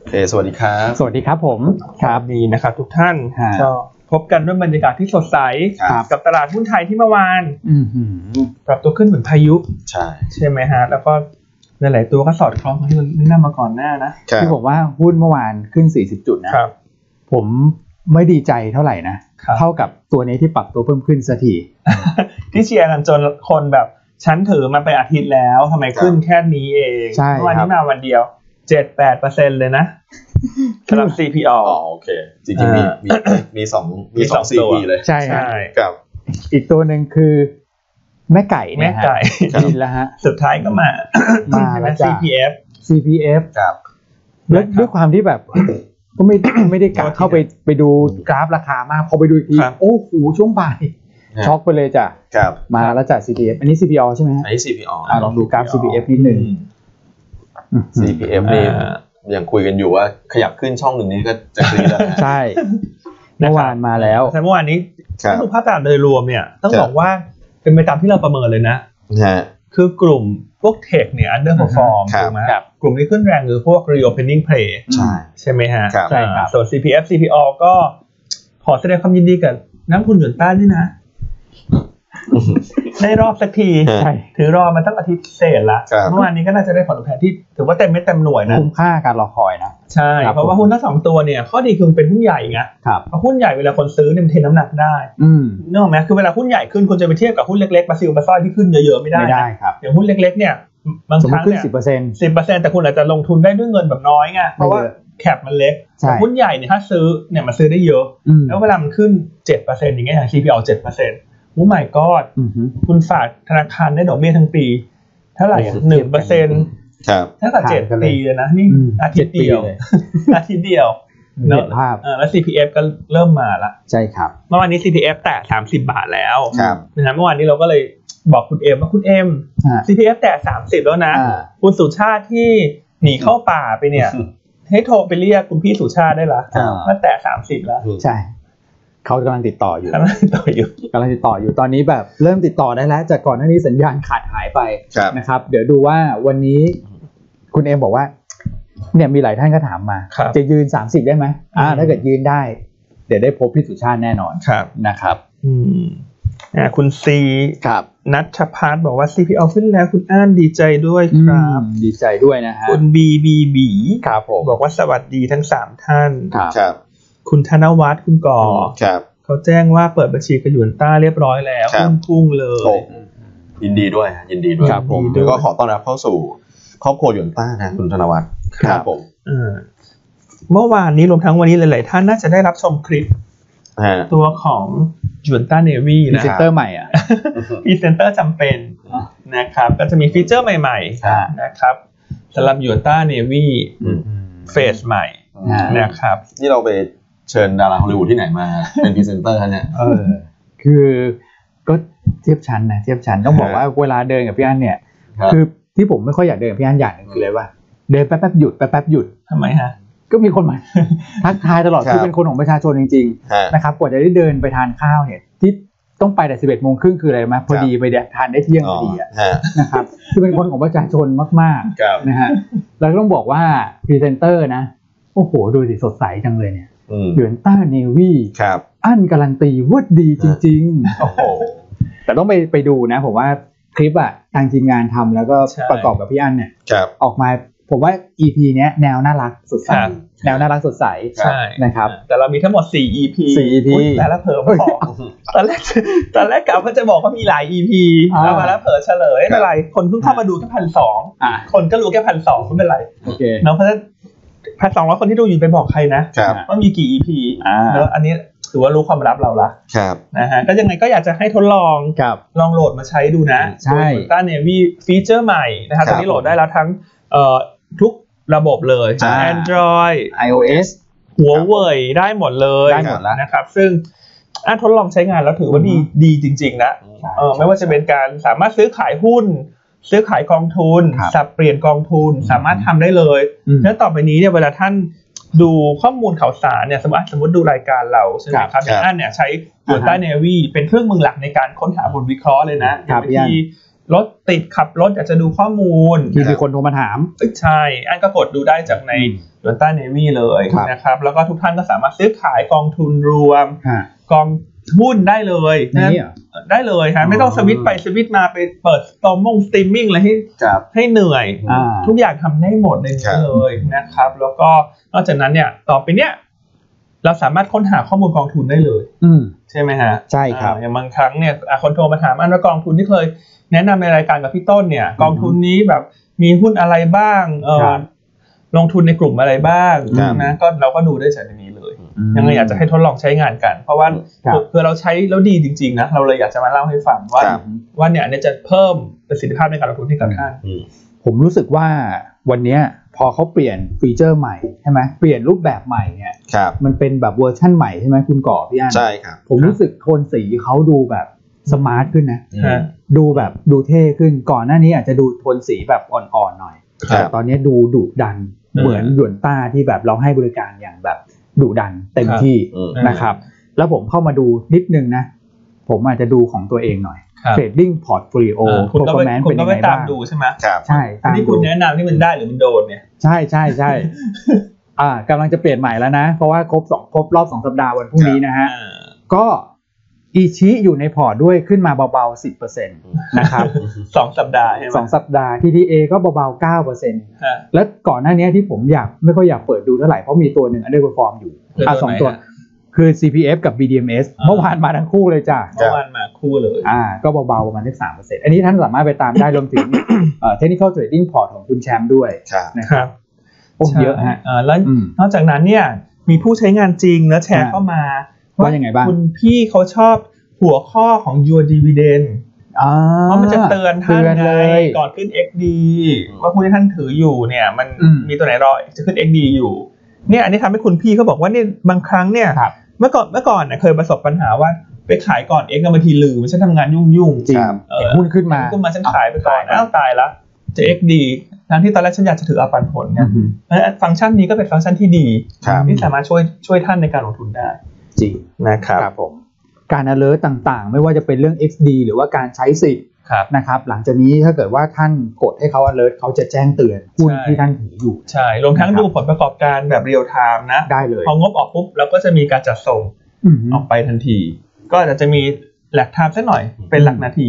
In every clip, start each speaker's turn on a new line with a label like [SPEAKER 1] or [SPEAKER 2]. [SPEAKER 1] โอเคสวัสดีครับ
[SPEAKER 2] สวัสดีครับผม
[SPEAKER 3] ครับดีนะครับทุกท่าน
[SPEAKER 2] ฮะ
[SPEAKER 3] ก็พบกันด้วยบรรยากาศที่สดใส
[SPEAKER 1] ครับ
[SPEAKER 3] กับตลาดหุ้นไทยที่เมื่อวาน
[SPEAKER 2] อือหือ
[SPEAKER 3] ปรับตัวขึ้นเหมือนพายุ
[SPEAKER 1] ใช่
[SPEAKER 3] ใช่ไหมฮะ แล้วก็หลายๆตัวก็สอดคล้องกับที่เราแนะนำมาก่อนหน้านะ
[SPEAKER 1] ครับ
[SPEAKER 2] คือผมว่าหุ้นเมื่อวานขึ้น 40 จุดนะ
[SPEAKER 3] ครับ
[SPEAKER 2] ผมไม่ดีใจเท่าไหร่นะ
[SPEAKER 3] ครับ
[SPEAKER 2] เท่ากับตัวนี้ที่ปรับตัวเพิ่มขึ้นสักที
[SPEAKER 3] ที่เชียร์กันจนคนแบบฉันถือมันไปอาทิตย์แล้วทำไมขึ้นแค่นี้เอง
[SPEAKER 2] ใช่
[SPEAKER 3] เมื่อวาน
[SPEAKER 2] ครับ
[SPEAKER 3] นี้มาวันเดียวเจ็ดแปดเปอร์เซ็นเลยนะสำหรับ CPO
[SPEAKER 1] อ๋อโอเค จริงๆมีมีมีสองมีสองซีพีเลย
[SPEAKER 2] ใช่ฮะ
[SPEAKER 3] ใช่
[SPEAKER 1] ครับ
[SPEAKER 2] อีกตัวหนึ่งคือแม่ไก่
[SPEAKER 3] แม่
[SPEAKER 2] นะฮะ
[SPEAKER 3] ไก่
[SPEAKER 1] ครับ
[SPEAKER 2] บินแล้วฮะ
[SPEAKER 3] สุดท้ายก็มา
[SPEAKER 2] มา
[SPEAKER 3] ใช่ไห
[SPEAKER 2] แล้วจ้ะ
[SPEAKER 3] CPF
[SPEAKER 2] CPF
[SPEAKER 1] ครับ
[SPEAKER 2] แล้ว
[SPEAKER 3] นะครับ
[SPEAKER 2] ด้วยความที่แบบ ก็ไม่ไม่ได้กะเข้าไปไปดูกราฟราคามาก พอไปดูอีกที
[SPEAKER 3] ครับ
[SPEAKER 2] โอ้โหช่วงบ่าย
[SPEAKER 1] ฮะ
[SPEAKER 2] ช็อกไปเลยจ้ะ
[SPEAKER 1] ครับ
[SPEAKER 2] มาแล้วจ้ะ CPF อันนี้ CPO ใช่ไหมฮะ
[SPEAKER 1] อันนี้ CPO
[SPEAKER 2] อ่ะลองดูกราฟ CPF นิดนึง
[SPEAKER 1] CPF
[SPEAKER 3] อ่
[SPEAKER 1] นี่
[SPEAKER 3] า
[SPEAKER 1] ยังคุยกันอยู่ว่าขยับขึ้นช่องหนึ่งนี้ก็จะขึ้นแล้วนะ
[SPEAKER 2] ใช่ เมื่อวานมาแล้ว
[SPEAKER 3] แต่เมื่อวานนี้
[SPEAKER 1] ครับ
[SPEAKER 3] ถ้าดูภาพตลาดโดยรวมเนี่ย ต้อง
[SPEAKER 1] ครับ
[SPEAKER 3] บอกว่าเป็นไปตามที่เราประเมินเลยนะ
[SPEAKER 1] ฮะ
[SPEAKER 3] คือกลุ่มพวกเทคเนี่ย underperform
[SPEAKER 1] ครับ
[SPEAKER 3] ถูกไหม
[SPEAKER 2] ครับ
[SPEAKER 3] กลุ่มที่ขึ้นแรงคือพวก reopening play
[SPEAKER 1] ใช่
[SPEAKER 3] ใช่ไหมฮะ
[SPEAKER 1] ครับ
[SPEAKER 2] ใช่ครับ
[SPEAKER 3] ส่วน CPF CPO ก็ขอแสดงความยินดีกับนักลงทุนหยวนต้านด้วยนะ ได้รอบสักที
[SPEAKER 2] ใช่
[SPEAKER 3] ถือรอมาตั้งอาทิตย์เศษละ
[SPEAKER 1] ครับ
[SPEAKER 3] เมื่อวานนี้ก็น่าจะได้ผลตอบแทนที่ถือว่าเต็มเม็ดเต็มหน่วยนะ
[SPEAKER 2] คุ้มค่าการรอคอยนะ
[SPEAKER 3] ใช่
[SPEAKER 2] ครับ
[SPEAKER 3] เพราะว่าหุ้นทั้งสองตัวเนี่ยข้อดีคือมันเป็นหุ้นใหญ่ไง
[SPEAKER 2] ครับ
[SPEAKER 3] เพราะหุ้นใหญ่เวลาคนซื้อเนี่ยมันเทน้ำหนักได้
[SPEAKER 2] อืม
[SPEAKER 3] นึกออกไหมคือเวลาหุ้นใหญ่ขึ้นคุณจะไปเทียบกับหุ้นเล็กๆปลาซิลปลาสร้อยที่ขึ้นเยอะๆไม่ได้
[SPEAKER 2] ไม่ได้
[SPEAKER 3] นะครับ อย่างหุ้นเล็กๆเนี่ยบาง
[SPEAKER 2] สม
[SPEAKER 3] ค
[SPEAKER 2] ม
[SPEAKER 3] รั้
[SPEAKER 2] ติ
[SPEAKER 3] ง
[SPEAKER 2] ขึ้น
[SPEAKER 3] เนี่ย
[SPEAKER 2] สิบเปอร์เซ็นต์
[SPEAKER 3] สิบเปอร์เซ็นต์แต่คุณอาจจะลงทุนได้ด้วยเงินแบบน้อยไงเพราะว่า
[SPEAKER 2] ไม่เยอะ
[SPEAKER 3] แคปมันเล็ก
[SPEAKER 2] ใช่
[SPEAKER 3] แต่หุ้นใหญ่เนี่ยถ้าซื้อเนี่ยมันซื้อได้เยอะ แล้วเวลามันขึ้นเจ็ดเปอร์เซ็นต์อย่างเงี้ยอย่าง CPO เจ็ดเปอร์เซ็นต์โอ้ my god คุณฝากธนาคารได้ดอกเบี้ยทั้งปี เท่าไหร่
[SPEAKER 2] โอ้โห
[SPEAKER 3] หนึ่งเปอร์เซ็นต์
[SPEAKER 1] ครับ
[SPEAKER 3] เท่ากับเจ็ด
[SPEAKER 2] ห่างกันเลย
[SPEAKER 3] ปีเลยนะนี่
[SPEAKER 2] อืม
[SPEAKER 3] อาทิตย์
[SPEAKER 2] เจ็ดปี
[SPEAKER 3] เดียว
[SPEAKER 2] เลย
[SPEAKER 3] อาทิตย์เดียว
[SPEAKER 2] เห็นภาพ
[SPEAKER 3] เออแล้ว CPF ก็เริ่มมาละ
[SPEAKER 2] ใช่ครับ
[SPEAKER 3] เมื่อวานนี้ CPF แตะ30 บาทแล้ว
[SPEAKER 1] ครับ
[SPEAKER 3] นะฮะเมื่อวานนี้เราก็เลยบอกคุณเอ็มว่าคุณเอ็ม
[SPEAKER 2] ฮะ
[SPEAKER 3] CPF แตะ30 แล้วนะ
[SPEAKER 2] อ่า
[SPEAKER 3] คุณสุชาติที่หนีเข้าป่าไปเนี่ย ให้โทรไปเรียกคุณพี่สุชาติได้ละ
[SPEAKER 2] อ่า
[SPEAKER 3] ว่าแตะ30 แล้ว
[SPEAKER 2] ใช่ เขากำลังติดต่ออยู่
[SPEAKER 3] กำลังต่ออยู่
[SPEAKER 2] กำลังติดต่ออยู่ตอนนี้แบบเริ่มติดต่อได้แล้ว จากก่อนหน้านี้สัญญาณขาดหายไป
[SPEAKER 1] ครับ
[SPEAKER 2] นะครับ เดี๋ยวดูว่าวันนี้คุณเอ็มบอกว่า เนี่ยมีหลายท่านก็ถามมา
[SPEAKER 3] ครับ
[SPEAKER 2] จะยืน 30 ได้ไหมอ่า
[SPEAKER 3] อืม
[SPEAKER 2] ถ้าเกิดยืนได้ เดี๋ยวได้พบพี่สุชาติแน่นอน
[SPEAKER 3] ครับ
[SPEAKER 2] นะครับ
[SPEAKER 3] อืมอ่าคุณซี
[SPEAKER 2] ครับ
[SPEAKER 3] นัทพัฒน์บอกว่า CPO ขึ้นแล้วคุณอ้านดีใจด้วยครับ
[SPEAKER 2] ดีใจด้วยนะฮะ
[SPEAKER 3] คุณบีบีบี
[SPEAKER 2] ครับผม
[SPEAKER 3] บอกว่าสวัสดีทั้ง 3 ท่าน
[SPEAKER 2] ครับ
[SPEAKER 1] ครับ
[SPEAKER 3] คุณธนวัฒน์คุณก่อ
[SPEAKER 1] ครับ
[SPEAKER 3] เขาแจ้งว่าเปิดบัญชีกระหยวนต้าเรียบร้อยแล้ว
[SPEAKER 1] ครับ
[SPEAKER 3] หุ้นพุ่งเลย
[SPEAKER 1] โอ้ยินดีด้วยฮะยินดีด้วย
[SPEAKER 2] ครับผม
[SPEAKER 1] เดี๋ยวก็ขอต้อนรับเข้าสู่ครอบครัวหยวนต้านะคุณธนวัฒน์
[SPEAKER 2] ครับ
[SPEAKER 1] ผม
[SPEAKER 3] เออเมื่อวานนี้รวมทั้งวันนี้หลาย ๆ ท่านน่าจะได้รับชมคลิป
[SPEAKER 1] ฮะ
[SPEAKER 3] ตัวของหยวนต้าเนวี
[SPEAKER 2] พรี
[SPEAKER 3] นะ
[SPEAKER 2] เซนเตอร์ใหม่อ่ะ
[SPEAKER 3] พรีเซนเตอร์จำเป็น
[SPEAKER 2] อ่ะ
[SPEAKER 3] นะครับ ก็จะมีฟีเจอร์ใหม่
[SPEAKER 2] อ่ะ
[SPEAKER 3] ๆ นะครับสำหรับหยวนต้าเนวี
[SPEAKER 1] อืม
[SPEAKER 3] เฟสใหม่
[SPEAKER 2] อ่า
[SPEAKER 3] นะครับ
[SPEAKER 1] นี่เราไปเชิญดาราฮอลลีวูดที่ไหนมา เป็นพรีเซนเตอร์ฮะเนี่ย
[SPEAKER 2] เออ คือก็เทียบชั้นนะเทียบชั้นต้องบอก
[SPEAKER 1] ฮะ
[SPEAKER 2] ว่าเวลาเดินกับพี่อันเนี่ย
[SPEAKER 1] ครับ
[SPEAKER 2] คือที่ผมไม่ค่อยอยากเดินกับพี่อันอย่างหนึงคืออะไรวะเดินแป๊บๆหยุดแป๊บๆหยุด
[SPEAKER 3] ทำไมฮะ
[SPEAKER 2] ก็มีคนมา ทักทายตลอด
[SPEAKER 1] ครับ
[SPEAKER 2] คือเป็นคนของประชาชนจริง
[SPEAKER 1] ฮะ
[SPEAKER 2] ๆ นะครับกว่าจะได้เดินไปทานข้าวเนี่ย ที่ต้องไปแต่สิบเอ็ดโมงครึ่งคืออะไรรู้ไหมพอดีไปเนี่ยทานได้เที่ยงพอดีอะ
[SPEAKER 1] ฮะ
[SPEAKER 2] นะครับคือเป็นคนของประชาชนมากๆ
[SPEAKER 1] ครับ
[SPEAKER 2] นะฮะเราต้องบอกว่าพรีเซนเตอร์นะ โอ้โห ดูสิสดใสจังเลยเนี่ย
[SPEAKER 1] อืม
[SPEAKER 2] เหยือนต้าเนวี่
[SPEAKER 1] ครับ
[SPEAKER 2] อั้นการันตีว่าดีจริง
[SPEAKER 1] โอ้โห
[SPEAKER 2] ๆ แต่ต้องไปไปดูนะ ผมว่าคลิปอะทางทีมงานทำแล้วก็
[SPEAKER 3] ใช่
[SPEAKER 2] ประกอบกับพี่อั้นเนี่ย
[SPEAKER 1] ครับ
[SPEAKER 2] ออกมาผมว่า EP เนี้ยแนวน่ารักสดใส
[SPEAKER 3] ครับ
[SPEAKER 2] แนวน่ารักสดใส
[SPEAKER 1] ครับ
[SPEAKER 2] นะครับ
[SPEAKER 3] แต่เรามีทั้งหมด 4 EP
[SPEAKER 2] สี่ EP
[SPEAKER 3] อุ๊ยแต่ละเผล อพอก ตอนแรกตอนแรกกะว่าจะบอกว่ามีหลาย EP
[SPEAKER 2] อ่า
[SPEAKER 3] แล้วมาแล้วเผลอเฉลยไม่เป็นไร คนเพิ่งเข้ามาดูแค่พันสอง
[SPEAKER 2] อ่ะ
[SPEAKER 3] คนก็รู้แค่พันสองไม่เป็นไร
[SPEAKER 2] โอเค
[SPEAKER 3] เนาะเพราะฉะนั้นพันสองร้อยคนที่ดูอยู่ไปบอกใครนะครับ
[SPEAKER 2] อ่ะ
[SPEAKER 3] ว่ามีกี่ EP
[SPEAKER 2] อ่า
[SPEAKER 3] เนาะอันนี้ถือว่ารู้ความลับเราละ
[SPEAKER 1] ครับ
[SPEAKER 3] นะฮะก็ยังไงก็อยากจะให้ทดลอง
[SPEAKER 2] ครับ
[SPEAKER 3] ลองโหลดมาใช้ดูนะ
[SPEAKER 2] ใช่
[SPEAKER 3] ต้าเนวีฟีเจอร์ใหม่นะ
[SPEAKER 1] ครั
[SPEAKER 3] ฮะ
[SPEAKER 1] บ
[SPEAKER 3] ตอนนี้โหลดได้แล้วทั้งเอ่อทุกระบบเลย
[SPEAKER 2] อ่า
[SPEAKER 3] ทั้ง Android
[SPEAKER 2] iOS
[SPEAKER 3] หัวเว่ยได้หมดเลย
[SPEAKER 2] ได้หมดแล้ว
[SPEAKER 3] นะครับ ซึ่งอ่ะทดลองใช้งานแล้วถือว่าดีดีจริง ๆ นะ เออไม่ว่าจะเป็นการสามารถซื้อขายหุ้น ซื้อขายกองทุน
[SPEAKER 2] ครับ
[SPEAKER 3] สับเปลี่ยนกองทุนสามารถทำได้เลย
[SPEAKER 2] อืม
[SPEAKER 3] แล้วต่อไปนี้เนี่ยเวลาท่านดูข้อมูลข่าวสารเนี่ยสมมติสมมติดูรายการเราใช่ไหม
[SPEAKER 2] ครับ
[SPEAKER 3] ครับอย่างอันเนี่ยใช้ d ู
[SPEAKER 2] อ่าฮะ
[SPEAKER 3] ต้าเนวีเป็นเครื่องมือหลักในการค้นหาบทวิเคราะห์เลยนะ
[SPEAKER 2] ครับ
[SPEAKER 3] เป็นวิธี รถติดขับรถอยากจะดูข้อมูล
[SPEAKER 2] ที่มีคนโทรมาถาม
[SPEAKER 3] ใช่ อันก็กดดูได้จากในย o นต้าเนวีเลย
[SPEAKER 1] ครับ
[SPEAKER 3] นะครับ แล้วก็ทุกท่านก็สามารถซื้อขายกองทุนรวม
[SPEAKER 2] ฮะ
[SPEAKER 3] กองหุ้นได้เลย
[SPEAKER 2] ในนี้เหรอ
[SPEAKER 3] ได้เลยฮะไม่ต้อง
[SPEAKER 2] อ๋อ
[SPEAKER 3] สวิตช์ไปสวิตช์มาไปเปิดตอมมงสตรีมมิ่งอะไรให้
[SPEAKER 1] ครับ
[SPEAKER 3] ให้เหนื่อย
[SPEAKER 2] อ่า
[SPEAKER 3] ทุกอย่างทำได้หมดใน
[SPEAKER 1] ครับ
[SPEAKER 3] นี้เลยนะครับ แล้วก็นอกจากนั้นเนี่ยต่อไปเนี่ย เราสามารถค้นหาข้อมูลกองทุนได้เลย
[SPEAKER 2] อืม
[SPEAKER 3] ใช่ไหมฮะ
[SPEAKER 2] ใช่ครับ
[SPEAKER 3] อ่าอย่างบางครั้งเนี่ยอ่ะคนโทรมาถามอันว่ากองทุนที่เคยแนะนำในรายการกับพี่ต้นเนี่ย กองทุนนี้แบบมีหุ้นอะไรบ้างเออ
[SPEAKER 2] ครับ
[SPEAKER 3] ลงทุนในกลุ่มอะไรบ้าง
[SPEAKER 2] ครับ
[SPEAKER 3] นะก็เราก็ดูได้จากในนี้เลย ยังไงอยากจะให้ทดลองใช้งานกัน เพราะว่า
[SPEAKER 2] ครับ
[SPEAKER 3] เพื่อเราใช้แล้วดีจริงๆนะเราเลยอยากจะมาเล่าให้ฟังว่า
[SPEAKER 1] ครับ
[SPEAKER 3] ว่าเนี่ยอันเนี่ยจะเพิ่มประสิทธิภาพในการลงทุนให้กับท่าน
[SPEAKER 1] อืม
[SPEAKER 2] ผมรู้สึกว่าวันเนี้ยพอเขาเปลี่ยนฟีเจอร์ใหม่ใช่ไหมเปลี่ยนรูปแบบใหม่เนี่ย
[SPEAKER 1] ครับ
[SPEAKER 2] มันเป็นแบบเวอร์ชั่นใหม่ใช่ไหมคุณก่อพี่อัน
[SPEAKER 1] ใช่ครับ
[SPEAKER 2] ผมรู้สึกโทนสีเขาดูแบบสมาร์ทขึ้นนะ
[SPEAKER 1] อืม
[SPEAKER 3] ฮะ
[SPEAKER 2] ดูแบบดูเท่ขึ้นก่อนหน้านี้อาจจะดูโทนสีแบบอ่อนๆหน่อย
[SPEAKER 1] ครับ
[SPEAKER 2] แต่ตอนนี้ดูดุดัน
[SPEAKER 3] อืม
[SPEAKER 2] เหมือนหยวนต้าที่แบบเราให้บริการอย่างแบบดุดันเต็มที่
[SPEAKER 1] อืม
[SPEAKER 2] นะครับ แล้วผมเข้ามาดูนิดนึงนะ ผมอาจจะดูของตัวเองหน่อย
[SPEAKER 3] ครับ
[SPEAKER 2] เทรดดิ้งพอร์ตโฟลิโอ
[SPEAKER 3] อ่า
[SPEAKER 2] โป
[SPEAKER 3] คุณ
[SPEAKER 2] ร
[SPEAKER 3] ก็
[SPEAKER 2] แกร
[SPEAKER 3] ไป
[SPEAKER 2] ม
[SPEAKER 3] คุ
[SPEAKER 2] เป็
[SPEAKER 3] ณ
[SPEAKER 2] น
[SPEAKER 3] ก็
[SPEAKER 2] ยัง
[SPEAKER 3] ไป
[SPEAKER 2] ไง
[SPEAKER 3] ตา
[SPEAKER 2] บ้าม ง
[SPEAKER 3] ดูใช่ไหม
[SPEAKER 1] ครับ
[SPEAKER 2] ใช่ตาม
[SPEAKER 3] ที่
[SPEAKER 2] ดู
[SPEAKER 3] คุณแนะนำนี่มันได้หรือมันโดนเนี่ย
[SPEAKER 2] ใช่ใช่ใช่ อ่ากำลังจะเปลี่ยนใหม่แล้วนะ เพราะว่าครบสองครบรอบสองสัปดาห์วันพรุ่งนี้นะฮะ ก็อีชิอยู่ในพอร์ตด้วยขึ้นมาเบาๆสิบเปอร์เซ็นต์นะครับ
[SPEAKER 3] สองสัปดาห์ใช่ไหม
[SPEAKER 2] สองสัปดาห์ TTA ก็เบาๆเก้าเปอร์เซ็นต์
[SPEAKER 3] ฮะ
[SPEAKER 2] และก่อนหน้านี้ที่ผมอยากไม่ค่อยอยากเปิดดูเท่าไหร่เพราะมีตัวหนึ่งอันเดอร์เพอร์ฟอร์มอยู่
[SPEAKER 3] คือ
[SPEAKER 2] อ่ะ
[SPEAKER 3] ตัว
[SPEAKER 2] สองตัว
[SPEAKER 3] ไหนอะ
[SPEAKER 2] คือ CPF กับ BDMs
[SPEAKER 3] อ่า
[SPEAKER 2] เมื่อวานมาทั้งคู่เลยจ้ะ
[SPEAKER 3] เมื่อวานมาคู่เลย
[SPEAKER 2] อ่าก็เบาๆประมาณสักสามเปอร์เซ็นต์อันนี้ท่านสามารถไปตามได้ รวมถึง เอ่อ technical trading port ของคุณแชมป์ด้วย
[SPEAKER 1] ครับ
[SPEAKER 2] นะครับโอ้
[SPEAKER 3] ใช่
[SPEAKER 2] เยอะฮะ
[SPEAKER 3] าแล้ว
[SPEAKER 2] อืม
[SPEAKER 3] นอกจากนั้นเนี่ยมีผู้ใช้งานจริงนะแชร์
[SPEAKER 2] อ่า
[SPEAKER 3] เข้ามา
[SPEAKER 2] ว่ายังไงบ้าง
[SPEAKER 3] คุณพี่เขาชอบหัวข้อของ your dividend
[SPEAKER 2] อ่า
[SPEAKER 3] เพราะมันจะเตือนท่าน
[SPEAKER 2] เตือน
[SPEAKER 3] ไง
[SPEAKER 2] เลย
[SPEAKER 3] ก่อนขึ้น XD ว่าหุ้นที่ท่านถืออยู่เนี่ย มัน
[SPEAKER 2] อืม
[SPEAKER 3] มีตัวไหนรอจะขึ้น XD อยู่ เนี่ยอันนี้ทำให้คุณพี่เขาบอกว่าเนี่ยบางครั้งเนี่ย
[SPEAKER 2] ครับ
[SPEAKER 3] เมื่อก่อนเมื่อก่อนเน่ยเคยประสบปัญหาว่าไปขายก่อน X แล้วบางทีลืมฉันทำงานยุ่งๆ
[SPEAKER 2] จริง
[SPEAKER 1] ครับ
[SPEAKER 3] เออ
[SPEAKER 2] เห็นหุ้นขึ้นมา
[SPEAKER 3] ก็มาฉันขายไปก่อนอ้าวตายละจะ XD ทั้งที่ตอนแรกฉันอยากจะถืออัปันผล
[SPEAKER 2] อื
[SPEAKER 3] เนี่ย
[SPEAKER 2] อฮึ
[SPEAKER 3] เพราะฉะนั้นฟังก์ชันนี้ก็เป็นฟังก์ชันที่ดี
[SPEAKER 1] ครับ
[SPEAKER 3] ที่สามารถช่วยช่วยท่านในการลงทุนได้
[SPEAKER 2] จริง
[SPEAKER 3] นะครับ
[SPEAKER 2] ครับผมการ alert ต่างๆ ไม่ว่าจะเป็นเรื่อง XD หรือว่าการใช้สิทธิ์
[SPEAKER 3] ครับ
[SPEAKER 2] นะครับ หลังจากนี้ถ้าเกิดว่าท่านกดให้เขา alert เขาจะแจ้งเตือนหุ้น
[SPEAKER 3] ใช่
[SPEAKER 2] ที่ท่านถืออยู่
[SPEAKER 3] ใช่รวมทั้งดูผลประกอบการแบบเรียลไทม์นะ
[SPEAKER 2] ได้เลย
[SPEAKER 3] พองบออกปุ๊บเราก็จะมีการจัดส่ง
[SPEAKER 2] ม
[SPEAKER 3] ออกไปทันที ก็อาจจะมีหลักไทม์สักหน่อยเป็นหลักนาที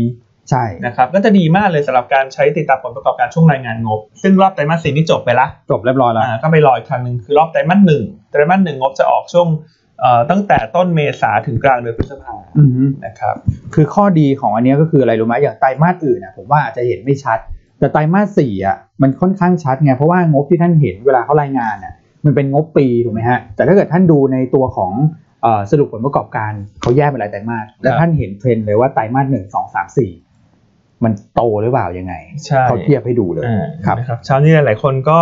[SPEAKER 2] ใช่
[SPEAKER 3] นะครับ ก็จะดีมากเลยสำหรับการใช้ติดตามผลประกอบการช่วงรายงานงบ ซึ่งรอบไตรมาสสี่นี่จบไปละ
[SPEAKER 2] จบเรียบร้อยแล้ว
[SPEAKER 3] อ่าก็ไปรออีกครั้งหนึ่งคือรอบไตรมาสหนึ่งไตรมาสหนึ่งงบจะออกช่วงเอ่อตั้งแต่ต้นเมษาถึงกลางเดือนพฤษภา
[SPEAKER 2] อือฮึ
[SPEAKER 3] นะครับ
[SPEAKER 2] คือข้อดีของอันเนี้ยก็คืออะไรรู้ไหมอย่างไตรมาสอื่นนะผมว่าอาจจะเห็นไม่ชัด แต่ไตรมาสสี่อ่ะมันค่อนข้างชัดไงเพราะว่างบที่ท่านเห็นเวลาเขารายงานอ่ะมันเป็นงบปีถูกไหมฮะแต่ถ้าเกิดท่านดูในตัวของเอ่อสรุปผลประกอบการเขาแยกเป็นรายไตรมาสแล้วท่านเห็นเทรนด์เลยว่าไตรมาสหนึ่งสองสามสี่มันโตหรือเปล่ายังไง
[SPEAKER 3] ใช่
[SPEAKER 2] เขาเทียบให้ดูเลย
[SPEAKER 3] อ่า
[SPEAKER 2] ครับ
[SPEAKER 3] นะครับเช้านี้หลายๆคนก็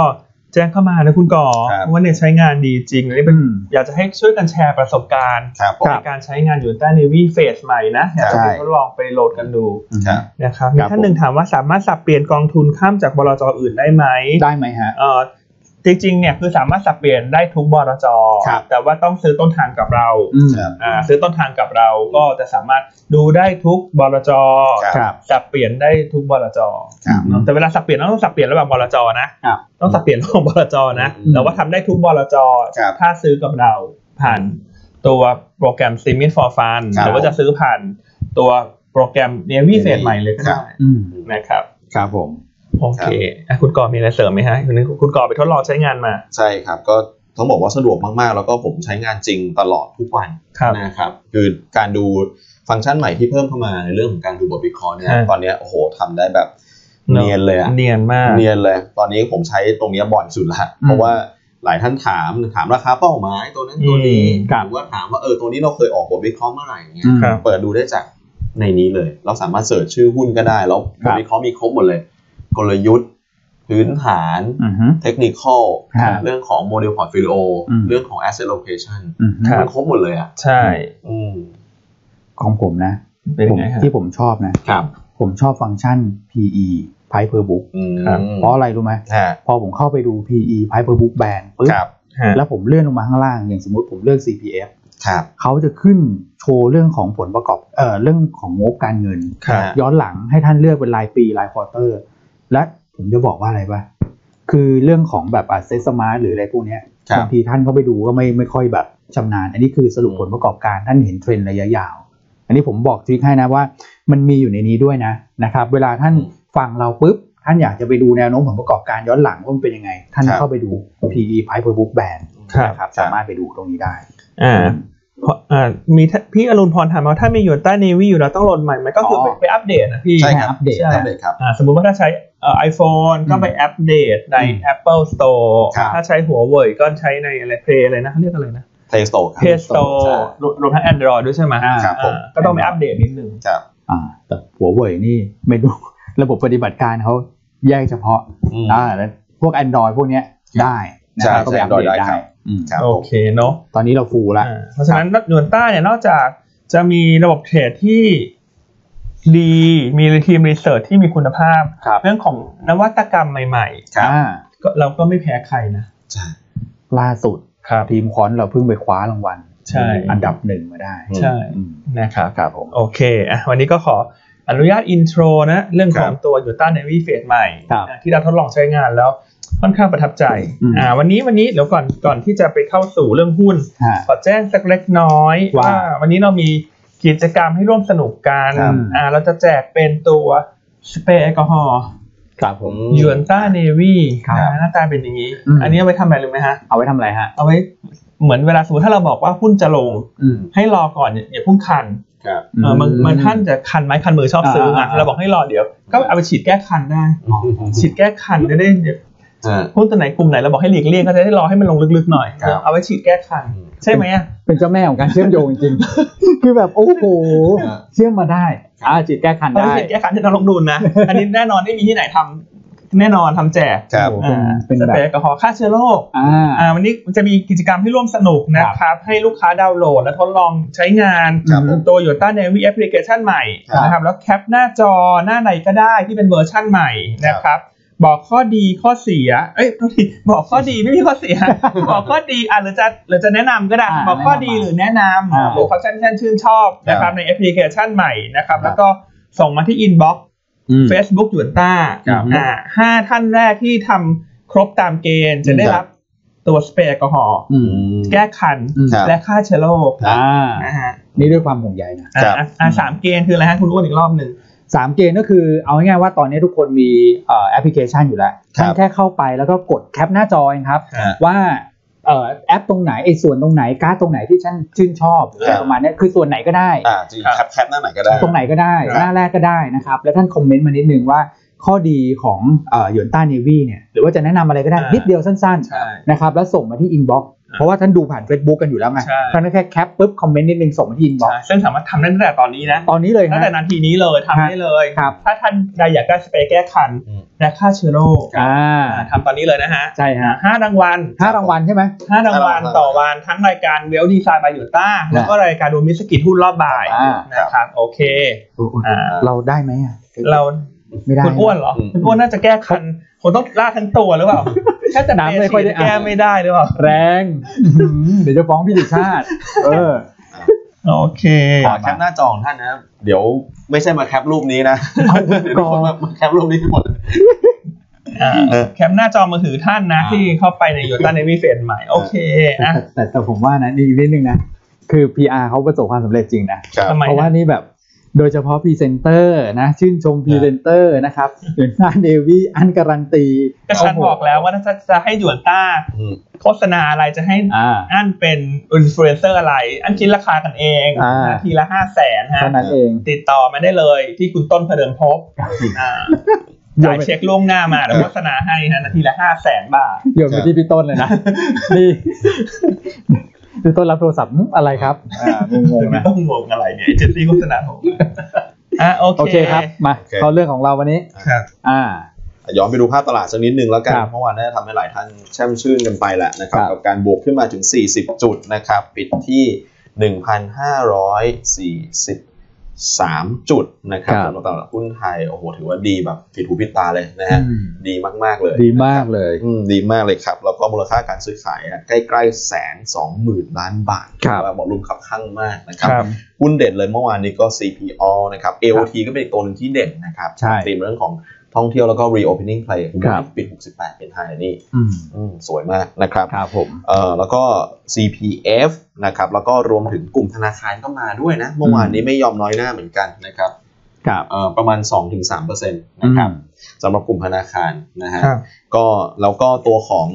[SPEAKER 3] แจ้งเข้ามานะคุณก่อ
[SPEAKER 1] ครับ
[SPEAKER 3] ว่าเนี่ยใช้งานดีจริงอันนี่เป็น
[SPEAKER 2] อืม
[SPEAKER 3] อยากจะให้ช่วยกันแชร์ประสบการณ์
[SPEAKER 1] ครับ
[SPEAKER 2] ค
[SPEAKER 3] ใน
[SPEAKER 2] รับ
[SPEAKER 3] การใช้งานอยู่ใต้ในวีเฟสใหม่นะอยาก
[SPEAKER 2] ใช่
[SPEAKER 3] ให้ทดลองไปโหลดกันดู
[SPEAKER 1] ครับ
[SPEAKER 3] นะครับ
[SPEAKER 2] ครับ
[SPEAKER 3] มีท่านหนึ่งถามว่าสามารถสับเปลี่ยนกองทุนข้ามจากบลจอื่นได้ไหม
[SPEAKER 2] ได้ไหมฮะ
[SPEAKER 3] เอ่อจริงๆเนี่ยคือสามารถสับเปลี่ยนได้ทุกบลจ
[SPEAKER 2] ครับ
[SPEAKER 3] แต่ว่าต้องซื้อต้นทางกับเรา
[SPEAKER 2] อืม
[SPEAKER 1] ครับ
[SPEAKER 3] อ่าซื้อต้นทางกับเราก็จะสามารถดูได้ทุกบลจ
[SPEAKER 1] ครับ
[SPEAKER 2] ครับ
[SPEAKER 3] สับเปลี่ยนได้ทุกบลจ
[SPEAKER 1] ครับ
[SPEAKER 3] เนอะแต่เวลาสับเปลี่ยนต้องสับเปลี่ยนระหว่างบลจนะครับ ต้องสับเปลี่ยนระหว่างบลจนะ
[SPEAKER 1] อืม
[SPEAKER 3] แต่ว่าทำได้ทุกบลจ
[SPEAKER 1] ครับ
[SPEAKER 3] ถ้าซื้อกับเราผ่านตัวโปรแกรม s t e a m i n g for Fun
[SPEAKER 1] ครับ
[SPEAKER 3] หรือว่าจะซื้อผ่านตัวโปรแกรม Navy เฟส
[SPEAKER 1] Navy
[SPEAKER 3] ใหม่เลยก็
[SPEAKER 1] ครั
[SPEAKER 3] ได้
[SPEAKER 1] บ
[SPEAKER 2] อืม
[SPEAKER 3] นะครับ
[SPEAKER 2] ครับผม
[SPEAKER 3] โอเคอ่ะคุณกอมีอะไรเสริมไหมฮะคุณคุณกอไปทดลองใช้งานมา
[SPEAKER 1] ใช่ครับ ก็ต้องบอกว่าสะดวกมากๆ แล้วก็ผมใช้งานจริงตลอดทุกวัน
[SPEAKER 3] ครับ
[SPEAKER 1] นะครับคือการดูฟังก์ชันใหม่ที่เพิ่มเข้ามาในเรื่องของการดูบทวิเคราะห์เนี่ย
[SPEAKER 3] ฮะ
[SPEAKER 1] ตอนเนี้ยโอ้โหทำได้แบบเนียนเลยอะ
[SPEAKER 3] เนียนมาก
[SPEAKER 1] เนียนเลย ตอนนี้ผมใช้ตรงเนี้ยบ่อยสุดละเพราะว่าหลายท่านถามถามราคาเป้าหมายตัวนั้นตัวนี้หรือว่าถามว่าเออตัวนี้เราเคยออกบทวิเคราะห์เมื่อไหร่เงี้ย
[SPEAKER 3] ครับ
[SPEAKER 1] เปิดดูได้จากในนี้เลย เราสามารถเสิร์ชชื่อหุ้นก็ได้แล้วบทวิเคราะห์มีครบหมดเลย กลยุทธ์ พื้นฐาน
[SPEAKER 2] อืมฮึ
[SPEAKER 1] เทคนิคอล
[SPEAKER 2] ฮะ
[SPEAKER 1] เรื่องของโมเดลพอร์ตฟิลิโอ
[SPEAKER 2] อืม
[SPEAKER 1] เรื่องของ asset location
[SPEAKER 2] อืมฮึ
[SPEAKER 3] ครับ
[SPEAKER 1] มันครบหมดเลยอ่ะ
[SPEAKER 3] ใช่
[SPEAKER 1] อืม
[SPEAKER 2] ของผมนะ
[SPEAKER 3] เป็น
[SPEAKER 2] ผม
[SPEAKER 3] ไงฮะ
[SPEAKER 2] ที่ผมชอบนะ
[SPEAKER 1] ครับ
[SPEAKER 2] ผมชอบฟังก์ชัน PE price per book
[SPEAKER 1] อืม
[SPEAKER 3] ครับ
[SPEAKER 2] เพราะอะไรรู้ไหม
[SPEAKER 1] ฮะ
[SPEAKER 2] พอผมเข้าไปดู PE price per book band ปึ๊บ
[SPEAKER 1] ครับ
[SPEAKER 3] ฮะ
[SPEAKER 2] แล้วผมเลื่อนลงมาข้างล่าง อย่างสมมติผมเลือก CPF
[SPEAKER 1] ครับ
[SPEAKER 2] เขาจะขึ้นโชว์เรื่องของผลประกอบเอ่อเรื่องของงบการเงิน
[SPEAKER 1] ครับ
[SPEAKER 2] ย้อนหลังให้ท่านเลือกเป็นรายปีรายควอเตอร์ และผมจะบอกว่าอะไรปะคือเรื่องของแบบอาเซสมาร์หรืออะไรพวกเนี้ย
[SPEAKER 1] ครับ
[SPEAKER 2] บางทีท่านเข้าไปดูก็ไม่ไม่ค่อยแบบชำนาญ อันนี้คือสรุปผลประกอบการท่านเห็นเทรนด์ระยะยาว อันนี้ผมบอกทริคให้นะว่า มันมีอยู่ในนี้ด้วยนะนะครับ เวลาท่าน
[SPEAKER 1] อืม
[SPEAKER 2] ฟังเราปุ๊บ ท่านอยากจะไปดูแนวโน้มผลประกอบการย้อนหลังว่ามันเป็นยังไง ท่าน
[SPEAKER 1] ครับ
[SPEAKER 2] เข้าไปดู PE Price per book band
[SPEAKER 3] ครับ
[SPEAKER 2] นะครับสามารถไปดูตรงนี้ได้
[SPEAKER 3] อ่าเพราะอ่ามีท่าพี่อรุณพรถามว่าถ้ามีอยู่ใต้ Navy อยู่แล้วต้องโหลดใหม่ไหมก็คืออ
[SPEAKER 2] อ
[SPEAKER 3] ไปไปอัปเดตนะพี่
[SPEAKER 1] ใช่ครับ
[SPEAKER 2] อัปเดต
[SPEAKER 3] ใช่
[SPEAKER 1] อัปเดตครับ
[SPEAKER 3] อ่าสมมุติว่าถ้าใช้เอ่อ iPhone ก็ไปอัปเดตใน
[SPEAKER 2] อืม
[SPEAKER 3] Apple Store
[SPEAKER 1] ครับ
[SPEAKER 3] ถ้าใช้หัวเว่ยก็ใช้ในอะไร Play อะไรนะเขาเรียกอะไรนะ
[SPEAKER 1] เพลย์สโตร์ครั
[SPEAKER 3] Play Store
[SPEAKER 1] ใช่
[SPEAKER 3] รวมรวมทั้ง Android ด้วยใช่ไหม
[SPEAKER 2] อ่า
[SPEAKER 1] ครับผม
[SPEAKER 3] อ่าก็ต้องไปอัปเดตนิดนึง
[SPEAKER 1] ครับ
[SPEAKER 2] อ่าแต่หัวเว่ยนี่ไม่รู้ ระบบปฏิบัติการเขาแยกเฉพาะ
[SPEAKER 1] อืม
[SPEAKER 2] อ่าแล้วพวก Android พวกเนี้ยได้นะ
[SPEAKER 1] ใช่
[SPEAKER 2] ครับก็ไปอัปเดต
[SPEAKER 1] Android ได้
[SPEAKER 2] ได้
[SPEAKER 1] ครับ
[SPEAKER 2] อืม
[SPEAKER 1] ครับ
[SPEAKER 3] โอ
[SPEAKER 1] ผม
[SPEAKER 3] เคเนาะ
[SPEAKER 2] ตอนนี้เราฟูละ
[SPEAKER 3] อ่าเพราะฉะนั้นหนวนต้าเนี่ยนอกจากจะมีระบบเทรดที่ดี มีทีมรีเสิร์ชที่มีคุณภาพ
[SPEAKER 2] ครับ
[SPEAKER 3] เรื่องของนวัตกรรมใหม่
[SPEAKER 1] ครับ
[SPEAKER 2] อ่า
[SPEAKER 3] ๆก็เราก็ไม่แพ้ใครนะ
[SPEAKER 1] ใช่
[SPEAKER 2] ล่าสุด
[SPEAKER 3] ครับ
[SPEAKER 2] ทีมคอนเราเพิ่งไปคว้ารางวัล
[SPEAKER 3] ใช่
[SPEAKER 2] อันดับหนึ่งมาได้
[SPEAKER 1] อืม
[SPEAKER 3] ใช่
[SPEAKER 2] อืม
[SPEAKER 3] นะครับ
[SPEAKER 2] ครับผม
[SPEAKER 3] โอเคอ่ะวันนี้ก็ขออนุญาตอินโทรนะเรื่องของตัวยูต้า n นวีเฟสใหม่
[SPEAKER 2] ครับ
[SPEAKER 3] อ่ะที่เราทดลองใช้งานแล้วค่อนข้างประทับใจ
[SPEAKER 2] อืม
[SPEAKER 3] อ่าวันนี้วันนี้เดี๋ยวก่อนก่อนที่จะไปเข้าสู่เรื่องหุ้น
[SPEAKER 2] ฮะ
[SPEAKER 3] ขอแจ้งสักเล็กน้อย
[SPEAKER 2] ว่า
[SPEAKER 3] ว่าวันนี้เรามีกิจกรรมให้ร่วมสนุกกัน
[SPEAKER 1] ครับ
[SPEAKER 3] อ่าเราจะแจกเป็นตัวสเปรย์แอลกอฮอล์
[SPEAKER 2] ครับผม
[SPEAKER 1] อืม
[SPEAKER 3] ยูนต้าเนวี
[SPEAKER 2] ครับ
[SPEAKER 3] หน้าตาเป็นอย่างนี้
[SPEAKER 2] อืม
[SPEAKER 3] อันนี้เอาไว้ทำอะไรรู้ไหมฮะ
[SPEAKER 2] เอาไว้ทำอะไรฮะ
[SPEAKER 3] เอาไว้เหมือนเวลาสมมติถ้าเราบอกว่าหุ้นจะลง
[SPEAKER 2] อืม
[SPEAKER 3] ให้รอก่อนอย่าอย่าเพุ่งคัน
[SPEAKER 1] ครับ
[SPEAKER 3] เออมันมันท่าน
[SPEAKER 2] จะ
[SPEAKER 3] จะคันไม้คันมือชอบซื้ออ่ะ
[SPEAKER 2] อ่า
[SPEAKER 3] เราบอกให้รอเดี๋ยว ก็เอาไปฉีดแก้คันได้ ฉีดแก้คันจะได้เดี๋ยว
[SPEAKER 1] อ่า
[SPEAKER 3] หุ้นตัวไหนกลุ่มไหนเราบอกให้หลีกเลี่ยงก็จะได้รอให้มันลงลึกๆหน่อย
[SPEAKER 1] ครับ
[SPEAKER 3] เอาไว้ฉีดแก้คัน ใช่ไหมอ่ะ
[SPEAKER 2] เป็นเจ้าแม่ของการเชื่อมโยงจริงๆ คือแบบโอ้โห
[SPEAKER 1] อ่า
[SPEAKER 2] เชื่อมมาได้อ่าจิตแก้คัน
[SPEAKER 3] เอาไว้
[SPEAKER 2] ได้
[SPEAKER 3] ฉีดแก้คันที่เราลงดุนนะ อันนี้แน่นอนไม่มีที่ไหนทำแน่นอนทำแจก
[SPEAKER 1] ครับ
[SPEAKER 2] โอ้โหเป็น
[SPEAKER 3] ส
[SPEAKER 2] เป็นแบ
[SPEAKER 3] เปร
[SPEAKER 2] บ
[SPEAKER 3] ย์แอลกอฮอล์ฆ่าเชื้อโรค
[SPEAKER 2] อ่
[SPEAKER 3] อ่า
[SPEAKER 2] า
[SPEAKER 3] วันนี้จะมีกิจกรรมให้ร่วมสนุกนะครับ ให้ลูกค้าดาวน์โหลด และทดลองใช้งาน
[SPEAKER 1] ครับผม
[SPEAKER 3] ตัว y o ต้า Navy แอปพลิเคชันใหม่
[SPEAKER 1] ครับ
[SPEAKER 3] นะครับแล้วแคปหน้าจอหน้าไหนก็ได้ที่เป็นเวอร์ชั่นใหม่นะครับ บอกข้อดีข้อเสีย เอ้ยโทษทีบอกข้อดีไม่มีข้อเสีย บอกข้อดีอ่ะหรือจะหรือจะแนะนำก็ได้
[SPEAKER 2] อ่า
[SPEAKER 3] บอกข้อดี
[SPEAKER 2] แนะนำมาอ่า
[SPEAKER 3] หรือแนะนำหรือฟังก์ชันที่ท่านชื่นชอบนะค
[SPEAKER 1] ครั
[SPEAKER 3] รับบ ในแอปพลิเคชันใหม่นะครับ
[SPEAKER 1] ครับ
[SPEAKER 3] แล้วก็ส่งมาที่อินบ็อกซ์
[SPEAKER 2] อืม
[SPEAKER 3] เฟซบุ๊กยูนต้า
[SPEAKER 1] ครับ
[SPEAKER 3] อ่าห้าท่านแรกที่ทำครบตามเกณฑ์จะได้
[SPEAKER 1] ครับ
[SPEAKER 3] รับตัวสเปรย์แอลกอฮอล์
[SPEAKER 2] อืม
[SPEAKER 3] แก้คัน
[SPEAKER 2] อืม
[SPEAKER 1] ครับ
[SPEAKER 3] และฆ่าเชื้อโรค
[SPEAKER 2] อ่า
[SPEAKER 3] นะฮะ
[SPEAKER 2] นี่ด้วยความห่วงใยนะ
[SPEAKER 3] อ่ะ
[SPEAKER 1] ครับ
[SPEAKER 3] อ่ะอ่ะสามเกณฑ์คืออะไรฮะคุณอ้วนอีกรอบหนึ่ง
[SPEAKER 2] สามเกณฑ์ก็คือเอาง่ายๆว่าตอนนี้ทุกคนมีเอ่อแอปพลิเคชันอยู่แล้ว
[SPEAKER 1] ครับ
[SPEAKER 2] ท่านแค่เข้าไปแล้วก็กดแคปหน้าจอเองครับ
[SPEAKER 1] ฮะ
[SPEAKER 2] ว่าเอ่อแอปตรงไหนไอ้ส่วนตรงไหนการ์ดตรงไหนที่ฉันชื่นชอบ
[SPEAKER 1] ครับ
[SPEAKER 2] ประมาณเนี้ยคือส่วนไหนก็ได้
[SPEAKER 1] อ่าจริงแคปแคปหน้าไหนก็ได้
[SPEAKER 2] ตรงไหนก็ได้
[SPEAKER 1] ครับ
[SPEAKER 2] หน้าแรกก็ได้นะครับ แล้วท่านคอมเมนต์มานิดนึงว่า ข้อดีของหยวนต้าเนวีเนี่ยหรือว่าจะแนะนำอะไรก็ได้
[SPEAKER 3] อ่านิ
[SPEAKER 2] นิดเดียวสั้น
[SPEAKER 3] ใช่
[SPEAKER 2] ๆนะครับแล้วส่งมาที่อินบ็อกซ์เพราะว่าท่านดูผ่าน Facebook กันอยู่แล้วไง
[SPEAKER 3] ใช่
[SPEAKER 2] ท่านแค่แคปปุ๊บคอมเมนต์นิดนึงส่งมาที่อินบ็อกซ์
[SPEAKER 3] ซึ่งสามารถทำได้ตั้งแต่ตอนนี้นะ
[SPEAKER 2] ตอนนี้เลย
[SPEAKER 3] ตั้
[SPEAKER 2] ฮะ
[SPEAKER 3] งแต่นาทีนี้เลยทำได้เลย
[SPEAKER 2] ครับ
[SPEAKER 3] ถ้าท่านใดอยากได้สเปรย์แก้คัน
[SPEAKER 1] อืม
[SPEAKER 3] และฆ่าเชื้อโรค
[SPEAKER 2] อ่า
[SPEAKER 3] อ่ะทำตอนนี้เลยนะฮะ
[SPEAKER 2] ใช่ฮะ
[SPEAKER 3] ห้ารางวัล
[SPEAKER 2] ห้ารางวัลใช่ไหม
[SPEAKER 3] ห้ารางวัลต่อวันทั้งรายการเวลดีไซน์บายยูต้าแล้วก็รายการดูมิสกิทหุ้นรอบบ่าย
[SPEAKER 2] อ่า
[SPEAKER 3] นะครับโอเค
[SPEAKER 2] โอ้โห
[SPEAKER 3] อ่า
[SPEAKER 2] เราได้ไหมอ่ะ
[SPEAKER 3] เรา
[SPEAKER 2] ไม่ได้
[SPEAKER 3] คุณอ้วนเหรอ
[SPEAKER 1] อืม
[SPEAKER 3] คุณอ้วนน่าจะแก้คันคงต้องล่าดทั้งตัวหรือเปล่าถ้าจะ
[SPEAKER 2] น้ำไม่ค่อยได้
[SPEAKER 3] แก้ไม่ได้หรือเปล่า
[SPEAKER 2] แรง อื้อหือเดี๋ยวจะฟ้องพี่ดิชาติ เออ
[SPEAKER 3] โอเค
[SPEAKER 1] ขอแคปหน้าจอของท่านนะครับ เดี๋ยวไม่ใช่มาแคปรูปนี้นะ
[SPEAKER 2] เอา
[SPEAKER 1] เดี๋ยวทุกคนมามาแคปรูปนี้ทั้งหมด
[SPEAKER 3] อ่า
[SPEAKER 1] เออ
[SPEAKER 3] แคปหน้าจอมือถือท่านนะ
[SPEAKER 1] อ่า
[SPEAKER 3] ที่เข้าไปในโยต้าในวิเฟนใหม่โอเค
[SPEAKER 2] แต่
[SPEAKER 3] อ่ะ
[SPEAKER 2] แต่แต่ผมว่านะอีกนิดนึงนะ คือ PR เขาประสบความสำเร็จจริงนะ
[SPEAKER 1] ครับ
[SPEAKER 3] ทำไม
[SPEAKER 2] เพราะว่า
[SPEAKER 3] นะ
[SPEAKER 2] นี่แบบ โดยเฉพาะพรีเซนเตอร์นะ ชื่นชมพรีเซนเตอร์นะครับเดือนหน้าเดวี่อันการันตี
[SPEAKER 3] ก็ฉันบอกแล้วว่าถ้าจะจะให้หยวนต้า
[SPEAKER 1] อืม
[SPEAKER 3] โฆษณาอะไรจะให้
[SPEAKER 2] อ่า
[SPEAKER 3] อันเป็นอินฟลูเอนเซอร์อะไร อันคิดราคากันเอง
[SPEAKER 2] อ่า
[SPEAKER 3] นาทีละห้าแสนฮะ
[SPEAKER 2] เท่านั้นเอง
[SPEAKER 3] ติดต่อมาได้เลยที่คุณต้นพเดินพบอ่าจ่ายเช็คล่วงหน้ามาเดี๋ยวโฆษณาให้ฮะนาทีละห้าแสนบาท
[SPEAKER 2] โยนไปที่พี่ต้นเลย นะ นี่ พี่ต้นรับโทรศัพท์อืมอะไรครับ อ่างงๆ
[SPEAKER 3] ไม่
[SPEAKER 2] นะ
[SPEAKER 3] ต้องงงอะไรเนี่ยเอเจนซี่โฆษณาผมอ่ะโอ
[SPEAKER 2] โอ
[SPEAKER 3] เค
[SPEAKER 2] เคครับ มา
[SPEAKER 1] โอเค
[SPEAKER 2] เข้าเรื่องของเราวันนี้
[SPEAKER 3] ครับ
[SPEAKER 2] อ่า
[SPEAKER 1] ย้อนไปดูภาพตลาดสักนิดนึงแล้วกัน
[SPEAKER 2] ครับ
[SPEAKER 1] เมื่อวานได้ทำให้หลายท่านแช่มชื่นกันไปแหละนะครับ
[SPEAKER 2] ครับ
[SPEAKER 1] กับการบวกขึ้นมาถึง 40 จุดนะครับ ปิดที่ 1,540 3 จุดนะครับ
[SPEAKER 4] ครับ
[SPEAKER 1] สำหรับตลาดหุ้นไทยโอ้โหถือว่าดีแบบผิดหูผิดตาเลยนะฮะดีมากๆเลย
[SPEAKER 4] ดีมากเลย
[SPEAKER 1] อืมดีมากเลยครับแล้วก็มูลค่าการซื้อขายอะใกล้ๆแสนสองหมื่นล้านบาท
[SPEAKER 4] ครับ
[SPEAKER 1] ว่าบอกลุมขับข้างมากนะครับ หุ้นเด่นเลยเมื่อวานนี้ก็ CPO นะครับ AOT ก็เป็นอีกตัวหนึ่งที่เด่นนะครับ
[SPEAKER 2] ใช่
[SPEAKER 1] ธีมเรื่องของท่องเที่ยวแล้วก็ reopening play
[SPEAKER 4] ครับ
[SPEAKER 1] ปิด 68 เป็นไทยนี่
[SPEAKER 2] อืม
[SPEAKER 1] อืมสวยมากนะครับ
[SPEAKER 4] ครับผม
[SPEAKER 1] เอ่อแล้วก็ CPF นะครับแล้วก็รวมถึงกลุ่มธนาคารก็มาด้วยนะ เมื่อวานนี้ไม่ยอมน้อยหน้าเหมือนกันนะครับ
[SPEAKER 2] ครับ
[SPEAKER 1] เอ่อประมาณ 2-3%นะครับสำหรับกลุ่มธนาคารนะฮะ
[SPEAKER 3] ครับ
[SPEAKER 1] ก็แล้วก็ตัวของ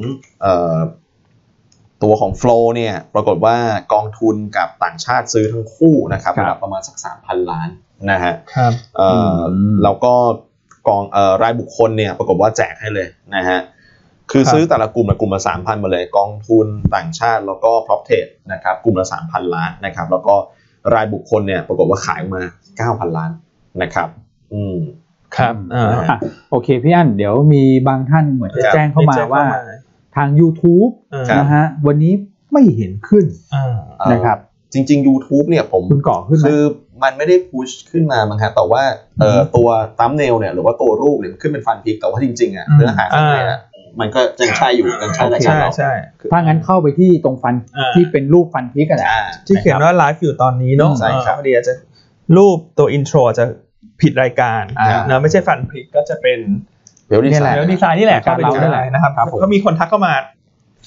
[SPEAKER 1] เอ่อตัวของ flow เนี่ยปรากฏว่ากองทุนกับต่างชาติซื้อทั้งคู่นะครับ
[SPEAKER 4] ครับ
[SPEAKER 1] ระดับประมาณสักสามพันล้านนะฮะ
[SPEAKER 3] ครับ
[SPEAKER 1] เอ่ออ
[SPEAKER 4] ม
[SPEAKER 1] แล้วก็กองเอ่อรายบุคคลเนี่ยปรากฏว่าแจกให้เลยนะฮะคือ
[SPEAKER 3] ครับ
[SPEAKER 1] ซื้อแต่ละกลุ่มละกลุ่มละสามพันมาเลยกองทุนต่างชาติแล้วก็ prop t e นะครับกลุ่มละสามพันล้านนะครับ แล้วก็รายบุคคลเนี่ยปรากฏว่าขายออกมาเก้าพันล้านนะครับ อืม
[SPEAKER 3] ครับอ่า
[SPEAKER 1] อ่า
[SPEAKER 2] อ่ะโอเคพี่อันเดี๋ยวมีบางท่านเหมือน
[SPEAKER 1] ค
[SPEAKER 2] จะ
[SPEAKER 1] รับ
[SPEAKER 2] แจ้งเข้ามาว่าทาง YouTube
[SPEAKER 3] อ่า
[SPEAKER 1] ครับ
[SPEAKER 2] นะฮะวันนี้ไม่เห็นขึ้น
[SPEAKER 3] อ่า
[SPEAKER 1] เอ่อ
[SPEAKER 2] นะครับ
[SPEAKER 1] จริง ๆ YouTube เนี่ยผม
[SPEAKER 2] คุณก่อขึ้นไหม
[SPEAKER 1] คือมันไม่ได้พุชขึ้นมามั้งฮะแต่ว่าเอ่อ
[SPEAKER 2] อือฮึ
[SPEAKER 1] ตัวตั้มเนลเนี่ยหรือว่าตัวรูปเนี่ยมันขึ้นเป็นฟันพิกแต่ว่าจริงๆอ่ะ
[SPEAKER 3] อืม
[SPEAKER 1] เนื้อหาข้างใน
[SPEAKER 3] อ่า
[SPEAKER 1] อ่ะมันก็ยังใช่อยู่ยังใช่รายกา
[SPEAKER 3] ใช่
[SPEAKER 1] รเรา
[SPEAKER 3] ใช่
[SPEAKER 2] ถ้างั้นเข้าไปที่ตรงฟัน
[SPEAKER 3] อ่า
[SPEAKER 2] ที่เป็นรูปฟันพริกกันแหละ
[SPEAKER 1] อ่า
[SPEAKER 3] ที่เขียนว่าไลฟ์อยู่ตอนนี้เนาะ
[SPEAKER 1] ใช่ครับ
[SPEAKER 3] อ่าพอดีอาจจะรูปตัวอินโทรจะผิดรายการ
[SPEAKER 2] อ่า
[SPEAKER 3] นะไม่ใช่ฟันพลิกก็จะเป็น
[SPEAKER 1] เดี๋ยวดี
[SPEAKER 2] นี่
[SPEAKER 1] ไซ
[SPEAKER 2] แหละ
[SPEAKER 1] น์
[SPEAKER 3] เดี๋ยวดีไซน์นี่แหละ
[SPEAKER 2] รายการเรา
[SPEAKER 3] เข้ไปดู
[SPEAKER 2] เนี่ยแหละ
[SPEAKER 3] นะครับ
[SPEAKER 2] ครับผม
[SPEAKER 3] ก็มีคนทักเข้ามา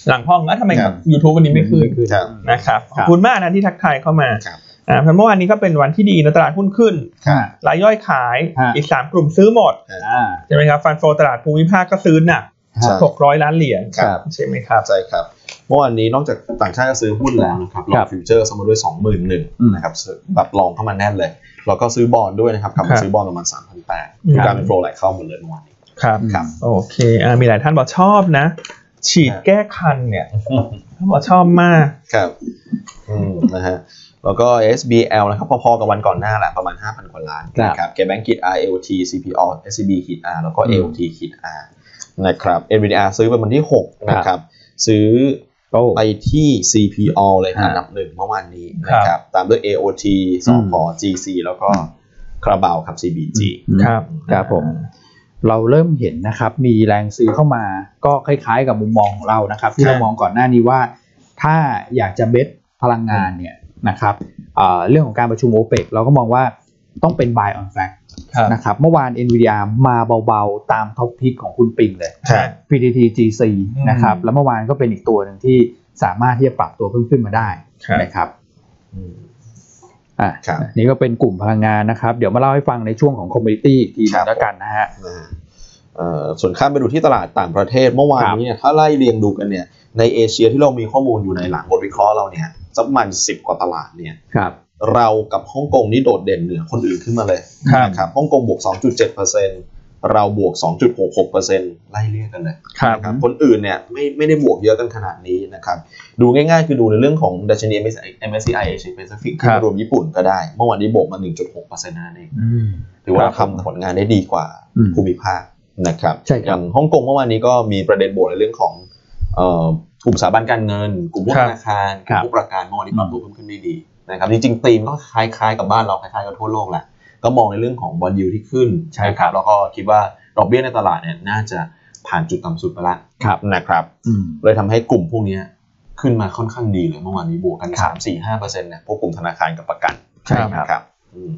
[SPEAKER 3] หลังห้องแล้วทำไม
[SPEAKER 1] ครับ
[SPEAKER 3] YouTube วันนี้ไม่ขึ้น
[SPEAKER 1] ครับ
[SPEAKER 3] นะครับ
[SPEAKER 2] ค
[SPEAKER 3] ข
[SPEAKER 2] รับ
[SPEAKER 3] อ
[SPEAKER 2] บ
[SPEAKER 3] คุณมากนะที่ทักทายเข้ามา
[SPEAKER 1] ครับ
[SPEAKER 3] อ่าเพราะเมื่อวานนี้ก็เป็นวันที่ดีนะตลาดหุ้นขึ้น
[SPEAKER 2] ค่ะ
[SPEAKER 3] รายย่อยขาย
[SPEAKER 2] ฮะ
[SPEAKER 3] อีก 3 กลุ่มซื้อหมด
[SPEAKER 2] อ่า
[SPEAKER 3] ใช่ไหมครับฟันโฟตลาดภูมิภาคก็ซื้อหนัก
[SPEAKER 1] ใช่
[SPEAKER 3] 600 ล้านเหรียญ
[SPEAKER 1] ครับ
[SPEAKER 3] ใช่ไหมครับ
[SPEAKER 1] ใช่ครับเมื่อวานนี้นอกจากต่างชาติจะซื้อหุ้นแล้วนะครับล
[SPEAKER 2] ค
[SPEAKER 1] อ
[SPEAKER 2] รั
[SPEAKER 1] บ งฟิวเจอร์สมมาด้วย 2 1 0 0
[SPEAKER 2] อืม
[SPEAKER 1] 0นะครับแบบลองเข้ามาแน่นเลย แล้วก็ซื้อบอลด้วยนะครับกลับ
[SPEAKER 3] ครั
[SPEAKER 1] มา
[SPEAKER 3] บ
[SPEAKER 1] ซื้อบอลประมาณ3,800
[SPEAKER 3] อืม
[SPEAKER 1] คือการเป็นโปรไหลเข้าหมดเลยเมื่อวานนี้
[SPEAKER 3] ครับ
[SPEAKER 1] ครับ
[SPEAKER 3] โอเคอ่ามีหลายท่านบอกชอบนะ ฉีดแก้คันเนี่ยท่านบอกชอบมาก
[SPEAKER 1] ครับอืมนะฮะแล้วก็ SBL นะครับพอๆกับวันก่อนหน้าแหละประมาณ 5,000 กว่าล้าน
[SPEAKER 4] ครับ
[SPEAKER 1] นะครับ g a b a n k ขีด R AOT CPO SCB ขีด R แล้วก็
[SPEAKER 2] อืม
[SPEAKER 1] AOT ขีด R นะครับ NVDR ซื้อไปวันที่ 6 นะครับ ซื้อ
[SPEAKER 2] โอ้
[SPEAKER 1] ไปที่ CPO เลย
[SPEAKER 2] ครั
[SPEAKER 1] อั
[SPEAKER 2] บ
[SPEAKER 1] นดับหนึ่งเมื่อวานนี้
[SPEAKER 3] ครั
[SPEAKER 1] นะ
[SPEAKER 3] บ
[SPEAKER 1] ครับ ตามด้วย AOT สอพอ GC แล้วก็คาราบาวครับ CBG
[SPEAKER 3] ครับ
[SPEAKER 2] ครับผม เราเริ่มเห็นนะครับ มีแรงซื้อเข้ามาก็คล้ายๆกับมุมมองของเรานะครับ ที่เรามองก่อนหน้านี้ว่า ถ้าอยากจะเบสพลังงานเนี่ยนะครับเอ่อเรื่องของการประชุมโอเปกเราก็มองว่าต้องเป็น buy on fact
[SPEAKER 3] ครับ
[SPEAKER 2] นะครับเมื่อวาน NVDR มาเบาๆ ตามท็อปพิกของคุณปิงเลย
[SPEAKER 3] ใช่
[SPEAKER 2] PTT GC
[SPEAKER 3] อืม
[SPEAKER 2] นะครับ แล้วเมื่อวานก็เป็นอีกตัวหนึ่งที่สามารถที่จะปรับตัวเพิ่มขึ้นมาได้
[SPEAKER 3] ครับ
[SPEAKER 2] นะครับ
[SPEAKER 1] อืม
[SPEAKER 2] อ่ะ
[SPEAKER 1] ครับ
[SPEAKER 2] นี่ก็เป็นกลุ่มพลังงานนะครับ เดี๋ยวมาเล่าให้ฟังในช่วงของคอมมูนิตี้ทีห
[SPEAKER 1] ค
[SPEAKER 2] นึ
[SPEAKER 1] รั
[SPEAKER 2] ง
[SPEAKER 1] บ
[SPEAKER 2] แล้วกันนะฮะ
[SPEAKER 1] นะฮะเอ่อส่วนข้ามไปดูที่ตลาดต่างประเทศเมื่อวานนี้เนี่ยถ้าไล่เรียงดูกันเนี่ยในเอเชียที่เรามีข้อมูลอยู่ในหลังบทวิเคราะห์เราเนี่ยสักประมันสิบกว่าตลาดเนี่ย
[SPEAKER 2] ครับ
[SPEAKER 1] เรากับฮ่องกงนี่โดดเด่นเหนือคนอื่นขึ้นมาเลย
[SPEAKER 3] ครับ
[SPEAKER 1] นะครับฮ่องกงบวก 2.7%เราบวก 2.66%ไล่เรียงกันเลย
[SPEAKER 3] ครับ
[SPEAKER 1] นะครับคนอื่นเนี่ยไม่ไม่ได้บวกเยอะกันขนาดนี้นะครับดูง่ายๆ คือดูในเรื่องของดัชนี MSCI Asia Pacific
[SPEAKER 3] ครับ
[SPEAKER 1] รวมญี่ปุ่นก็ได้ เมื่อวานนี้บวกมา 1.6%นั่นเอง ถือว่าทำผลงานได้ดีกว่า
[SPEAKER 2] อืม
[SPEAKER 1] ภูมิภาคนะครับ
[SPEAKER 2] ใช่ครับ
[SPEAKER 1] อย่างฮ่องกงเมื่อวานนี้ก็มีประเด็นโบวกในเรื่องของเอ่อกลุ่มสถาบันการเงิน กลุ่มพวก
[SPEAKER 3] ครั
[SPEAKER 1] ธ
[SPEAKER 3] บ
[SPEAKER 1] นาคารก
[SPEAKER 2] ครั
[SPEAKER 1] ลุ่มพ
[SPEAKER 2] บ
[SPEAKER 1] วกประกันเมื่อวานนี้ปรับตัวเพิ่มขึ้นได้ดีนะครับจริงๆธีมก็คล้ายๆกับบ้านเราคล้ายๆกับทั่วโลกแหละก็มองในเรื่องของบอลยูที่ขึ้น
[SPEAKER 2] ใช่ครับ
[SPEAKER 1] นะแล้วก็คิดว่าดอกเบี้ยในตลาดเนี่ยน่าจะผ่านจุดต่ำสุดไปละ
[SPEAKER 2] ครับ
[SPEAKER 1] นะครับ
[SPEAKER 2] อืม
[SPEAKER 1] เลยทำให้กลุ่มพวกเนี้ยขึ้นมาค่อนข้างดีเลยเมื่อวานนี้บวกกัน
[SPEAKER 2] ครับ
[SPEAKER 1] สามสี่ห้าเปอร์เซ็นต์เนี่ยพวกกลุ่มธนาคารกับประกัน
[SPEAKER 2] ใช่ครับ
[SPEAKER 1] นะครับอืม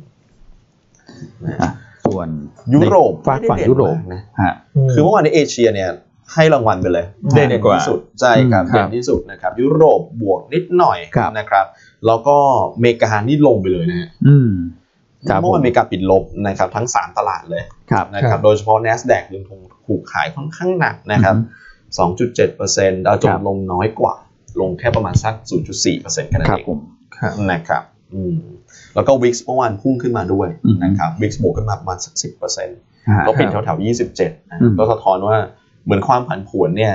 [SPEAKER 1] นะ
[SPEAKER 2] ส่วน
[SPEAKER 1] ยุโรป
[SPEAKER 2] ฝากฝั่งยุโรป
[SPEAKER 1] ไม่ได้เด่นมากนะ
[SPEAKER 2] ฮะ
[SPEAKER 1] คือเมื่อวานในเอเชียเนี่ยให้รางวัลไปเลย
[SPEAKER 3] เด่นกว่า
[SPEAKER 1] ที่สุดใช่ครับ
[SPEAKER 2] ครับ
[SPEAKER 1] เด่นที่สุดนะครับยุโรปบวกนิดหน่อย
[SPEAKER 2] ครับ
[SPEAKER 1] นะครับแล้วก็อเมริกานี่ลงไปเลยนะฮะ
[SPEAKER 2] อืมครับ
[SPEAKER 1] เมื่อวานอ
[SPEAKER 2] ผ
[SPEAKER 1] เมริกาปิดลบนะครับทั้ง 3 ตลาดเลย
[SPEAKER 2] ครับ
[SPEAKER 1] นะครับโดยเฉพาะ N a s d a q ยังคงถูกขายค่อนข้างหนักนะครับ2.7%ดาวโจนส์ลงน้อยกว่า ลงแค่ประมาณสัก 0.4%กันนั่น
[SPEAKER 2] ครับ
[SPEAKER 1] เอง
[SPEAKER 2] ผม
[SPEAKER 3] ครับ
[SPEAKER 1] นะครับอืมแล้วก็ Wix เมื่อวานพุ่งขึ้นมาด้วย
[SPEAKER 2] อืม
[SPEAKER 1] นะครับ Wix บวกขึ้นมาประมาณสัก 10%เปอร์เซ็นต์
[SPEAKER 2] ฮะ
[SPEAKER 1] ก็ปิดแถวๆ27นะ
[SPEAKER 2] อืม
[SPEAKER 1] ก็สะท้อนว่าเหมือนความผันผวนเนี่ย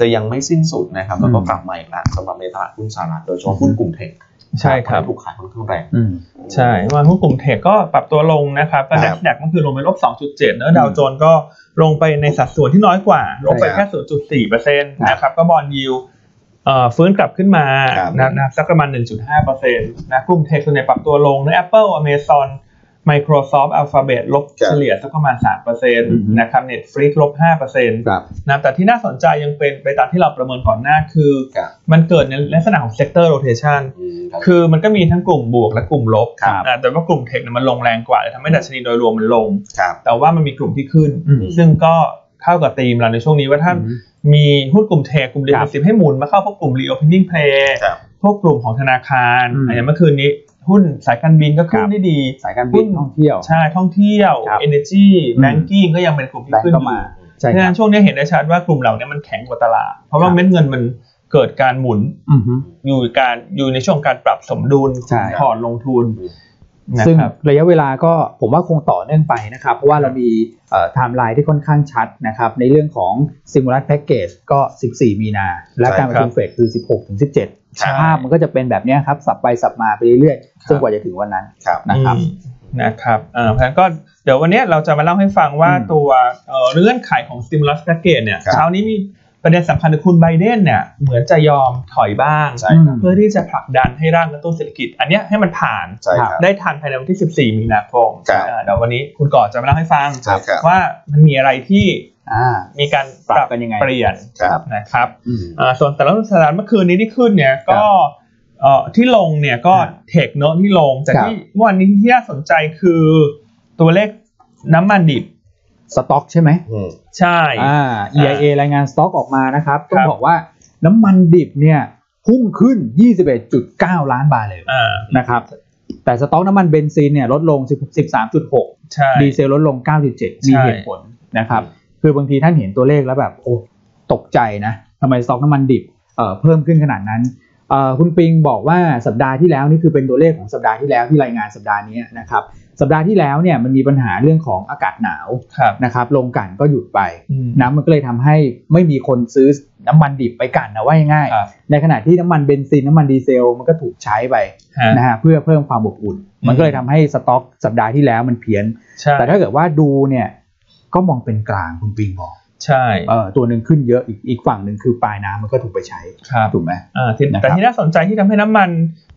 [SPEAKER 1] จะยังไม่สิ้นสุดนะครับ แล้วก็
[SPEAKER 2] อืม
[SPEAKER 1] กลับมาอีกแล้วสำหรับในตลาดหุ้นสหรัฐโดยเฉพาะหุ้นกลุ่มเทค
[SPEAKER 3] ใช่ครับ
[SPEAKER 1] ตอนนี้ถูกขายค่อนข้างแรง
[SPEAKER 2] อืม
[SPEAKER 3] ใช่เมื่อวานหุ้นกลุ่มเทคก็ปรับตัวลงนะครับก็
[SPEAKER 1] ครั
[SPEAKER 3] ดั
[SPEAKER 1] บ
[SPEAKER 3] ชดักก็คือลงไปลบ 2.7 แล้วดาวโจนส์ก็ลงไปในสัดส่วนที่น้อยกว่า ลงไป
[SPEAKER 1] ครั
[SPEAKER 3] แค่
[SPEAKER 1] บ
[SPEAKER 3] 0.4เปอร์เซ็นต์นะครับก็บอลยิวเอ่อฟื้นกลับขึ้นมา
[SPEAKER 1] ครับ
[SPEAKER 3] นะนะสักประมาณ 1.5เปอร์เซ็นต์นะกลุ่มเทคส่วนใหญ่ปรับตัวลงใน Apple Amazon Microsoft Alphabet ลบเฉลี่ยสักประมาณ 3%
[SPEAKER 2] อือฮึ
[SPEAKER 3] นะครับ Netflix ลบ 5%
[SPEAKER 1] ครับ
[SPEAKER 3] นะแต่ที่น่าสนใจยังเป็นไปตามที่เราประเมินก่อนหน้าคือ
[SPEAKER 1] ครับ
[SPEAKER 3] มันเกิดในลักษณะของ sector rotation คือมันก็มีทั้งกลุ่มบวกและกลุ่มลบ
[SPEAKER 2] ครับ
[SPEAKER 3] นะแต่ว่ากลุ่มเทคเนี่ยมันลงแรงกว่าเลยทำให้ดัชนีโดยรวมมันลง
[SPEAKER 1] ครับ
[SPEAKER 3] แต่ว่ามันมีกลุ่มที่ขึ้น
[SPEAKER 2] อืม
[SPEAKER 3] ซึ่งก็เข้ากับธีมเราในช่วงนี้ว่าถ้า
[SPEAKER 2] อืม
[SPEAKER 3] มีหุ้นกลุ่มเทคกลุ่มเด
[SPEAKER 2] ค
[SPEAKER 3] f
[SPEAKER 2] รับ
[SPEAKER 3] e n s i v e ให้หมุนมาเข้าพวกกลุ่ม reopening play
[SPEAKER 1] ครับ
[SPEAKER 3] พวกกลุ่มของธนาคาร
[SPEAKER 2] อืม
[SPEAKER 3] อย่างเมื่อคืนนี้ หุ้นสายการบินก็
[SPEAKER 2] ค
[SPEAKER 3] ขึ้
[SPEAKER 2] นรับ
[SPEAKER 3] ได้ดี
[SPEAKER 2] สายการบินท่องเที่ยว
[SPEAKER 3] ใช่ท่องเที่ยว
[SPEAKER 2] ครับ
[SPEAKER 3] energy banking ก็ยังเป็นกลุ่มที่
[SPEAKER 2] แบง
[SPEAKER 3] ขึ้น
[SPEAKER 2] ก์
[SPEAKER 3] อ
[SPEAKER 2] ก็
[SPEAKER 3] ยู่
[SPEAKER 2] มา
[SPEAKER 3] เพ
[SPEAKER 2] ใช่ค
[SPEAKER 3] ราะฉะ
[SPEAKER 2] รั
[SPEAKER 3] นั้
[SPEAKER 2] บ
[SPEAKER 3] นช่วงนี้เห็นได้ชัดว่ากลุ่มเหล่านี้มันแข็งกว่าตลาด เพราะว่า
[SPEAKER 2] ครับ
[SPEAKER 3] เม็ดเงินมันเกิดการหมุน
[SPEAKER 2] อือฮึ
[SPEAKER 3] อยู่การอยู่ในช่วงการปรับสมดุล
[SPEAKER 2] ใช่
[SPEAKER 3] พอร์ตลงทุนนะ
[SPEAKER 2] ซึ่ง
[SPEAKER 3] ครับ
[SPEAKER 2] ระยะเวลาก็ผมว่าคงต่อเนื่องไปนะครับ เพราะว่าเรามีไทม์ไลน์ที่ค่อนข้างชัดนะครับ ในเรื่องของ s i m u l a t Package ก็ 14 มีนา และ
[SPEAKER 1] ใช่
[SPEAKER 2] การประชุม
[SPEAKER 1] ครับ
[SPEAKER 2] เฟดคือ 16ถึง
[SPEAKER 1] ใช่
[SPEAKER 2] 17ภาพมันก็จะเป็นแบบเนี้ยครับ สับไปสับมาไปเรื่อยๆจนกว่าจะถึงวันนั้น
[SPEAKER 1] ครับ
[SPEAKER 2] นะครับ
[SPEAKER 3] อืมนะครับเอ่อเพราะฉะนั้นก็เดี๋ยววันนี้เราจะมาเล่าให้ฟังว่า
[SPEAKER 2] อืม
[SPEAKER 3] ตัวเอ่อเรื่องขายของ stimulus package เนี่ย
[SPEAKER 1] ครับ
[SPEAKER 3] เช้านี้มีประเด็นสำคัญคือคุณไบเดนเนี่ยเหมือนจะยอมถอยบ้าง
[SPEAKER 1] ใช่
[SPEAKER 2] ครับ
[SPEAKER 3] เพื่อที่จะผลักดันให้ร่างกระตุ้นเศรษฐกิจ อันเนี้ยให้มันผ่าน
[SPEAKER 1] ใช่ครับ
[SPEAKER 3] ได้ทันภายในวันที่ 14 มีนาคม
[SPEAKER 1] ครับ
[SPEAKER 3] เอ่อเดี๋ยววันนี้คุณก่อจะมาเล่าให้ฟัง
[SPEAKER 1] ใช่ครับ
[SPEAKER 3] ว่ามันมีอะไรที่
[SPEAKER 2] อ่า
[SPEAKER 3] มีการ
[SPEAKER 2] ปรับกันยังไง
[SPEAKER 3] เปลี่ยน
[SPEAKER 1] ครับ
[SPEAKER 3] นะครับ
[SPEAKER 2] อืม
[SPEAKER 3] อ่าส่วนแต่ละสถานเมื่อคืนนี้ที่ขึ้นเนี่ยก็เอ่อที่ลงเนี่ยก็
[SPEAKER 2] ครับ
[SPEAKER 3] เทคเนอะที่ลงแต่
[SPEAKER 2] ครับ
[SPEAKER 3] ที่เมื่อวันนี้ที่น่าสนใจคือตัวเลขน้ำมันดิบ
[SPEAKER 2] สต็อกใช่ไหม
[SPEAKER 1] อืม
[SPEAKER 3] ใช่
[SPEAKER 2] อ่า EIA รายงานสต็อกออกมานะครับ ต้อง
[SPEAKER 3] ครับ
[SPEAKER 2] บอกว่าน้ำมันดิบเนี่ยพุ่งขึ้น 21.9 ล้านบาทเลย
[SPEAKER 3] อ่า
[SPEAKER 2] นะครับ แต่สต็อกน้ำมันเบนซินเนี่ยลดลง13.6
[SPEAKER 3] ใช่
[SPEAKER 2] ดีเซลลดลง 9.7 มี
[SPEAKER 3] ใช่
[SPEAKER 2] เหตุผลนะครับ คือบางทีท่านเห็นตัวเลขแล้วแบบ โอ้ตกใจนะทำไมสต็อกน้ำมันดิบเอ่อเพิ่มขึ้นขนาดนั้นเอ่อคุณปิงบอกว่าสัปดาห์ที่แล้วนี่คือเป็นตัวเลขของสัปดาห์ที่แล้วที่รายงานสัปดาห์นี้นะครับ สัปดาห์ที่แล้วเนี่ยมันมีปัญหาเรื่องของอากาศหนาว
[SPEAKER 3] ครับ
[SPEAKER 2] นะครับลงกลันก็หยุดไป
[SPEAKER 3] อืม
[SPEAKER 2] น้ำมันก็เลยทำให้ไม่มีคนซื้อน้ำมันดิบไปกลันนะว่าง่าย
[SPEAKER 3] ครับ
[SPEAKER 2] ๆในขณะที่น้ำมันเบนซินน้ำมันดีเซลมันก็ถูกใช้ไป
[SPEAKER 3] ฮะ
[SPEAKER 2] นะฮะเพื่อเพิ่มความอบอุ่น มันก็เลย
[SPEAKER 3] อืม
[SPEAKER 2] ทำให้สต็อกสัปดาห์ที่แล้วมันเพี้ยน
[SPEAKER 3] ใช่
[SPEAKER 2] แต่ถ้าเกิดว่าดูเนี่ยก็มองเป็นกลางคุณปิงบอก
[SPEAKER 3] ใช่
[SPEAKER 2] เออตัวหนึ่งขึ้นเยอะอีกอีกฝั่งหนึ่งคือปลายน้ำมันก็ถูกไปใช้
[SPEAKER 3] ครับ
[SPEAKER 2] ถูกไหม
[SPEAKER 3] อ่าที่
[SPEAKER 2] นะครับ
[SPEAKER 3] แต่ที่น่าสนใจที่ทำให้น้ำมัน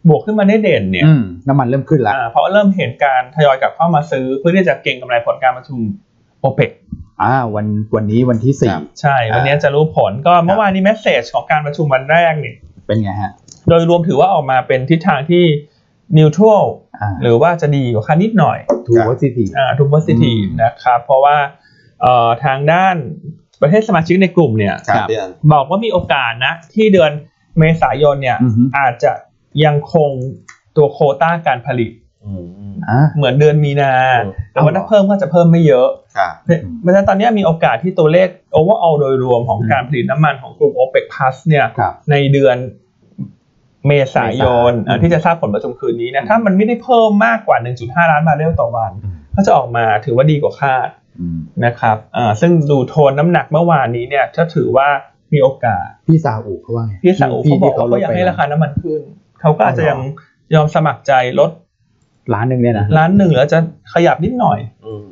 [SPEAKER 3] บวกขึ้นมาได้เด่นเนี่ย
[SPEAKER 2] อืมน้ำมันเริ่มขึ้นแล้ว
[SPEAKER 3] อ่าเพราะเริ่มเห็นการทยอยกลับเข้ามาซื้อเพื่อที่จะเก็งกำไรผลการประชุมโอเปก
[SPEAKER 2] อ่าวันวันนี้วันที่สี่
[SPEAKER 1] ครับ
[SPEAKER 3] ใช่ วันนี้จะรู้ผลก็เมื่อวานนี้แมสเซจของการประชุมวันแรกเนี่ย
[SPEAKER 2] เป็นไงฮะ
[SPEAKER 3] โดยรวมถือว่าออกมาเป็นทิศทางที่นิวทรัล
[SPEAKER 2] อ่า
[SPEAKER 3] หรือว่าจะดีกว่าคาดนิดหน่อย
[SPEAKER 2] ทูวอซิทีฟ
[SPEAKER 3] อ่าทุกโพสิทีฟ
[SPEAKER 2] อืม
[SPEAKER 3] นะครับ เพราะว่าเอ่อทางด้านประเทศสมาชิกในกลุ่มเนี่ย
[SPEAKER 1] ครับ
[SPEAKER 2] ครับ
[SPEAKER 1] เดือน
[SPEAKER 3] บอกว่ามีโอกาสนะ ที่เดือนเมษายนเนี่ย
[SPEAKER 2] อือฮึ
[SPEAKER 3] อาจจะยังคงตัวโควต้าการผลิต
[SPEAKER 2] อ่า
[SPEAKER 3] เหมือนเดือนมีนา
[SPEAKER 1] อืม
[SPEAKER 3] แต่ว่า
[SPEAKER 2] เอาเหรอ
[SPEAKER 3] ถ้าเพิ่มก็จะเพิ่มไม่เยอะ
[SPEAKER 1] ครับ
[SPEAKER 2] อืม
[SPEAKER 3] เพราะฉะนั้นตอนนี้มีโอกาสที่ตัวเลข overall โดยรวมของ
[SPEAKER 2] อืม
[SPEAKER 3] การผลิตน้ำมันของกลุ่ม OPEC Plus เนี่ย
[SPEAKER 2] ครับ
[SPEAKER 3] ในเดือนเมษายน
[SPEAKER 2] เมษายน
[SPEAKER 3] เอ่อที่จะทราบผลประชุมคืนนี้นะ
[SPEAKER 2] อืม
[SPEAKER 3] ถ้ามันไม่ได้เพิ่มมากกว่า 1.5 ล้านบาร์เรลต่อวัน ก็จะออกมาถือว่าดีกว่าคาด
[SPEAKER 2] อืม
[SPEAKER 3] นะครับอ่าซึ่งดูโทนน้ำหนักเมื่อวานนี้เนี่ยถ้าถือว่ามีโอกาส
[SPEAKER 2] พี่ซาอุเขาว่าไง
[SPEAKER 3] ที่ซาอุเขาบอกว่าเขาอยา
[SPEAKER 2] ลด
[SPEAKER 3] ก
[SPEAKER 2] ไป
[SPEAKER 3] ให้ราคาน้ำมันขึ้น เขาก็อาจจะยังยอมสมัครใจลด
[SPEAKER 2] ล้านหนึ่งเนี่ยนะ
[SPEAKER 3] ล้านหนึ่งแล้วจะขยับนิดหน่อย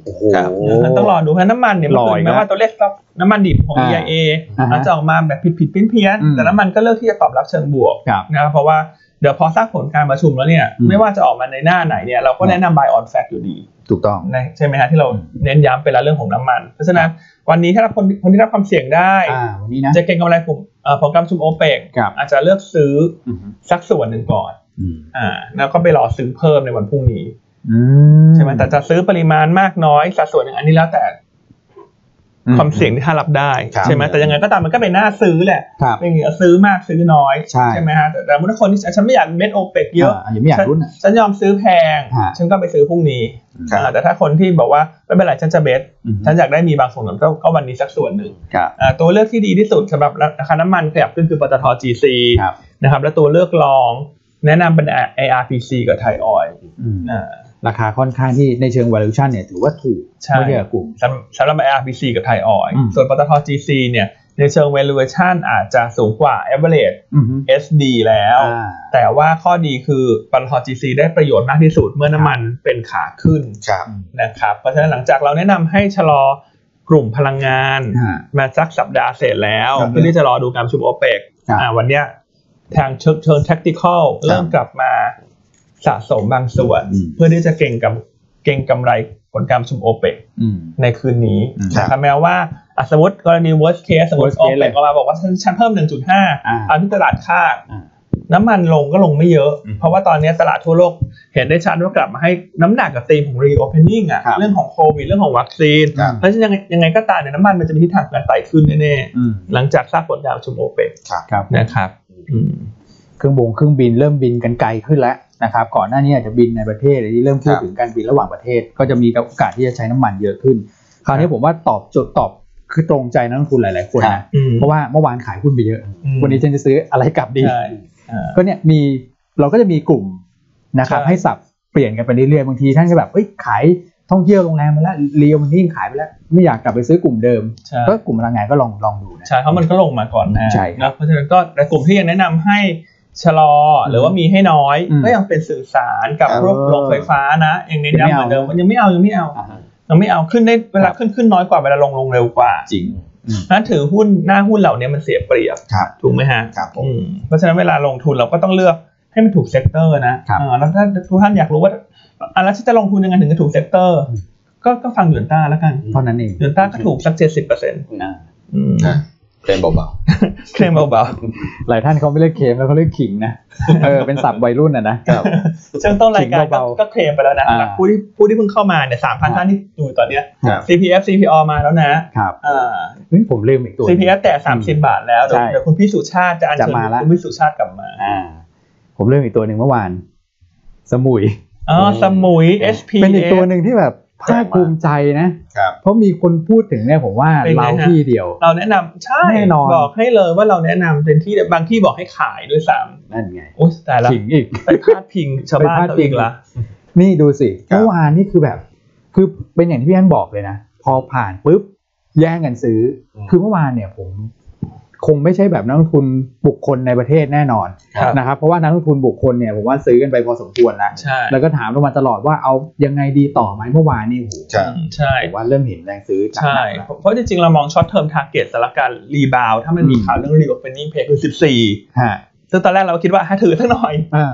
[SPEAKER 2] โอ้โห
[SPEAKER 1] ครับ
[SPEAKER 3] นะต้องรอดูเพราะน้ำมันเนี่ยเมื่อคืน
[SPEAKER 2] ลอยนะ
[SPEAKER 3] แม้ว่าตัวเลขรับน้ำมันดิบของ
[SPEAKER 2] อ่า
[SPEAKER 3] EIA
[SPEAKER 2] อ่าฮะ
[SPEAKER 3] อาจจะออกมาแบบผิดๆเพี้ยน
[SPEAKER 2] อื
[SPEAKER 3] ๆ
[SPEAKER 2] ม
[SPEAKER 3] แต่น้ำมันก็เลือกที่จะตอบรับเชิงบวก
[SPEAKER 2] ครับ
[SPEAKER 3] นะครับเพราะว่าเดี๋ยวพอทราบผลการประชุมแล้วเนี่ย
[SPEAKER 2] อืม
[SPEAKER 3] ไม่ว่าจะออกมาในหน้าไหนเนี่ยเราก็แนะนำ buy on fact อยู่ดี
[SPEAKER 2] ถูกต้อง
[SPEAKER 3] นะใช่ไหมฮะที่เราเน้นย้ำไปแล้วเรื่องของน้ำมัน เพราะฉะนั้นวันนี้ถ้าคนคนที่รับความเสี่ยงได้
[SPEAKER 2] อ่าวันนี้นะ
[SPEAKER 3] จะเก็งกำไรกลุ่มเอ่อผลการประชุมโอเปก
[SPEAKER 2] ครับ
[SPEAKER 3] อาจจะเลือกซื้อ
[SPEAKER 2] อืม
[SPEAKER 3] สักส่วนหนึ่งก่อน
[SPEAKER 2] อืม
[SPEAKER 3] อ่าแล้วก็ไปรอซื้อเพิ่มในวันพรุ่งนี้
[SPEAKER 2] อื
[SPEAKER 3] ใช่ไหมแต่จะซื้อปริมาณมากน้อยสัดส่วนหนึ่งอันนี้แล้วแต่
[SPEAKER 2] อื
[SPEAKER 3] ความเสี่ยงที่ท่านรับได้
[SPEAKER 1] ครับ
[SPEAKER 3] ใช่ไหมแต่ยังไงก็ตามมันก็เป็นหน้าซื้อแหละ
[SPEAKER 2] ครับ
[SPEAKER 3] ไม่มีซื้อมากซื้อน้อย
[SPEAKER 2] ใช่
[SPEAKER 3] ไหมฮะแต่แต่เมื่อคนที่ฉันไม่อยากเม็ดโอเปกเยอะ
[SPEAKER 2] อ่ายังไม่อยากรุ่นอ่ะ
[SPEAKER 3] ฉันยอมซื้อแพง
[SPEAKER 2] ฮะ
[SPEAKER 3] ฉันก็ไปซื้อพรุ่งนี้
[SPEAKER 1] ครับ
[SPEAKER 3] อ่าแต่ถ้าคนที่บอกว่าไม่เป็นไรฉันจะเบส
[SPEAKER 2] อืม
[SPEAKER 3] ฉันอยากได้มีบางส่วนก็ก็วันนี้สักส่วนหนึ่ง
[SPEAKER 2] ครับ
[SPEAKER 3] อ่าตัวเลือกที่ดีที่สุดสำหรับราคาน้ำมันขยับขึ้นคือปตท GC
[SPEAKER 2] ครับ
[SPEAKER 3] นะครับ แล้วตัวเลือกรอง แนะนำเป็น ARPC กับไทยออย
[SPEAKER 2] อืม
[SPEAKER 3] อ่า
[SPEAKER 2] ราคาค่อนข้างที่ในเชิง valuation เนี่ยถือว่าถูก
[SPEAKER 3] ใช่
[SPEAKER 2] เมื่อเทียบกับกลุ่ม
[SPEAKER 3] สำสำหรับ ARPC กับไทยออย
[SPEAKER 2] อืม
[SPEAKER 3] ส่วนปตท GC เนี่ยในเชิง valuation อาจจะสูงกว่า average SD แล้ว
[SPEAKER 2] อ่า
[SPEAKER 3] แต่ว่าข้อดีคือปตท GC ได้ประโยชน์มากที่สุดเมื่อน้ำมันเป็นขาขึ้น
[SPEAKER 1] ครับ
[SPEAKER 3] นะครับเพราะฉะนั้นหลังจากเราแนะนำให้ชะลอกลุ่มพลังงาน
[SPEAKER 2] ฮะ
[SPEAKER 3] มาสักสัปดาห์เสร็จแล้ว
[SPEAKER 2] ครับ
[SPEAKER 3] เพื่อที่จะรอดูการประชุมโอเปก
[SPEAKER 2] ครับ
[SPEAKER 3] วันเนี้ยทางเชิงเชิง tactical เริ่มกลับมาสะสมบางส่วน
[SPEAKER 2] อืม
[SPEAKER 3] เพื่อที่จะเก่งกับ เก็งกำไรผลการประชุมโอเปก
[SPEAKER 2] อืม
[SPEAKER 3] ในคืนนี้
[SPEAKER 2] อืม
[SPEAKER 3] นะครับแม้ว่าอ่ะสมมติกรณี worst case สมมติ
[SPEAKER 2] worst
[SPEAKER 3] โอ
[SPEAKER 2] case
[SPEAKER 3] เป
[SPEAKER 2] เล
[SPEAKER 3] ก
[SPEAKER 2] ย
[SPEAKER 3] ออกมาบอกว่าฉันฉันเพิ่ม 1.5
[SPEAKER 2] อ่า
[SPEAKER 3] เอาที่ตลาดคาด
[SPEAKER 2] อ่า
[SPEAKER 3] น้ำมันลงก็ลงไม่เยอะ
[SPEAKER 1] อืม
[SPEAKER 3] เพราะว่าตอนนี้ตลาดทั่วโลกเห็นได้ชัดว่ากลับมาให้น้ำหนักกับธีมของ reopening อ่ะ
[SPEAKER 2] ครับ
[SPEAKER 3] เรื่องของโควิดเรื่องของวัคซีน
[SPEAKER 1] ครับ
[SPEAKER 3] เพราะฉะนั้นยังไงยังไงก็ตามเนี่ยน้ำมันมันจะมีทิศทางการไต่ขึ้นแน่
[SPEAKER 2] อืม
[SPEAKER 3] ๆหลังจากทราบผลการประชุมโอเปก
[SPEAKER 2] ครับผม
[SPEAKER 3] นะครับอืม
[SPEAKER 2] เครื่องบงเครื่องบินเริ่มบินกันไกลขึ้นแล้วนะครับก่อนหน้านี้อาจจะบินในประเทศแต่นี่เริ่มพู
[SPEAKER 1] ค
[SPEAKER 2] ด
[SPEAKER 1] รับ
[SPEAKER 2] ถึงการบินระหว่างประเทศ ก็จะมีโอกาสที่จะใช้น้ำมันเยอะขึ้น คราวนี้ผมว่าตอบโจทย์ตอบคือตรงใจนักลงทุนหลาย ๆ คน
[SPEAKER 1] ครั
[SPEAKER 2] นะ
[SPEAKER 1] บ
[SPEAKER 3] อืม
[SPEAKER 2] เพราะว่าเมื่อวานขายหุ้นไปเยอะ
[SPEAKER 3] อืม
[SPEAKER 2] วันนี้ฉันจะซื้ออะไรกลับดี
[SPEAKER 3] ใช่อ่า
[SPEAKER 2] ก็เนี่ยมีเราก็จะมีกลุ่มนะครับ
[SPEAKER 3] ใช่
[SPEAKER 2] ให้สับเปลี่ยนกันไปเรื่อยๆบางทีท่านก็แบบเอ้ยขายท่องเที่ยวโรงแรมไปแล้วเรียวมันที่ขายไปแล้วไม่อยากกลับไปซื้อกลุ่มเดิม
[SPEAKER 3] ใช่
[SPEAKER 2] ก็กลุ่มพลังงานก็ลองลองดูนะ
[SPEAKER 3] ใช่เพราะมันก็ลงมาก่อนหนะ
[SPEAKER 2] ใช่
[SPEAKER 3] นะเพราะฉะนั้นก็แต่กลุ่มที่ยังแนะนำให้ชะลอหรือว่ามีให้น้อย
[SPEAKER 2] อืม
[SPEAKER 3] ก็ยังเป็นสื่อสารกับ
[SPEAKER 1] เออ
[SPEAKER 3] พวกโรงไฟฟ้านะยังเน้น
[SPEAKER 2] ยังไม่
[SPEAKER 3] ย้ำ
[SPEAKER 2] เอา
[SPEAKER 3] เหมือนเดิมว่ายังไม่เอายังไม่เอา
[SPEAKER 2] อ่าฮะ
[SPEAKER 3] ยังไม่เอาขึ้นได้เว
[SPEAKER 2] ค
[SPEAKER 3] ลา
[SPEAKER 2] รับ
[SPEAKER 3] ขึ้นขึ้นน้อยกว่าเวลาลงลงเร็วกว่า
[SPEAKER 1] จริง
[SPEAKER 3] นั้นถือหุ้นหน้าหุ้นเหล่านี้มันเสียเปรียบ
[SPEAKER 1] ครับ
[SPEAKER 3] ถูกไหมฮะ
[SPEAKER 1] ครับผม
[SPEAKER 3] อืมเพราะฉะนั้นเวลาลงทุนเราก็ต้องเลือกให้มันถูกเซกเตอร์นะครับเออแล้วถ้าทุกท่านอยากรู้ว่าอ่ะแล้วฉันจะลงทุนยังไงถึงจะถูกเซกเตอร์
[SPEAKER 2] อืม
[SPEAKER 3] ก็ก็ฟังหยวนต้าแล้วกัน
[SPEAKER 2] เท่านั้นเอง
[SPEAKER 3] หยวนต้าก็ถูกสักเจ็ดสิบเปอร์เซ็นต์
[SPEAKER 1] นะนะเพลงเบา
[SPEAKER 3] เคลมเบาๆ
[SPEAKER 2] หลายท่านเขาไม่เรียกเคมแล้วเขาเรียกขิงนะเออเป็นศัพท์วัยรุ่นอ่ะ นะ
[SPEAKER 1] ๆครับ
[SPEAKER 3] ช่วงต้นรายการ
[SPEAKER 2] ขิง
[SPEAKER 3] ก็
[SPEAKER 2] เบาๆ
[SPEAKER 3] ก็เคลมไปแล้วนะ
[SPEAKER 2] อ่า
[SPEAKER 3] ผู้ที่ผู้ที่เพิ่งเข้ามาเนี่ยสามพัน
[SPEAKER 2] อ่า
[SPEAKER 3] ท่านที่อยู่ตอนเนี้ย
[SPEAKER 1] ครับ
[SPEAKER 3] CPF CPO มาแล้วนะครับ อ่า
[SPEAKER 2] เฮ้ยผมลืมอีกตัวหนึ่ง
[SPEAKER 3] CPF แต่สามสิบบาทแล้วเดี๋ยว
[SPEAKER 2] ใช่
[SPEAKER 3] เดี๋ยวคุณพี่สุชาติจะอัญเชิญ
[SPEAKER 2] จะมาละ
[SPEAKER 3] คุณพี่สุชาติกลับมา
[SPEAKER 2] อ่า ผมลืมอีกตัวหนึ่งเมื่อวาน สมุย
[SPEAKER 3] อ๋อสมุย SP
[SPEAKER 2] เป็นอีกตัวหนึ่งที่แบบภาคภูมิใจนะ
[SPEAKER 1] ครับ
[SPEAKER 2] เพราะมีคนพูดถึงเนี่ยผมว่า
[SPEAKER 3] เป็นไง
[SPEAKER 2] เรา
[SPEAKER 3] ฮะ
[SPEAKER 2] ที่เดียว
[SPEAKER 3] เราแนะนำใช่
[SPEAKER 2] แน่นอน
[SPEAKER 3] บอกให้เลยว่าเราแนะนำเป็นที่บางที่บอกให้ขายด้วยซ้
[SPEAKER 2] นั่นไง
[SPEAKER 3] ำอุ้ยแต่ละ
[SPEAKER 2] ขิงอีก
[SPEAKER 3] ไปพาดพิงชาวบ้าน
[SPEAKER 2] ไปพาด
[SPEAKER 3] เรา
[SPEAKER 2] พิ
[SPEAKER 3] อี
[SPEAKER 2] ง
[SPEAKER 3] กละ
[SPEAKER 2] นี่ดูสิ
[SPEAKER 1] ครับ
[SPEAKER 2] เมื่อวานนี่คือแบบ คือเป็นอย่างที่พี่อันบอกเลยนะ พอผ่านปุ๊บแย่งกันซื้ออ
[SPEAKER 1] ม
[SPEAKER 2] คือเมื่อวานเนี่ยผม คงไม่ใช่แบบนักลงทุนบุคคลในประเทศแน่นอน
[SPEAKER 1] ครับ
[SPEAKER 2] นะครับ เพราะว่านักลงทุนบุคคลเนี่ยผมว่าซื้อกันไปพอสมควรแล้ว
[SPEAKER 3] ใช่
[SPEAKER 2] แล้วก็ถามลงมาตลอดว่าเอายังไงดีต่อไหมเมื่อวานนี่โห
[SPEAKER 1] ครับ
[SPEAKER 3] ใช่
[SPEAKER 2] ผมว่าเริ่มเห็นแรงซื้อจาก
[SPEAKER 3] ใช่
[SPEAKER 2] หนักนะ
[SPEAKER 3] เพราะจริงๆเรามองช็อตเทอมทาร์เก็ตสำหรับการรีบาวถ้ามันมี
[SPEAKER 2] อืม
[SPEAKER 3] ข่าวเรื่องรีโอเปนนิ่งเพย์คือ14
[SPEAKER 2] ฮะ
[SPEAKER 3] ซึ่งตอนแรกเราก็คิดว่าถ้าถือสักหน่อย
[SPEAKER 2] อ่า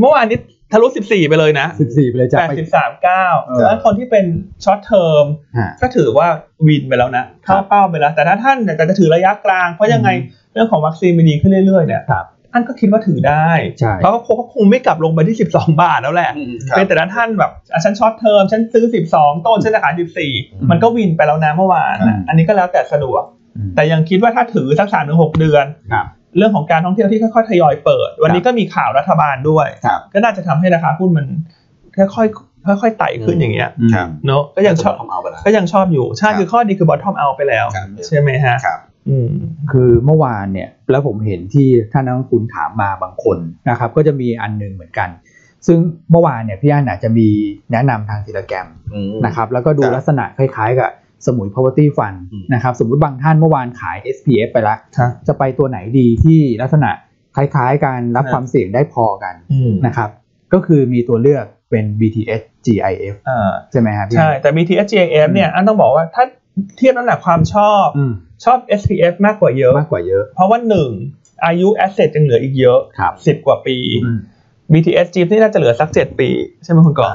[SPEAKER 3] เมื่อวานนี้ทะลุ 14 ไปเลยนะ
[SPEAKER 2] สิบสี่ไปเลยจะไป
[SPEAKER 3] 83
[SPEAKER 2] เอ
[SPEAKER 3] 9
[SPEAKER 2] อ
[SPEAKER 3] ดังนั้นคนที่เป็นช็อตเทอม
[SPEAKER 2] ฮะ
[SPEAKER 3] ก็ถือว่าวินไปแล้วนะ
[SPEAKER 2] ครับ
[SPEAKER 3] เข้าเป้าไปแล้ว แต่ถ้าท่านอยากจะถือระยะกลาง เพราะยังไงเรื่องของวัคซีนมันดีขึ้นเรื่อยๆเนี่ย
[SPEAKER 2] ครับ
[SPEAKER 3] ท่านก็คิดว่าถือได้
[SPEAKER 2] ใช่
[SPEAKER 3] เพราะเขาคงคงไม่กลับลงไปที่ 12 บาทแล้วแหละ เป็นแต่ละท่านแบบอ่ะฉันช็อตเทอมฉันซื้อ 12 ต้นฉันจะขาย 14 มันก็วินไปแล้วนะเมื่อวานนะ
[SPEAKER 2] อืม
[SPEAKER 3] อันนี้ก็แล้วแต่สะดวก
[SPEAKER 2] อืม
[SPEAKER 3] แต่ยังคิดว่าถ้าถือสักสามถึงหกเดือน
[SPEAKER 2] ครับ
[SPEAKER 3] เรื่องของการท่องเที่ยวที่ค่อยๆทยอยเปิด วันนี้ก็มีข่าวรัฐบาลด้วย
[SPEAKER 2] ครับ
[SPEAKER 3] ก็น่าจะทำให้ราคาหุ้นมันค่อยๆค่อยๆไต่ขึ้น
[SPEAKER 1] อืม
[SPEAKER 3] อย่างเงี้ย
[SPEAKER 2] อืม
[SPEAKER 1] ครับ
[SPEAKER 3] เนอะก็ยังชอบ
[SPEAKER 1] ทำเอาไปแล้ว
[SPEAKER 3] ก็ยังชอบอยู่ใช่
[SPEAKER 1] ครับ
[SPEAKER 3] คือข้อดีคือ bottom out ไปแล้ว
[SPEAKER 1] ครับ
[SPEAKER 3] ใช่ไหมฮะ
[SPEAKER 1] ครับ
[SPEAKER 3] อืม
[SPEAKER 2] คือเมื่อวานเนี่ยแล้วผมเห็นที่ท่านนักลงทุนถามมาบางคนนะครับ ก็จะมีอันหนึ่งเหมือนกัน ซึ่งเมื่อวานเนี่ยพี่อันอาจจะมีแนะนำทางเทเลแกรมนะครับ แล้วก็ดู
[SPEAKER 1] ครับ
[SPEAKER 2] ลักษณะคล้ายๆกับสมุย property fund
[SPEAKER 1] อืม
[SPEAKER 2] นะครับ สมมุติบางท่านเมื่อวานขาย SPF ไปแล้ว
[SPEAKER 3] ครับ
[SPEAKER 2] จะไปตัวไหนดีที่ลักษณะคล้ายๆการรับ
[SPEAKER 3] ครับ
[SPEAKER 2] ความเสี่ยงได้พอกัน
[SPEAKER 3] อืม
[SPEAKER 2] นะครับ ก็คือมีตัวเลือกเป็น BTS GIF
[SPEAKER 3] อ่า
[SPEAKER 2] ใช่ไหมครับพี่
[SPEAKER 3] ใช่
[SPEAKER 2] อัน
[SPEAKER 3] แต่ BTS GAF เนี่ยอันต้องบอกว่าถ้าเทียบน้ำหนักความชอบ
[SPEAKER 2] อืม
[SPEAKER 3] ชอบ SPF มากกว่าเยอะ
[SPEAKER 2] มากกว่าเยอะ
[SPEAKER 3] เพราะว่าหนึ่งอายุ asset ยังเหลืออีกเยอะ
[SPEAKER 2] ครับ
[SPEAKER 3] 10 กว่าปี
[SPEAKER 2] อืม
[SPEAKER 3] BTS Jeep นี่น่าจะเหลือสัก 7 ปี ใช่ไหมคุณก่อน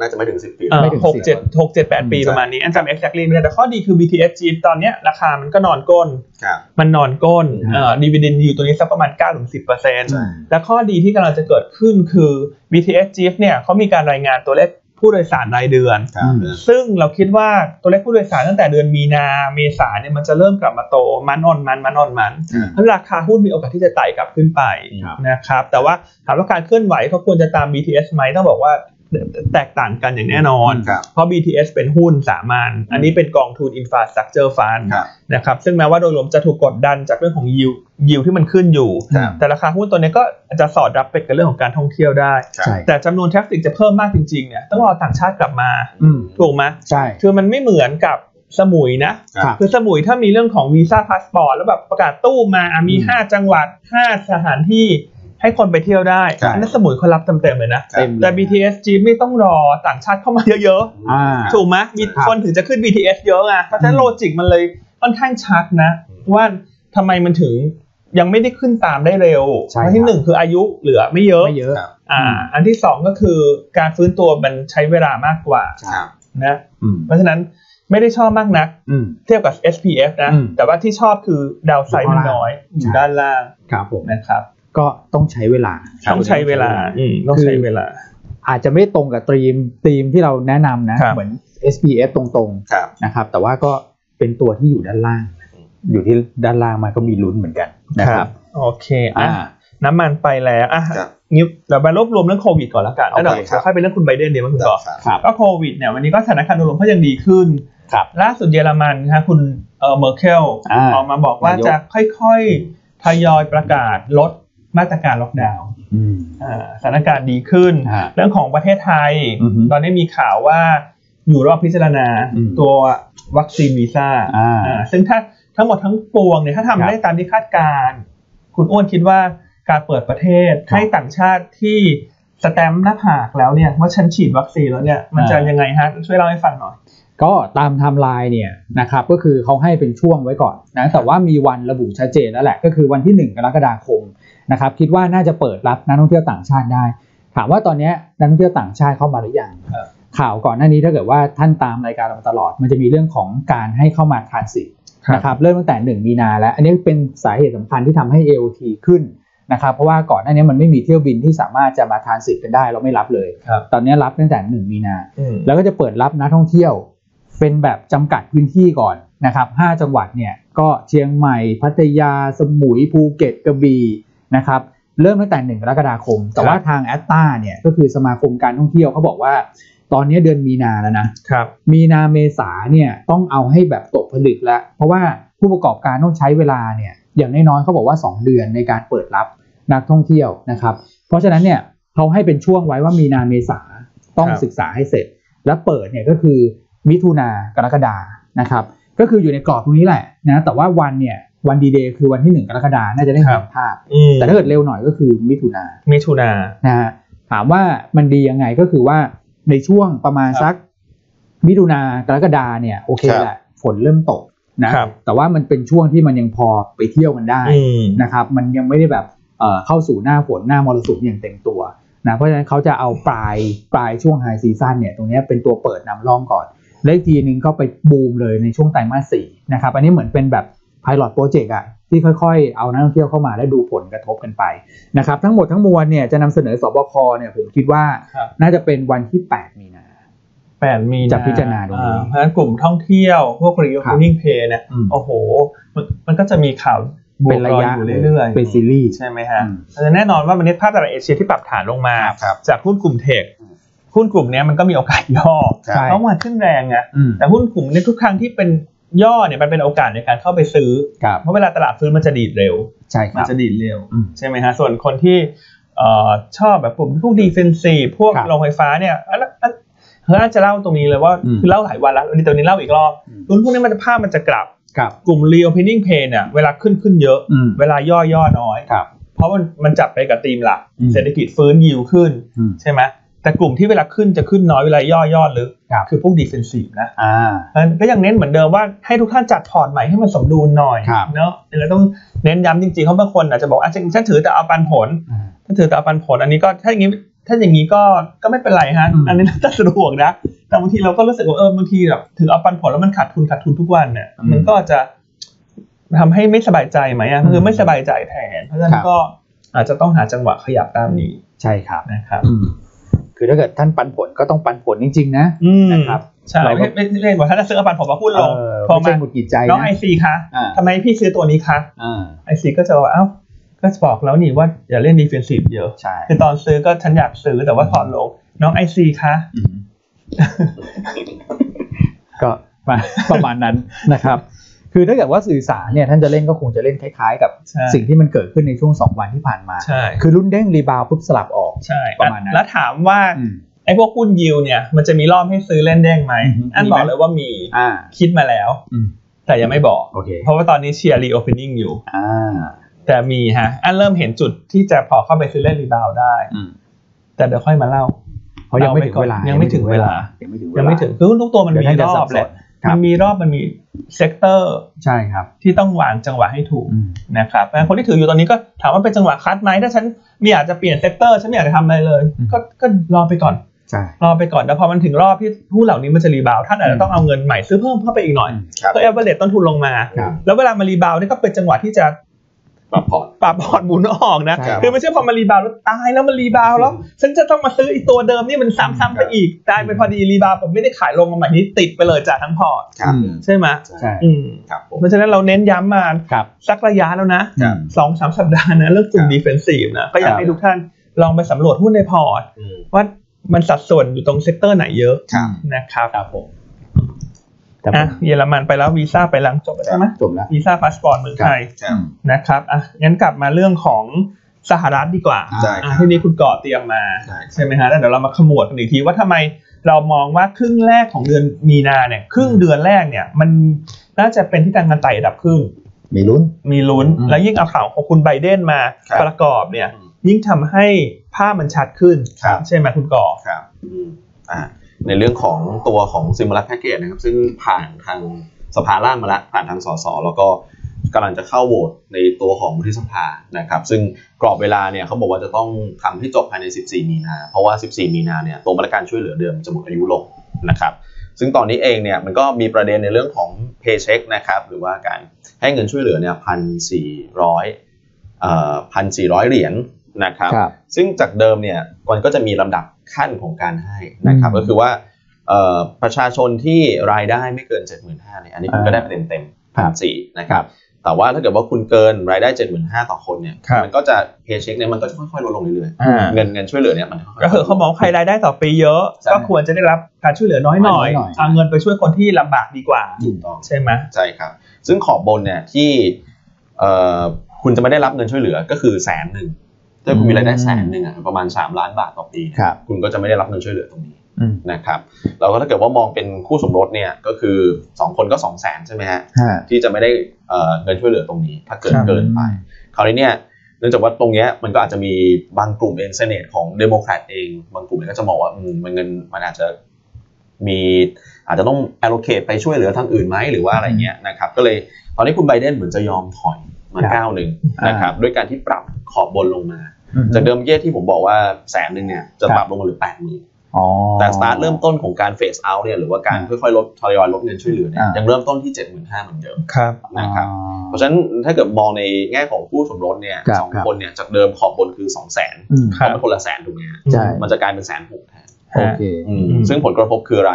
[SPEAKER 1] น่าจะไม่ถึงสิบปี
[SPEAKER 3] เอ่อ
[SPEAKER 2] ไม่ถึง
[SPEAKER 3] หกเจ็ดหกเจ็ดแปดปี
[SPEAKER 2] อืม
[SPEAKER 3] ประมาณนี้ อันจำ exactly ไม่ได้แต่ข้อดีคือ BTS Jeep ตอนเนี้ยราคามันก็นอนก้น
[SPEAKER 1] ครับ
[SPEAKER 3] มันนอนก้นเอ่อ dividend yield ตัวนี้สักประมาณ9ถึง10เปอร์เซ็นต์
[SPEAKER 2] ใช่
[SPEAKER 3] และข้อดีที่กำลังจะเกิดขึ้นคือ BTS Jeep เนี่ยเขามีการรายงานตัวเลขผู้โดยสารรายเดือน
[SPEAKER 1] ครับ
[SPEAKER 2] อืม
[SPEAKER 3] ซึ่งเราคิดว่าตัวเลขผู้โดยสารตั้งแต่เดือนมีนาเมษาเนี่ยมันจะเริ่มกลับมาโตมันออนมันมันออนมัน
[SPEAKER 2] อืม
[SPEAKER 3] เพราะราคาหุ้นมีโอกาสที่จะไต่กลับขึ้นไป
[SPEAKER 2] ครับ
[SPEAKER 3] นะครับแต่ว่าถามว่าการเคลื่อนไหวเขาควรจะตาม BTS ไหมต้องบอกว่าแตกต่างกันอย่างแน่นอน
[SPEAKER 1] ครับ
[SPEAKER 3] เพราะ BTS เป็นหุ้นสามัญ อันนี้เป็นกองทุน Infrastructure Fund
[SPEAKER 1] ครับ
[SPEAKER 3] นะครับ ซึ่งแม้ว่าโดยรวมจะถูกกดดันจากเรื่องของยิวยิวที่มันขึ้นอยู่
[SPEAKER 1] ครับ
[SPEAKER 3] แต่ราคาหุ้นตัวนี้ก็อาจจะสอดรับไปกับเรื่องของการท่องเที่ยวได้
[SPEAKER 1] ครับ
[SPEAKER 2] ใช่
[SPEAKER 3] แต่จำนวนทราฟฟิกจะเพิ่มมากจริงๆ เนี่ย ต้องรอต่างชาติกลับมา
[SPEAKER 2] อืม
[SPEAKER 3] ถูกไหม
[SPEAKER 2] ใช่
[SPEAKER 3] คือมันไม่เหมือนกับสมุยนะ
[SPEAKER 1] ครับ
[SPEAKER 3] คือสมุยถ้ามีเรื่องของวีซ่าพาสปอร์ตแล้วแบบประกาศตู้มาอ่ะมี
[SPEAKER 2] อืม
[SPEAKER 3] 5 จังหวัด 5 สถานที่ให้คนไปเที่ยวได้
[SPEAKER 2] ใช่
[SPEAKER 3] อันนั้นสมุยเขารับเต็มๆเลยนะ
[SPEAKER 1] ครับ
[SPEAKER 2] เต็มเลย
[SPEAKER 3] แต่ BTS จีนไม่ต้องรอต่างชาติเข้ามาเยอะ
[SPEAKER 2] อ่า
[SPEAKER 3] ๆ ถูกไหมมี
[SPEAKER 2] ครับ
[SPEAKER 3] คนถึงจะขึ้น BTS เยอะไงเพราะฉะนั้
[SPEAKER 2] อื
[SPEAKER 3] น
[SPEAKER 2] ม
[SPEAKER 3] โลจิกมันเลยค่อนข้างชัดนะ ว่าทำไมมันถึง ยังไม่ได้ขึ้นตามได้เร็ว
[SPEAKER 2] ใช่
[SPEAKER 3] อันที่
[SPEAKER 2] ครับ
[SPEAKER 3] หนึ่งคืออายุเหลือไม่เยอะ
[SPEAKER 2] ไม่เยอะ
[SPEAKER 1] ครับ
[SPEAKER 3] อ่า
[SPEAKER 2] อืม
[SPEAKER 3] อันที่สองก็คือการฟื้นตัวมันใช้เวลามากกว่า
[SPEAKER 1] ครับ
[SPEAKER 3] นะ
[SPEAKER 2] อืม
[SPEAKER 3] เพราะฉะนั้นไม่ได้ชอบมากนัก
[SPEAKER 2] อืม
[SPEAKER 3] เทียบกับ SPF นะ
[SPEAKER 2] อืม
[SPEAKER 3] แต่ว่าที่ชอบคือดาวไซด์มันน้อยอ
[SPEAKER 2] อยู่
[SPEAKER 3] ยู่ด้า
[SPEAKER 2] ด้าน น
[SPEAKER 3] ล่า
[SPEAKER 2] ล่าง ง ครับผม
[SPEAKER 3] นะครับ
[SPEAKER 2] ก็ต้องใช้เวลา
[SPEAKER 3] ต้องใช้เวลาอืมต้องใช้เวลา
[SPEAKER 2] อาจจะไม่ตรงกับธีมธีมที่เราแนะนำนะ
[SPEAKER 3] ครับ
[SPEAKER 2] เหมือน SPF ตรง
[SPEAKER 1] ครับ
[SPEAKER 2] ๆนะครับ แต่ว่าก็เป็นตัวที่อยู่ด้านล่าง อยู่ที่ด้านล่างมันก็มีลุ้นเหมือนกันนะครับ
[SPEAKER 3] โอเคอ่ะน้ำมันไปแล้วอ่ะ
[SPEAKER 1] ครับ
[SPEAKER 3] นิ้วเดี๋ยวมารวบรวมเรื่องโควิดก่อนแล้วกันแล้วเดี๋ยว
[SPEAKER 1] โอเคครับ
[SPEAKER 3] เดี๋ยวค่อยเป็นเรื่องคุณไบเดนเดี๋ยวมั้งคุณต่อ
[SPEAKER 1] ครับ
[SPEAKER 2] ครับ
[SPEAKER 3] ก็โควิดเนี่ยวันนี้ก็สถานการณ์โดยรวมก็ยังดีขึ้น
[SPEAKER 2] ครับ
[SPEAKER 3] ล่าสุดเยอรมันนะฮะคุณเออเมอร์เคิล
[SPEAKER 2] อ่า
[SPEAKER 3] ออกมาบอกว่าน
[SPEAKER 2] ายก
[SPEAKER 3] จะค่อยๆทยอยประกาศลดมาตรการล็อกดาวน์
[SPEAKER 2] อืม
[SPEAKER 3] อ่าสถานการณ์ดีขึ้น
[SPEAKER 2] ฮะ
[SPEAKER 3] เรื่องของประเทศไทย
[SPEAKER 2] อือฮึ
[SPEAKER 3] ตอนนี้มีข่าวว่าอยู่รอบพิจารณา
[SPEAKER 2] อืม
[SPEAKER 3] ตัววัคซีนวีซ่า
[SPEAKER 2] อ่า
[SPEAKER 3] อ่าซึ่งถ้าทั้งหมดทั้งปวงเนี่ยถ้า
[SPEAKER 2] ครั
[SPEAKER 3] ทำ
[SPEAKER 2] บ
[SPEAKER 3] ได้ตามที่คาดการณ์คุณอ้วนคิดว่าการเปิดประเทศ
[SPEAKER 2] ครับ
[SPEAKER 3] ให้ต่างชาติที่สแตมป์หน้าผากแล้วเนี่ยว่าฉันฉีดวัคซีนแล้วเนี่ยมันจะ
[SPEAKER 2] อ่ายั
[SPEAKER 3] ยังไงฮะช่วยเล่าให้ฟังหน่อย
[SPEAKER 2] ก็ตามไทม์ไลน์เนี่ยนะครับก็คือเขาให้เป็นช่วงไว้ก่อนนะแต่ว่ามีวันระบุชัดเจนแล้วแหละ ก็คือวันที่ 1 กรกฎาคมนะครับคิดว่าน่าจะเปิดรับนักท่องเที่ยวต่างชาติได้ ถามว่าตอนเนี้ยนักท่องเที่ยวต่างชาติเข้ามาหรือยัง
[SPEAKER 3] ครับ
[SPEAKER 2] ข่าวก่อนหน้านี้ถ้าเกิดว่าท่านตามรายการเรามาตลอด มันจะมีเรื่องของการให้เข้ามาทรานสิตนะครับเริ่มตั้งแต่ 1 มีนาแล้ว อันนี้เป็นสาเหตุสำคัญที่ทำให้ AOT ขึ้นนะครับเพราะว่าก่อนหน้านี้มันไม่มีเที่ยวบินที่สามารถจะมาทรานสิตกันได้เราไม่รับเลย
[SPEAKER 3] ครับ
[SPEAKER 2] ตอนนี้รับตั้งแต่ 1 มีนา
[SPEAKER 3] อืม
[SPEAKER 2] แล้วก็จะเปิดรับนักท่องเที่ยวเป็นแบบจำกัดพื้นที่ก่อนนะครับ 5 จังหวัดเนี่ยก็เชียงใหม่ พัทยา สมุย ภูเก็ตกระบี่นะครับ เริ่มตั้งแต่ 1 กรกฎาคม แต่ว่าทางแอตตาเนี่ยก็คือสมาคมการท่องเที่ยวเขาบอกว่า ตอนนี้เดือนมีนาแล้วนะ
[SPEAKER 3] ครับ
[SPEAKER 2] มีนาเมษาเนี่ยต้องเอาให้แบบตกผลึกแล้ว เพราะว่าผู้ประกอบการต้องใช้เวลาเนี่ยอย่างน้อยๆเขาบอกว่า 2 เดือนในการเปิดรับนักท่องเที่ยวนะครับ เพราะฉะนั้นเนี่ยเขาให้เป็นช่วงไว้ว่ามีนาเมษาต้อง
[SPEAKER 3] ครับ
[SPEAKER 2] ศึกษาให้เสร็จ และเปิดเนี่ยก็คือมิถุนากรกฎานะครับ ก็คืออยู่ในกรอบตรงนี้แหละนะแต่ว่าวันเนี่ยวันดีเดย์คือวันที่ 1 กรกฎาน่าจะได้เห็นภาพ
[SPEAKER 3] อืม
[SPEAKER 2] แต่ถ้าเกิดเร็วหน่อยก็คือมิถุนา
[SPEAKER 3] มิถุนา
[SPEAKER 2] นะฮะถามว่ามันดียังไงก็คือว่าในช่วงประมาณสักมิถุนากรกฎาเนี่ยโอเค
[SPEAKER 1] ครับ
[SPEAKER 2] แหละฝนเริ่มตกนะครับ แต่ว่ามันเป็นช่วงที่มันยังพอไปเที่ยวกันได้
[SPEAKER 3] อืม
[SPEAKER 2] นะครับ มันยังไม่ได้แบบเอ่อเข้าสู่หน้าฝนหน้ามรสุมอย่างเต็มตัวนะเพราะฉะนั้นเขาจะเอาปลายปลายช่วงไฮซีซั่นเนี่ยตรงเนี้ยเป็นตัวเปิดนำร่องก่อน และอีกทีหนึงก็ไปบูมเลยในช่วงไตรมาสสี่นะครับอันนี้เหมือนเป็นแบบพาย o t ตโปรเจกต์อะที่ค่อยๆ เอานักท่องเที่ยวเข้ามาและดูผลกระทบกันไปนะครับทั้งหมดทั้งมวลเนี่ยจะนำเสนอสบคเนี่ยผมคิดว่า
[SPEAKER 3] ครับ
[SPEAKER 2] น่าจะเป็นวันที่ 8 มีนา
[SPEAKER 3] แปดมี
[SPEAKER 2] จะพิจารณาดู
[SPEAKER 3] อ่เพราะฉะนั้นกลุ่มท่องเที่ยวพวก reopening pay เนี่ย
[SPEAKER 2] อืม
[SPEAKER 3] โอ้โห มันมันก็จะมีข่าวบว
[SPEAKER 2] เป็
[SPEAKER 3] ก
[SPEAKER 2] นระ
[SPEAKER 3] ลอย
[SPEAKER 2] ยะ
[SPEAKER 3] อยู่เรื่อย
[SPEAKER 2] เป็นซีรีส์
[SPEAKER 3] ใช่ไหมฮะ
[SPEAKER 2] อืม
[SPEAKER 3] แต่แน่นอนว่าวันนี้ภาพตลาดเอเชียที่ปรับฐานลงมา
[SPEAKER 1] ครับ
[SPEAKER 3] จากหุ้นกลุ่มเทคหุ้นกลุ่มเนี้ยมันก็มีโอกาสย่อ
[SPEAKER 1] ครับ
[SPEAKER 2] ใช่
[SPEAKER 3] เพราะมันขึ้นแรงไง
[SPEAKER 2] อืม
[SPEAKER 3] แต่หุ้นกลุ่มเนี้ยทุกครั้งที่เป็นย่อเนี่ยมันเป็นโอกาสในการเข้าไปซื้อ
[SPEAKER 2] ครับ
[SPEAKER 3] เพราะเวลาตลาดฟื้นมันจะดีดเร็ว
[SPEAKER 2] ใช่ค
[SPEAKER 3] มัน
[SPEAKER 2] รับ
[SPEAKER 3] จะดีดเร็ว
[SPEAKER 2] อืม
[SPEAKER 3] ใช่ไหมฮะส่วนคนที่เอ่อชอบแบบผมพวกดีเฟนซีพวก
[SPEAKER 2] ครับ
[SPEAKER 3] โรงไฟฟ้าเนี่ยอันนั้นอันเฮ้ยอาจจะเล่าตรงนี้เลยว่า
[SPEAKER 2] อืม
[SPEAKER 3] คือเล่าหลายวันแล้ววันนี้ตัวนี้เล่าอีกรอบ
[SPEAKER 2] อืม
[SPEAKER 3] รุ่นพวกนี้มันจะภาพมันจะกลับ
[SPEAKER 2] ครับ
[SPEAKER 3] กลุ่ม reopening pay เนี่ยเวลาขึ้นขึ้นเยอะ
[SPEAKER 2] อืม
[SPEAKER 3] เวลาย่อย่อน้อย
[SPEAKER 2] ครับ
[SPEAKER 3] เพราะมันมันจับไปกับธีมหลัก
[SPEAKER 2] อืม
[SPEAKER 3] เศรษฐกิจฟื้นยิวขึ้น
[SPEAKER 2] อืม
[SPEAKER 3] ใช่ไหมแต่กลุ่มที่เวลาขึ้นจะขึ้นน้อยเวลาย่อย่อลึก
[SPEAKER 2] ครับ
[SPEAKER 3] คือพวกดีเฟนซีนะ
[SPEAKER 2] อ่า
[SPEAKER 3] มันก็ยังเน้นเหมือนเดิมว่าให้ทุกท่านจัดพอร์ตใหม่ให้มันสมดุลหน่อย
[SPEAKER 2] ครับ
[SPEAKER 3] เนาะแล้วต้องเน้นย้ำจริงๆเพราะบางคนอาจจะบอกอ่ะฉันฉันถือแต่เอาปันผลฉันถือแต่เอาปันผลอันนี้ก็ถ้าอย่างนี้ถ้าอย่างนี้ก็ก็ไม่เป็นไรฮะ
[SPEAKER 2] อืม
[SPEAKER 3] อันนี้น่าจะสะดวกนะแต่บางทีเราก็รู้สึกว่าเออบางทีแบบถือเอาปันผลแล้วมันขาดทุนขาดทุนทุกวันเนี่ยมันก็จะทำให้ไม่สบายใจไหมอ่ะคือไม่สบายใจแทน เพราะฉะนั้นก็อาจจะต้องหาจังหวะขยับตามนี้
[SPEAKER 2] ใช่ครับ
[SPEAKER 3] นะครับ
[SPEAKER 2] อืมคือถ้าเกิดท่านปันผลก็ต้องปันผลจริงๆนะ นะครับ
[SPEAKER 3] ใช่ไม่ไม่ไม่เล่นบอกถ้าจะซื้อเอาปันผลมาหุ้นลง
[SPEAKER 2] เออ
[SPEAKER 3] พอ
[SPEAKER 2] ไม่
[SPEAKER 3] มา
[SPEAKER 2] ใช่หมดกิจใจ
[SPEAKER 3] น้องไอ
[SPEAKER 2] นะ
[SPEAKER 3] ซีคะ
[SPEAKER 2] อ่า
[SPEAKER 3] ทำไมพี่ซื้อตัวนี้คะ
[SPEAKER 2] อ่า
[SPEAKER 3] ไอซีก็จะบอกว่าเอ้า ก็บอกแล้วนี่ว่าอย่าเล่นดีเฟนซีฟเยอะ
[SPEAKER 2] ใช่
[SPEAKER 3] คือตอนซื้อก็ฉันอยากซื้อแต่ว่าพอลง น้องไอซีคะ
[SPEAKER 2] อืม ก็มา ประมาณนั้นนะครับ คือถ้าเกิดว่าสื่อสารเนี่ยท่านจะเล่นก็คงจะเล่นคล้ายๆ กับ
[SPEAKER 3] ใช่
[SPEAKER 2] สิ่งที่มันเกิดขึ้นในช่วง 2 วันที่ผ่านมา
[SPEAKER 3] ใช่
[SPEAKER 2] คือรุ่นเด้งรีบาวปุ๊บสลับออก
[SPEAKER 3] ใช่
[SPEAKER 2] ประมาณนั้น
[SPEAKER 3] แล้วถามว่า
[SPEAKER 2] อืม
[SPEAKER 3] ไอพวกหุ้นยิวเนี่ย มันจะมีรอบให้ซื้อเล่นแดงไหม
[SPEAKER 2] อือฮึ
[SPEAKER 3] อัน
[SPEAKER 2] มี
[SPEAKER 3] บ
[SPEAKER 2] ไหม
[SPEAKER 3] อกเลยว่ามี
[SPEAKER 2] อ่า
[SPEAKER 3] คิดมาแล้ว
[SPEAKER 2] อืม
[SPEAKER 3] แต่ยังไม่บอก
[SPEAKER 2] โอเค
[SPEAKER 3] เพราะว่าตอนนี้เชียร์รีโอเพนนิ่งอยู่
[SPEAKER 2] อ่า
[SPEAKER 3] แต่มีฮะ อันเริ่มเห็นจุดที่จะพอเข้าไปซื้อเล่นรีบาวได้
[SPEAKER 2] อืม
[SPEAKER 3] แต่เดี๋ยวค่อยมาเล่า
[SPEAKER 2] เพราะยังไม่ถึงเวลา
[SPEAKER 3] ยั
[SPEAKER 2] ยัง
[SPEAKER 3] ไม่ถึงเวลา
[SPEAKER 2] ยังไม่ถึงเวลา
[SPEAKER 3] ยั
[SPEAKER 2] ยัง
[SPEAKER 3] ไม่ถึงคือหุ้นทุกตัวมันมีรอบแหละ
[SPEAKER 2] ครับ
[SPEAKER 3] มันมีรอบมันมีเซกเตอร์
[SPEAKER 2] ใช่ครับ
[SPEAKER 3] ที่ต้องวางจังหวะให้ถูก
[SPEAKER 2] อืม
[SPEAKER 3] นะครับเพราะฉะนั้นคนที่ถืออยู่ตอนนี้ก็ถามว่าเป็นจังหวะคัดไหมถ้าฉันไมีอยากจะเปลี่ยนเซกเตอร์ฉันไม่อยากจะทำอะไรเลย
[SPEAKER 2] อืม
[SPEAKER 3] ก็ก็รอไปก่อน
[SPEAKER 2] ใช่
[SPEAKER 3] รอไปก่อนแล้วพอมันถึงรอบที่ผู้เหล่านี้มันจะรีบาวด์ท่านอาจจะต้องเอาเงินใหม่ซื้อเพิ่มเข้าไปอีกหน่อย
[SPEAKER 2] อืม
[SPEAKER 1] ครับ
[SPEAKER 3] เพื่อเอเวอเรตต้นทุนลงมา
[SPEAKER 2] ครับ
[SPEAKER 3] แล้วเวลามารีบาวด์นี่ก็เป็นจังหวะที่จะ
[SPEAKER 1] ปรับพอร์ต
[SPEAKER 3] ปรับพอร์ตหมุนออกนะ
[SPEAKER 2] ครับ
[SPEAKER 3] คือไม่ใช่พอมารีบาวด์แล้วตายแล้วมันรีบาวด์แล้ว ฉันจะต้องมาซื้ออีกตัวเดิมนี่มันซ้ำๆไปอีกกลายเป็นพอดีรีบาวด์ผมไม่ได้ขายลงมาใหม่นี้ติดไปเลยจากทั้งพอร์ต
[SPEAKER 1] ครับ
[SPEAKER 2] อืม
[SPEAKER 3] ใช่ไหม
[SPEAKER 2] ใช่
[SPEAKER 3] อืม
[SPEAKER 1] ครับผม
[SPEAKER 3] เพราะฉะนั้นเราเน้นย้ำมา
[SPEAKER 2] ครับ
[SPEAKER 3] สักระยะแล้วนะ
[SPEAKER 2] อืม
[SPEAKER 3] สองสามสัปดาห์นะเรื่องกลุ่ม
[SPEAKER 1] ครับ
[SPEAKER 3] ดีเฟนซีฟนะก็อยา
[SPEAKER 2] ค
[SPEAKER 3] ก
[SPEAKER 2] รับ
[SPEAKER 3] ให้ทุกท่านลองไปสำรวจหุ้นในพอร์ต
[SPEAKER 1] อืม
[SPEAKER 3] ว่ามันสัดส่วนอยู่ตรงเซกเตอร์ไหนเยอะ
[SPEAKER 1] ครับ
[SPEAKER 3] นะครับ
[SPEAKER 2] ครับผมครับผ
[SPEAKER 3] อ่ะ
[SPEAKER 2] ม
[SPEAKER 3] เยอรมันไปแล้ววีซ่าไปลังจบแล้วใช่ไหม
[SPEAKER 2] จบแล้ว
[SPEAKER 3] วีซ่าพาสปอร์ตเมืองไทย
[SPEAKER 1] ครับ
[SPEAKER 3] นะครับอ่ะงั้นกลับมาเรื่องของสหรัฐดีกว่า
[SPEAKER 1] ได้ครั
[SPEAKER 3] อ่ะ
[SPEAKER 1] บ
[SPEAKER 3] ที่นี้คุณก่อเตรียมมา
[SPEAKER 1] ได้ครับ
[SPEAKER 3] ใช่ไหมฮะแล้วเดี๋ยวเรามาขมวดกันอีกทีว่าทำไมเรามองว่าครึ่งแรกของเดือนมีนาเนี่ยครึ่งเดือนแรกเนี่ย มันน่าจะเป็นที่ทางการไต่ระดับขึ้น
[SPEAKER 2] มีลุ้น
[SPEAKER 3] มีลุ้น
[SPEAKER 2] อืม
[SPEAKER 3] และยิ่งเอาข่าวของคุณไบเดนมา
[SPEAKER 1] ครับ
[SPEAKER 3] ประกอบเนี่ย
[SPEAKER 1] อืม
[SPEAKER 3] ยิ่งทำให้ภาพมันชัดขึ้น
[SPEAKER 1] ครับ
[SPEAKER 3] ใช่ไหมคุณก่อ
[SPEAKER 1] ครับอ่าในเรื่องของตัวของซิมูลัสแพ็กเกจนะครับ ซึ่งผ่านทางสภาล่างมาแล้วผ่านทางสสแล้วก็กำลังจะเข้าโหวตในตัวของวุฒิสภานะครับ ซึ่งกรอบเวลาเนี่ยเขาบอกว่าจะต้องทำให้จบภายใน 14 มีนา เพราะว่า 14 มีนาเนี่ยตัวมาตรการช่วยเหลือเดิมจะหมดอายุลงนะครับ ซึ่งตอนนี้เองเนี่ยมันก็มีประเด็นในเรื่องของเพย์เช็คนะครับหรือว่าการให้เงินช่วยเหลือเนี่ยพันสี่ร้อยพันสี่ร้อยเหรียญนะครับ ซึ่งจากเดิมเนี่ยมันก็จะมีลำดับขั้นของการให้นะครับ
[SPEAKER 2] อืม
[SPEAKER 1] ก็คือว่าเอ่อประชาชนที่รายได้ไม่เกิน 75,000เนี่ยอันนี้คุณก็ได้ไปเต็มๆ
[SPEAKER 2] ครั
[SPEAKER 1] พัน
[SPEAKER 2] บ
[SPEAKER 1] สี่นะค
[SPEAKER 2] ครั
[SPEAKER 1] รับบแต่ว่าถ้าเกิดว่าคุณเกินรายได้ 75,000 ต่อคนเนี่ย
[SPEAKER 2] ครับ
[SPEAKER 1] มันก็จะเพย์เช็คเนี่ยมันก็จะค่อยๆลดลงเรื่อย
[SPEAKER 2] อ่า
[SPEAKER 1] ๆเงินเงินช่วยเหลือเนี่ยมันยๆ
[SPEAKER 3] ก็คือเขามองใครรายได้ต่อปีเยอะ
[SPEAKER 1] ใช่
[SPEAKER 3] ก็ควรจะได้รับการช่วยเหลือน้อยหน่อ
[SPEAKER 2] น้อ
[SPEAKER 3] ย
[SPEAKER 2] ยหน่อย
[SPEAKER 3] เอาเงินไปช่วยคนที่ลำบากดีกว่า
[SPEAKER 1] ถูกต้อง
[SPEAKER 3] ใช่ไหม
[SPEAKER 1] ใช่ครับ ซึ่งขอบบนเนี่ยที่เอ่อคุณจะไม่ได้รับเงินช่วยเหลือก็คือแสนหนึ่งถ้าคุณมีรายได้แสนหนึ่งอ่ะประมาณ 3 ล้านบาทต่อปีเนี่ย
[SPEAKER 2] ครับ
[SPEAKER 1] คุณก็จะไม่ได้รับเงินช่วยเหลือตรงนี้
[SPEAKER 2] อืม
[SPEAKER 1] นะครับแล้วก็ถ้าเกิดว่ามองเป็นคู่สมรสเนี่ยก็คือ 2 คนก็ 2 0 0แสนใช่ไหมฮะ
[SPEAKER 2] ฮะ
[SPEAKER 1] ที่จะไม่ได้เอ่อเงินช่วยเหลือตรงนี้ ถ้าเกิด
[SPEAKER 2] ครับ
[SPEAKER 1] เกินไป คราวนี้เนี่ยเนื่องจากว่าตรงเนี้ยมันก็อาจจะมีบางกลุ่มเองเสน่ห์ของเดโมแครตเอง บางกลุ่มเนี่ยก็จะมองว่าอืมมันเงินมันอาจจะมีอาจจะต้อง allocate ไปช่วยเหลือทางอื่นไหมหรือว่าอะไรเงี้ยนะครับก็เลยตอนนี้คุณไบเดนเหมือนจะยอมถอยมา
[SPEAKER 2] ครับ
[SPEAKER 1] ก้าวหนึ่งนะครับด้วยการที่ปรับขอบบนลงมา
[SPEAKER 2] อือฮึ
[SPEAKER 1] จากเดิมเมื่อกี้ที่ผมบอกว่าแสนหนึ่งเนี่ยจะปรับลงมาเหลือแปดหมื่น
[SPEAKER 2] อ๋อ
[SPEAKER 1] แต่สตาร์ทเริ่มต้นของการเฟสเอาเนี่ยหรือว่าการค่อยๆลดทยอยลดเงินช่วยเหลือเนี่ย
[SPEAKER 2] อ่ายั
[SPEAKER 1] ยังเริ่มต้นที่เจ็ดหมื่นห้าเหมือนเดิม
[SPEAKER 3] ครับ
[SPEAKER 1] นะครับ
[SPEAKER 2] อ๋อ
[SPEAKER 1] เพราะฉะนั้นถ้าเกิดมองในแง่ของคู่สมรสเนี่ย
[SPEAKER 2] ครับ
[SPEAKER 1] สอง
[SPEAKER 2] ครับ
[SPEAKER 1] คนเนี่ยจากเดิมขอบบนคือสองแสน
[SPEAKER 2] อืม
[SPEAKER 3] ครับ
[SPEAKER 1] เพราะมันคนละแสนถูกไหมฮะ
[SPEAKER 2] ใช่
[SPEAKER 1] มันจะกลายเป็นแสนหกแทน
[SPEAKER 2] โอเค
[SPEAKER 1] อืม
[SPEAKER 3] อืม
[SPEAKER 1] ซึ่งผลกระทบคืออะไร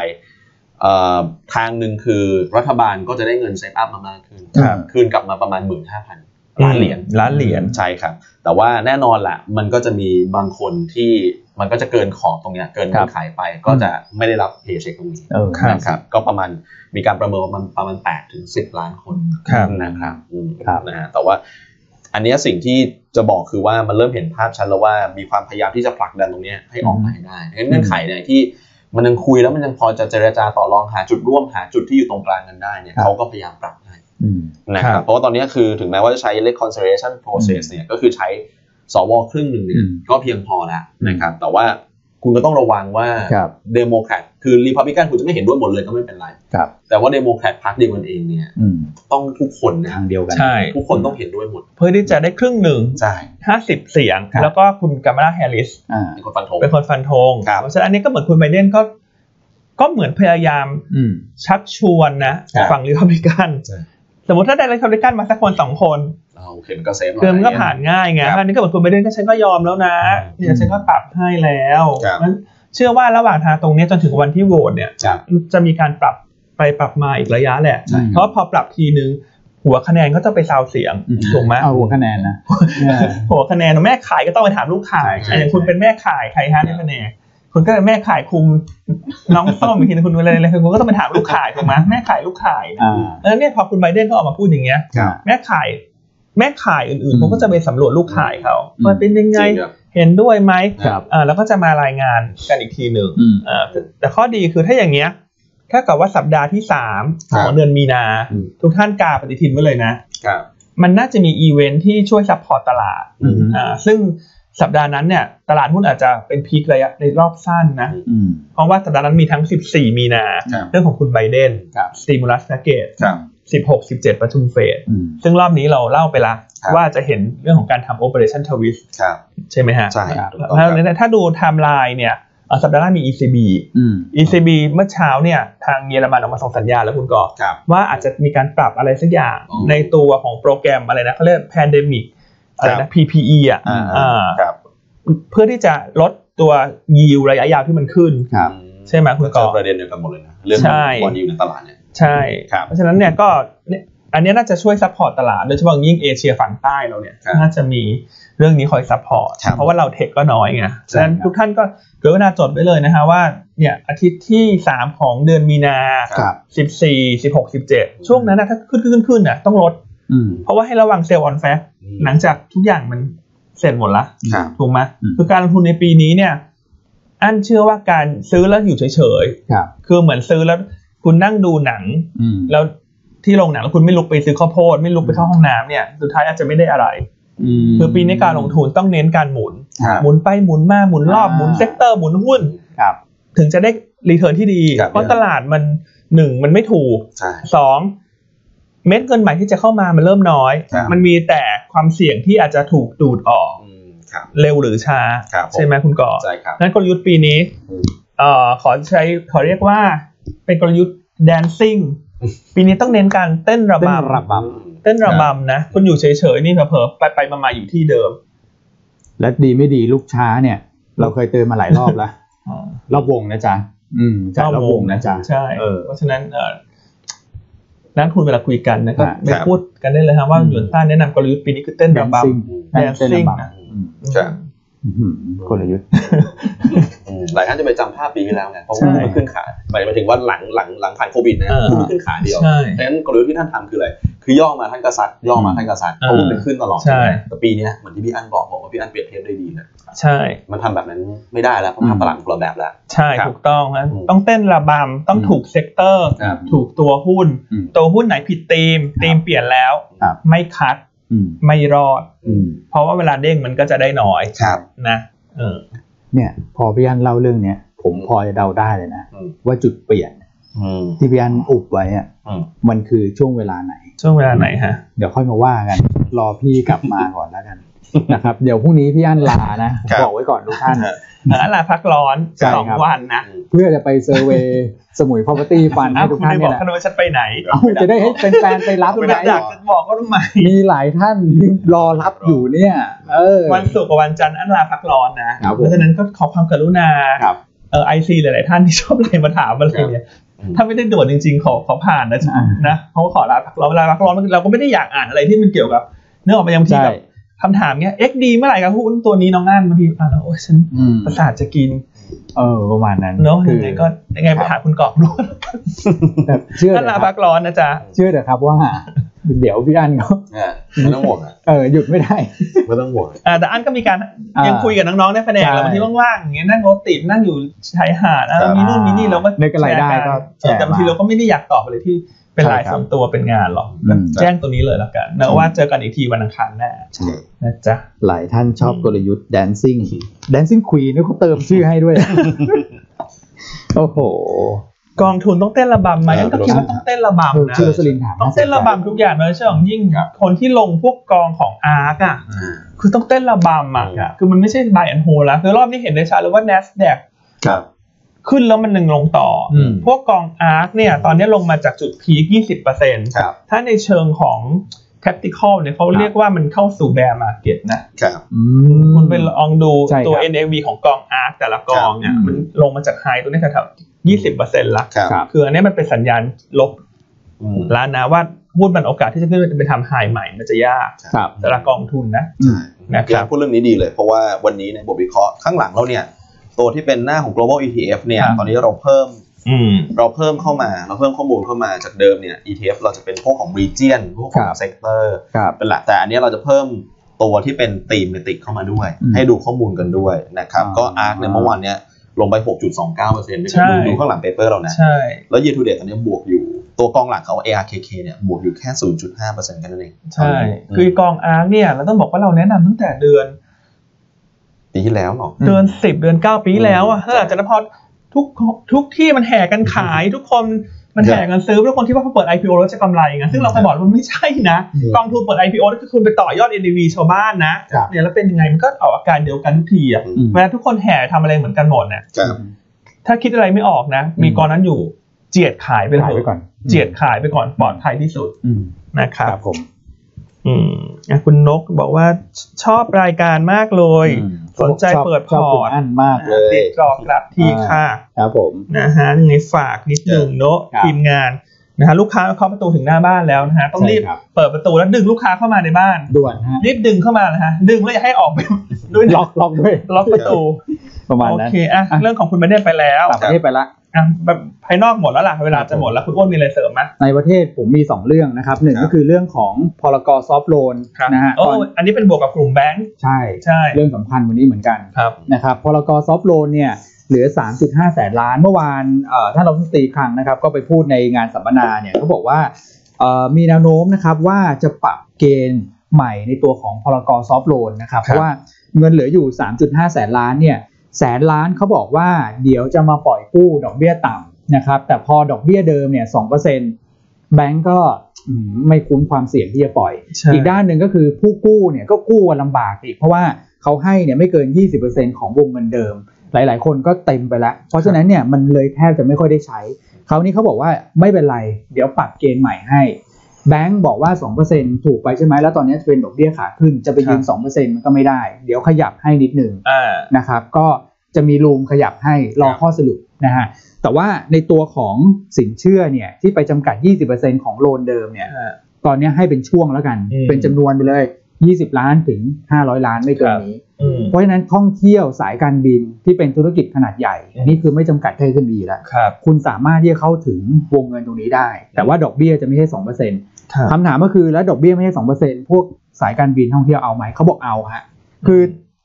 [SPEAKER 1] เอ่อทางหนึ่งคือรัฐบาลก็จะได้เงินเซฟอัพมามากขึ้น
[SPEAKER 2] ครับ
[SPEAKER 1] คืนกลับมาประมาณ 1 5 0 0 0ล้านเหรียญ
[SPEAKER 3] ล้านเหรียญ
[SPEAKER 1] ใช่ครับ แต่ว่าแน่นอนละมันก็จะมีบางคนที่มันก็จะเกินขอบตรงเนี้ยเกินเงื่อนไขไป ก็จะไม่ได้รับเพย์เช็คตรงนี้
[SPEAKER 2] เออ
[SPEAKER 3] ครับ
[SPEAKER 1] นะครับก็ประมาณมีการประเมินประมาณประมาณ8ถึง10 ล้านคน
[SPEAKER 3] ครับ
[SPEAKER 1] นะครับอืม
[SPEAKER 2] ครับ
[SPEAKER 1] นะฮะแต่ว่าอันเนี้ยสิ่งที่จะบอกคือว่ามันเริ่มเห็นภาพชัดแล้วว่ามีความพยายามที่จะผลักดันตรงเนี้ยให้ออกมาให้ได้งั้นเงื่อนไขเนี่ยที่มันยังคุยแล้วมันยังพอจะเจรจาต่อรองหาจุดร่วมหาจุดที่อยู่ตรงกลางกันได้เนี่ยเขาก็พยายามปรับให้
[SPEAKER 2] อืม
[SPEAKER 1] นะ
[SPEAKER 3] ค
[SPEAKER 1] ค
[SPEAKER 3] รั
[SPEAKER 1] รั
[SPEAKER 3] บบ
[SPEAKER 1] เพราะว่าตอนเนี้ยคือถึงแม้ว่าจะใช้ reconciliation process เนี่ยก็คือใช้สวครึ่งหนึ่งเนี่
[SPEAKER 2] อื
[SPEAKER 1] ย
[SPEAKER 2] ม
[SPEAKER 1] ก็เพียงพอแล้วนะครับแต่ว่าคุณก็ต้องระวังว่า
[SPEAKER 2] ครับ
[SPEAKER 1] เดโมแครตคือรีพับลิกันคุณจะไม่เห็นด้วยหมดเลยก็ไม่เป็นไร
[SPEAKER 2] ครับ
[SPEAKER 1] แต่ว่าเดโมแครตพรรคเดียวกันเองเนี่ย
[SPEAKER 2] อืม
[SPEAKER 1] ต้องทุกคนนะ
[SPEAKER 2] ทางเดียวกัน
[SPEAKER 3] ใช่
[SPEAKER 1] ทุกคนต้องเห็นด้วยหมด
[SPEAKER 3] เพื่อที่จะได้ครึ่งหนึ่ง
[SPEAKER 1] ใช่
[SPEAKER 3] ห้าสิบเสียง แล้วก็คุณกามาลาแฮร์ริส
[SPEAKER 2] อ่า
[SPEAKER 1] เป็นคนฟันธง
[SPEAKER 3] เป็นคนฟันธง
[SPEAKER 1] ครับ
[SPEAKER 3] เพราะฉะนั้นอันนี้ก็เหมือนคุณไบเดนก็ ก็เหมือนพยายาม
[SPEAKER 2] อืม
[SPEAKER 3] ชักชวนนะ
[SPEAKER 2] ครับ
[SPEAKER 3] ฝั่งรีพับลิกัน
[SPEAKER 1] ใช่
[SPEAKER 3] สมมติถ้าได้รีพับลิกันมาสักคนสองคน
[SPEAKER 1] เอาโอเคมันก็เซฟหย
[SPEAKER 3] คือมันก็ผ่านง่ายไง
[SPEAKER 1] ครับ
[SPEAKER 3] อันนี้ก็เหมือนคุณไบเดนก็ฉันก็ยอมแล้วนะ
[SPEAKER 1] อืม
[SPEAKER 3] เนี่ยฉันก็ปรับให้แล้ว
[SPEAKER 1] ครับ
[SPEAKER 3] งั้นเชื่อว่าระหว่างทางตรงเนี้ยจนถึงวันที่โหวตเนี่ย
[SPEAKER 1] ครับ
[SPEAKER 3] จะมีการปรับไปปรับมาอีกระยะแหละ
[SPEAKER 2] ใช่
[SPEAKER 3] เพราะพอปรับทีนึง หัวคะแนนก็จะไปซาวเสียง ถูกไหม
[SPEAKER 2] เอาหัวคะแนนนะเนี่ย
[SPEAKER 3] หัวคะแนนแม่ขายก็ต้องไปถามลูกขาย
[SPEAKER 2] ใช่
[SPEAKER 3] อ่ะอย่างคุณเป็นแม่ขายใครฮะในคะแนนคุณก็เป็นแม่ขายคุมน้องส้มอีกทีนึงคุณดูอะไรอะไรคุณก็ต้องไปถามลูกขายถูกไหมแม่ขายลูกขาย
[SPEAKER 2] อ่า
[SPEAKER 3] แล้วเนี่ยพอคุณไบเดนเขาออกมาพูดอย่างเงี้ย
[SPEAKER 1] ครับ
[SPEAKER 3] แม่ขายแม่ขายอื่น
[SPEAKER 2] อื
[SPEAKER 3] ๆ
[SPEAKER 2] ม
[SPEAKER 3] เขาก็จะไปสำรวจลูกขายเขา
[SPEAKER 2] อืม
[SPEAKER 3] ว่าเป็นยัง
[SPEAKER 1] จ
[SPEAKER 3] ไง
[SPEAKER 1] ริงครับ
[SPEAKER 3] เห็นด้วยไหม
[SPEAKER 2] ครับ
[SPEAKER 3] อ่าแล้วก็จะมารายงานกันอีกทีหนึ่ง
[SPEAKER 2] อืม
[SPEAKER 3] อ่าแต่แต่ข้อดีคือถ้าอย่างเงี้ยถ้ากับว่าสัปดาห์ที่สาม
[SPEAKER 1] ครับ
[SPEAKER 3] ของเดือนมีนา
[SPEAKER 1] อืม
[SPEAKER 3] ทุกท่านกาปฏิทินไว้เลยนะ
[SPEAKER 1] ครับ
[SPEAKER 3] มันน่าจะมีอีเวนท์ที่ช่วยซัพพอร์ตตลาด
[SPEAKER 1] อืม
[SPEAKER 3] อ่าซึ่ง สัปดาห์นั้นเนี่ยตลาดหุ้นอาจจะเป็นพีคระยะในรอบสั้นนะ
[SPEAKER 2] อืม
[SPEAKER 3] เพราะว่าสัปดาห์นั้นมีทั้ง 14 มีนา
[SPEAKER 2] ครับ
[SPEAKER 3] เรื่องของคุณไบเดน
[SPEAKER 2] ครับ
[SPEAKER 3] สตีมูลัสแพ็กเกจ
[SPEAKER 2] ครับ
[SPEAKER 3] 16 17 ประชุมเฟด
[SPEAKER 2] อืม
[SPEAKER 3] ซึ่งรอบนี้เราเล่าไปละ
[SPEAKER 1] ครับ
[SPEAKER 3] ว่าจะเห็นเรื่องของการทำ operation twist
[SPEAKER 1] ครับ
[SPEAKER 3] ใช่ไหมฮะ
[SPEAKER 1] ใช่
[SPEAKER 2] ครับ
[SPEAKER 1] ถูกต้องค
[SPEAKER 3] ถ้า
[SPEAKER 1] รับ
[SPEAKER 3] ถ้าดูไทม์ไลน์เนี่ยเอ่อสัปดาห์หน้ามี ECB
[SPEAKER 2] อืม
[SPEAKER 3] ECB เมื่อเช้าเนี่ยทางเยอรมันออกมาส่งสัญญาณแล้วคุณก่อ
[SPEAKER 1] ครับ
[SPEAKER 3] ว่าอาจจะมีการปรับอะไรสักอย่าง
[SPEAKER 1] อ๋อ
[SPEAKER 3] ในตัวของโปรแกรมอะไรนะเขาเรียก pandemic อะไร
[SPEAKER 1] ครั
[SPEAKER 3] นะ
[SPEAKER 1] บ
[SPEAKER 3] PPE อ่ะ
[SPEAKER 2] อ่า
[SPEAKER 3] อ่า
[SPEAKER 1] ครับ
[SPEAKER 3] เพื่อที่จะลดตัวยิวระยะยาวที่มันขึ้น
[SPEAKER 2] ครับ
[SPEAKER 3] ใช่ไหมคุณก่
[SPEAKER 1] ก็
[SPEAKER 3] อ
[SPEAKER 1] เจประเด็นเดียวกันหมดเลยนะเรื่อง
[SPEAKER 3] ใช่
[SPEAKER 1] บอลยูในตลาดเนี่ย
[SPEAKER 3] ใช่
[SPEAKER 1] ครับ
[SPEAKER 3] เพราะฉะนั้นเนี่ยก็เนี่ยอันเนี้ยน่าจะช่วยซัพพอร์ตตลาดโดยเฉพาะยิ่งเอเชียฝั่งใต้เราเนี่ย
[SPEAKER 1] ครับ
[SPEAKER 3] น่าจะมีเรื่องนี้คอยซัพพอร์ต
[SPEAKER 1] ครับ
[SPEAKER 3] เพราะว่าเราเทคก็น้อยไง
[SPEAKER 1] ใช่
[SPEAKER 3] ฉะนั้น
[SPEAKER 1] ครับ
[SPEAKER 3] ทุกท่านก็กรุณาจดไว้เลยนะฮะว่าเนี่ยอาทิตย์ที่ 3 ของเดือนมีนา
[SPEAKER 1] ครับ
[SPEAKER 2] ครับ
[SPEAKER 3] 14 16 17 ช่วงนั้นนะถ้าขึ้นขึ้นขึ้นขึ้นนะต้องลด
[SPEAKER 2] อืม
[SPEAKER 3] เพราะว่าให้ระวังเซลล์ออนแฟกหลังจากทุกอย่างมันเสร็จหมดละ
[SPEAKER 1] ครับ
[SPEAKER 3] ถูกไหม
[SPEAKER 2] อืม
[SPEAKER 3] คือการลงทุนในปีนี้เนี่ยอันเชื่อว่าการซื้อแล้วอยู่เฉย
[SPEAKER 2] ครับ
[SPEAKER 3] ๆคือเหมือนซื้อแล้วคุณนั่งดูหนัง
[SPEAKER 2] อืม
[SPEAKER 3] แล้วที่โรงหนังแล้วคุณไม่ลุกไปซื้อข้าวโพดไม่ลุกไปเข้าห้องน้ำเนี่ยสุดท้ายอาจจะไม่ได้อะไร
[SPEAKER 2] ม
[SPEAKER 3] คือปีนี้การลงทุนต้องเน้นการหมุน
[SPEAKER 2] ครับ
[SPEAKER 3] หมุนไปหมุนมาหมุนรอบ
[SPEAKER 2] อ่า
[SPEAKER 3] หมุนเซกเตอร์หมุนหุ้น
[SPEAKER 2] ครับ
[SPEAKER 3] ถึงจะได้รีเทิร์นที่ดี
[SPEAKER 1] ครับ
[SPEAKER 3] เพราะตลาดมันหนึ่งมันไม่ถูก
[SPEAKER 1] ใช่
[SPEAKER 3] สองเม็ดเงินใหม่ที่จะเข้ามามันเริ่มน้อย
[SPEAKER 1] ครับ
[SPEAKER 3] มันมีแต่ความเสี่ยงที่อาจจะถูกดูดออก
[SPEAKER 1] อืมครับ
[SPEAKER 3] เร็วหรือช้า
[SPEAKER 1] ครับผม
[SPEAKER 3] ใช่ไหมคุณก่อ
[SPEAKER 1] ใช่ครับ
[SPEAKER 3] นั้นกลยุทธ์ปีนี้
[SPEAKER 1] อืม
[SPEAKER 3] เอ่อขอใช้ขอเรียกว่า เป็นกลยุทธ์ dancing ปีนี้ต้องเน้นการเต้นระ
[SPEAKER 2] เต้น
[SPEAKER 3] บำ
[SPEAKER 2] ระบ
[SPEAKER 3] เต้นระบำนะคุณอยู่เฉยๆนี่เผลอๆไปไปๆมาๆอยู่ที่เดิม
[SPEAKER 2] ำและดีไม่ดีลูกช้าเนี่ย เราเคยเตือนมาหลายรอบแล้ว รอบวงนะจ๊ะ อืมจ่ายรอบวงนะจ๊ะ
[SPEAKER 3] ใช่
[SPEAKER 2] เออ
[SPEAKER 3] เพราะฉะนั้นเอ่อนักลงทุนเวลาคุยกันนะก็
[SPEAKER 2] ครับ
[SPEAKER 3] ไปพูดกันได้เลยฮะว่า
[SPEAKER 2] อืม
[SPEAKER 3] หยวนต้านแนะนำกลยุทธ์ปีนี้คือเต้นระบ
[SPEAKER 2] Dancing
[SPEAKER 3] ำ dancing นะ
[SPEAKER 2] อืม
[SPEAKER 1] ครับ
[SPEAKER 2] อื้อหือกลยุทธ์
[SPEAKER 1] อืมหลายท่านจะไปจำภาพปีที่แล้วไงเพราะ
[SPEAKER 3] ใช่
[SPEAKER 1] ว่ามันขึ้นขาหมายถึงว่าหลังหลังหลังผ่านโควิดนะ
[SPEAKER 3] เออ
[SPEAKER 1] หุ้นขึ้นขาเดียว
[SPEAKER 3] ใช่
[SPEAKER 1] ดังนั้นกลยุทธ์ที่ท่านทำคืออะไร คือย่อมาท่านกษัตริย์ย่อมาท่านกษัตริย์
[SPEAKER 3] เออ
[SPEAKER 1] เขาะหุ้นมันขึ้นตลอด
[SPEAKER 3] ใช่
[SPEAKER 1] ไหมแต่ปีเนี้ยเหมือนที่พี่อันบอกบอกว่าพี่อันเปรียบเทียบได้ดีเลย
[SPEAKER 3] ใช่
[SPEAKER 1] มันทำแบบนั้นไม่ได้แล้วเพราะภาพตลาดคนละแบบแล้ว
[SPEAKER 3] ใช่
[SPEAKER 1] ครับ
[SPEAKER 3] ถูกต้องฮะ
[SPEAKER 1] อืม
[SPEAKER 3] ต้องเต้นระบำต้อง
[SPEAKER 2] อืม
[SPEAKER 3] ถูกเซกเตอร์
[SPEAKER 1] ครับ
[SPEAKER 3] ถูกตัวหุ้น
[SPEAKER 2] อืม
[SPEAKER 3] ตัวหุ้นไหนผิดธีมธีมเปลี่ยนแล้ว
[SPEAKER 2] ครับ
[SPEAKER 3] ไม่คัด
[SPEAKER 2] อืม
[SPEAKER 3] ไม่รอด
[SPEAKER 2] อืม
[SPEAKER 3] เพราะว่าเวลาเด้งมันก็จะได้น้อย
[SPEAKER 1] ครับ
[SPEAKER 3] นะเออ
[SPEAKER 2] เนี่ย พอพี่อันเล่าเรื่องเนี้ยผมพอจะเดาได้เลยนะ
[SPEAKER 1] อืม
[SPEAKER 2] ว่าจุดเปลี่ยน
[SPEAKER 1] อืม
[SPEAKER 2] ที่พี่อันอุบไว้อะ
[SPEAKER 1] อืม
[SPEAKER 2] มันคือช่วงเวลาไหน
[SPEAKER 3] ช่วงเวลาไหนฮะ
[SPEAKER 2] เดี๋ยวค่อยมาว่ากัน รอพี่กลับมาก่อนแล้วกัน นะครับ เดี๋ยวพรุ่งนี้พี่อันลานะผมบอกไว้ก่อนทุกท่าน
[SPEAKER 3] เออลาพักร้อน
[SPEAKER 2] ใช่ครับ
[SPEAKER 3] สองวันนะ
[SPEAKER 2] เพื่อจะไปเซอร์เวย์สมุยพ r o p e r t y ฟัน
[SPEAKER 3] อ้า
[SPEAKER 2] ให้
[SPEAKER 3] ว
[SPEAKER 2] ทุก
[SPEAKER 3] คุณ
[SPEAKER 2] ท่าน
[SPEAKER 3] ไม่บ
[SPEAKER 2] เนี่
[SPEAKER 3] อย ก
[SPEAKER 2] แหละ
[SPEAKER 3] ท่านว่าฉันไปไหน
[SPEAKER 2] เอาจะได้ให้เป็นแฟนๆไปรับ
[SPEAKER 3] คุณ
[SPEAKER 2] ไหม
[SPEAKER 3] อยากจะบอกก็ทำไม
[SPEAKER 2] มีหลายท่านที่รอรับอยู่เนี่ย เออ
[SPEAKER 3] วันศุกร์กับวันจันทร์อันลาพักร้อนนะครับ
[SPEAKER 2] ผม
[SPEAKER 3] เพราะฉะนั้นก็ขอความกรุณา
[SPEAKER 2] ครับ
[SPEAKER 3] เออไอซีหลาย ๆ ท่านที่ชอบไลน์มาถามอะไรเนี่ยถ้าไม่ได้ด่วนจริง ๆ ขอขอผ่านนะ
[SPEAKER 2] อ่า
[SPEAKER 3] นะเพราะว่าขอลาพักร้อนเวลาพักร้อนเราก็ไม่ได้อยากอ่านอะไรที่มันเกี่ยวกับเนื้อออกไปยังที่
[SPEAKER 2] ใช่
[SPEAKER 3] แบบคำถามเนี้ยเอ็กดีเมื่อไหร่กับหุ้นตัวนี้น้องอ่านบางทีอ่านแล้วโอ้ยฉัน
[SPEAKER 2] อืม
[SPEAKER 3] ประสาทจะกิน
[SPEAKER 2] เออ ประมาณนั้น
[SPEAKER 3] เนาะ
[SPEAKER 2] คื
[SPEAKER 3] ยังไงก็ยังไงไปหาคุณกรอบรู้
[SPEAKER 2] แบบเชื่อ
[SPEAKER 3] อัน
[SPEAKER 2] เล
[SPEAKER 3] ลาย
[SPEAKER 2] ค
[SPEAKER 3] พั
[SPEAKER 2] รับ
[SPEAKER 3] กร้อนนะจ๊ะ
[SPEAKER 2] เชื่อเลยครับ ว่า เดี๋ยวพี่อันเขา
[SPEAKER 1] เนี่ยไม่ต้องห่วงอ่ะ
[SPEAKER 2] เออหยุดไม่ได้
[SPEAKER 1] ไม่ต้องห่วง
[SPEAKER 3] อ่าแต่อันก็มีการ
[SPEAKER 2] อ่ายั
[SPEAKER 3] ยังคุยกับน้องๆในแผนก
[SPEAKER 2] ใช่
[SPEAKER 3] เราบางทีว่างๆอย่างเงี้ยนั่งรถติดนั่งอยู่ชายหาดอ่ะ
[SPEAKER 1] ครับ
[SPEAKER 3] มีนู่นมีนี่เราก็
[SPEAKER 2] นึกอะไรได้ก็
[SPEAKER 3] แชร์น
[SPEAKER 2] แชร์มา
[SPEAKER 3] แต่บางทีเราก็ไม่ได้อยากตอบอะไรที่เป็น
[SPEAKER 2] ใช่
[SPEAKER 3] ลาย
[SPEAKER 2] ครับ
[SPEAKER 3] ส่วนตัวเป็นงานหรอก
[SPEAKER 2] อืม
[SPEAKER 3] แจ้งตัวนี้เลยแล้วกันเนอะว่าเจอกันอีกทีวันอังคารหน้านะจ๊ะ
[SPEAKER 2] หลายท่านชอบกลยุทธ์ dancing dancing queen นี่เขาเติมชื่อให้ด้วย โอ้โห
[SPEAKER 3] กองทุนต้องเต้นระบำไหม
[SPEAKER 1] เออ
[SPEAKER 3] ก็คิดว่าต้องเต้นระ
[SPEAKER 2] เออ
[SPEAKER 3] ำนะ
[SPEAKER 2] ชื่อสลินถาม
[SPEAKER 3] ต้องเต้นระบำทุกอย่างเลยเช่นยิ่งคนที่ลงพวกกองของอาร์กอ่ะ
[SPEAKER 1] อ่า
[SPEAKER 3] คือต้องเต้นระบำอ่ะ
[SPEAKER 1] ครับ
[SPEAKER 3] คือมันไม่ใช่ buy and hold แล้วคือรอบนี้เห็นได้ชัดเลยว่า NASDAQ
[SPEAKER 1] ครับ
[SPEAKER 3] ขึ้นแล้วมันหนึ่งลงต่ออ
[SPEAKER 2] ม
[SPEAKER 3] พวกกองอาร์คเนี่ย ตอนนี้ลงมาจากจุดพีค
[SPEAKER 1] ค
[SPEAKER 3] 20%
[SPEAKER 1] รับ
[SPEAKER 3] ถ้าในเชิงของ tactical เนี่ยเขาเรียกว่ามันเข้าสู่ bear market นะ
[SPEAKER 1] ครับ
[SPEAKER 2] อื
[SPEAKER 3] คุณไปลองดู
[SPEAKER 2] ใช่ครับ
[SPEAKER 3] ตัว NAV ของกองอาร์คแต่ละกองเนี่ย
[SPEAKER 2] ครับ
[SPEAKER 3] มันลงมาจากไฮตัวนี้แถวๆ20%ละ
[SPEAKER 1] ครับ
[SPEAKER 2] ครับ
[SPEAKER 3] คืออันนี้มันเป็นสัญญาณลบ
[SPEAKER 1] อืม
[SPEAKER 3] แล้วนะว่าหุ้นมันโอกาสที่จะขึ้นไปทำไฮใหม่มันจะยาก
[SPEAKER 2] ครับ
[SPEAKER 3] สำหรับกองทุนนะ
[SPEAKER 2] อืม
[SPEAKER 3] นะครับ
[SPEAKER 1] พี่อันพูดเรื่องนี้ดีเลย เพราะว่าวันนี้ในบทวิเคราะห์ข้างหลังเราเนี่ย ตัวที่เป็นหน้าของ global ETF เนี่ย
[SPEAKER 3] ครับ
[SPEAKER 1] ตอนนี้เราเพิ่ม
[SPEAKER 3] อืม
[SPEAKER 1] เราเพิ่มเข้ามา เราเพิ่มข้อมูลเข้ามาจากเดิมเนี่ย ETF เราจะเป็นพวกของ region พวกขอ
[SPEAKER 2] ค
[SPEAKER 1] ง
[SPEAKER 2] รับ
[SPEAKER 1] sector
[SPEAKER 2] ครับ
[SPEAKER 1] เป็นหลักแต่อันนี้เราจะเพิ่มตัวที่เป็นตีมเมติกเข้ามาด้วย
[SPEAKER 2] อืม
[SPEAKER 1] ให้ดูข้อมูลกันด้วยนะครับ
[SPEAKER 2] อ่า
[SPEAKER 1] ก็ ARK เนี่ยเมื่อวานเนี่ยลงไป 6.29%ด้วย
[SPEAKER 3] ใช่
[SPEAKER 1] กันดูดูข้างหลังเปเปอร์เรานะ
[SPEAKER 3] ใช่
[SPEAKER 1] แล้ว year to date ตอนนี้บวกอยู่ ตัวกองหลักเขา ARKK เนี่ยบวกอยู่แค่ 0.5%กันนั่นเอง
[SPEAKER 3] ใช่
[SPEAKER 1] ม
[SPEAKER 3] คือกองอาร์คเนี่ยเราต้องบอกว่าเราแนะนำตั้งแต่เดือน
[SPEAKER 1] ปีที่แล้วเนาะ
[SPEAKER 3] เดือนสิบเดือนเก้าปีแล้วอ่ะ
[SPEAKER 1] อืม
[SPEAKER 3] ถ้าหลังจากนั้นพอทุกทุกที่มันแห่กันขายทุกคนมัน
[SPEAKER 1] ใช่
[SPEAKER 3] แห่กันซื้อทุกคนที่ว่าพอเปิด IPO แล้วจะกำไรไงซึ่งเราเคยบอกว่ามันไม่ใช่นะ
[SPEAKER 2] อืม
[SPEAKER 3] กองทุนเปิด IPO แล้วคือคุณไปต่อยอด NAV ชาวบ้านนะครับ เนี่ยแล้วเป็นยังไงมันก็เอาอาการเดียวกันทุกทีอ่ะ
[SPEAKER 1] อื
[SPEAKER 3] เวลาทุกคนแห่ทำอะไรเหมือนกันหมดเนี่ยถ้าคิดอะไรไม่ออกนะ มีกองนั้นอยู่เจียดขายไป
[SPEAKER 2] เป็นขา
[SPEAKER 3] เล
[SPEAKER 2] ย
[SPEAKER 3] ย
[SPEAKER 2] ไปก่อน
[SPEAKER 3] เจียดขายไปก่อนปลอดภัยที่สุด
[SPEAKER 2] อืม
[SPEAKER 3] นะค
[SPEAKER 2] ค
[SPEAKER 3] รั
[SPEAKER 2] รับ บผม
[SPEAKER 3] อืมอ่ะคุณนกบอกว่าชอบรายการมากเลย
[SPEAKER 2] อืม
[SPEAKER 3] สนใจเปิดพอร์ต
[SPEAKER 2] ชบคุณอันมากเลย
[SPEAKER 1] ย
[SPEAKER 3] ติดต่อกลับทีค่ะ
[SPEAKER 2] ครับผม
[SPEAKER 3] นะฮะยังไงฝากนิดนึงเนอะ
[SPEAKER 2] ครับ
[SPEAKER 3] ทีมงานนะฮะลูกค้าเคาะประตูถึงหน้าบ้านแล้วนะฮะต้องรีบ
[SPEAKER 2] ใช่ครับ
[SPEAKER 3] เปิดประตูแล้วดึงลูกค้าเข้ามาในบ้าน
[SPEAKER 2] ด่วนฮะ
[SPEAKER 3] รีบดึงเข้ามานะฮะดึงแล้วอย่าให้ออกไปด้วยนะ
[SPEAKER 2] ล็อกล็อกด้วย
[SPEAKER 3] ล็อกประตู
[SPEAKER 2] ประมาณ
[SPEAKER 3] โอ
[SPEAKER 2] นั้น
[SPEAKER 3] เคอ่ะ
[SPEAKER 2] อ่ะ
[SPEAKER 3] เรื่องของคุณไม่ได้ไปแล้ว
[SPEAKER 2] ต่างประเทศไปละ
[SPEAKER 3] อ่ะแบบภายนอกหมดแล้วล่ะเวลาจะหมดแล้วคุณอ้วนมีอะไรเสริมไหม
[SPEAKER 2] ในประเทศผมมี 2 เรื่องนะครับหนึ่ง
[SPEAKER 3] ครับ
[SPEAKER 2] ก็คือเรื่องของพรกซอฟโลนนะฮะ
[SPEAKER 3] โอ้
[SPEAKER 2] ตอน
[SPEAKER 3] อันนี้เป็นบวกกับกลุ่มแบงค์
[SPEAKER 2] ใช่
[SPEAKER 3] ใช่
[SPEAKER 2] เรื่องสำคัญวันนี้เหมือนกัน
[SPEAKER 3] ครับ
[SPEAKER 2] นะครับพรกซอฟโลนเนี่ยเหลือ 3.5 แสนล้านเมื่อวานเอ่อท่านรัฐมนตรีคลังนะครับก็ไปพูดในงานสัมมนาเนี่ยเขาบอกว่าเอ่อมีแนวโน้มนะครับว่าจะปรับเกณฑ์ใหม่ในตัวของพรกซอฟโลนนะครับเพราะว่าเงินเหลืออยู่ 3.5 แสนล้านเนี่ยแสนล้านเขาบอกว่าเดี๋ยวจะมาปล่อยกู้ดอกเบี้ยต่ำนะครับแต่พอดอกเบี้ยเดิมเนี่ย2%แบงก์ก็อืมไม่คุ้มความเสี่ยงที่จะปล่อย
[SPEAKER 3] ใช่
[SPEAKER 2] อีกด้านหนึ่งก็คือผู้กู้เนี่ยก็กู้กันลำบากอีก เพราะว่าเขาให้เนี่ยไม่เกิน 20%ของวงเงินเดิม หลาย ๆ คนก็เต็มไปแล้ว เพราะฉะนั้นเนี่ยมันเลยแทบจะไม่ค่อยได้ใช้คราวนี้เขาบอกว่าไม่เป็นไร เดี๋ยวปรับเกณฑ์ใหม่ให้ แบงก์บอกว่า 2%ถูกไปใช่ไหมแล้วตอนนี้จะเป็นดอกเบี้ยขาขึ้นจะไปยืน 2%มันก็ไม่ได้ เดี๋ยวขยับให้นิดหนึ่ง
[SPEAKER 3] อ่า
[SPEAKER 2] นะครับก็จะมีรูมขยับให้รอ
[SPEAKER 3] ครับ
[SPEAKER 2] ข้อสรุปนะฮะแต่ว่าในตัวของสินเชื่อเนี่ยที่ไปจำกัด 20%ของโลนเดิมเนี่ย
[SPEAKER 3] อ่า
[SPEAKER 2] ตอนเนี้ยให้เป็นช่วงแล้วกัน
[SPEAKER 3] อืม
[SPEAKER 2] เป็นจำนวนไปเลย 20 ล้านถึง 500 ล้านไม่เกิน
[SPEAKER 3] ครับ
[SPEAKER 2] นี้
[SPEAKER 3] อืม
[SPEAKER 2] เพราะฉะนั้นท่องเที่ยวสายการบินที่เป็นธุรกิจขนาดใหญ่ อันนี้คือไม่จำกัด SME แล้ว
[SPEAKER 3] ครับ
[SPEAKER 2] คุณสามารถที่จะเข้าถึงวงเงินตรงนี้ได้ แต่ว่าดอกเบี้ยจะไม่ใช่
[SPEAKER 3] ครับ
[SPEAKER 2] 2%คำถามก็คือแล้วดอกเบี้ยไม่ใช่2%พวกสายการบินท่องเที่ยวเอาไหมเขาบอกเอาฮะ คือ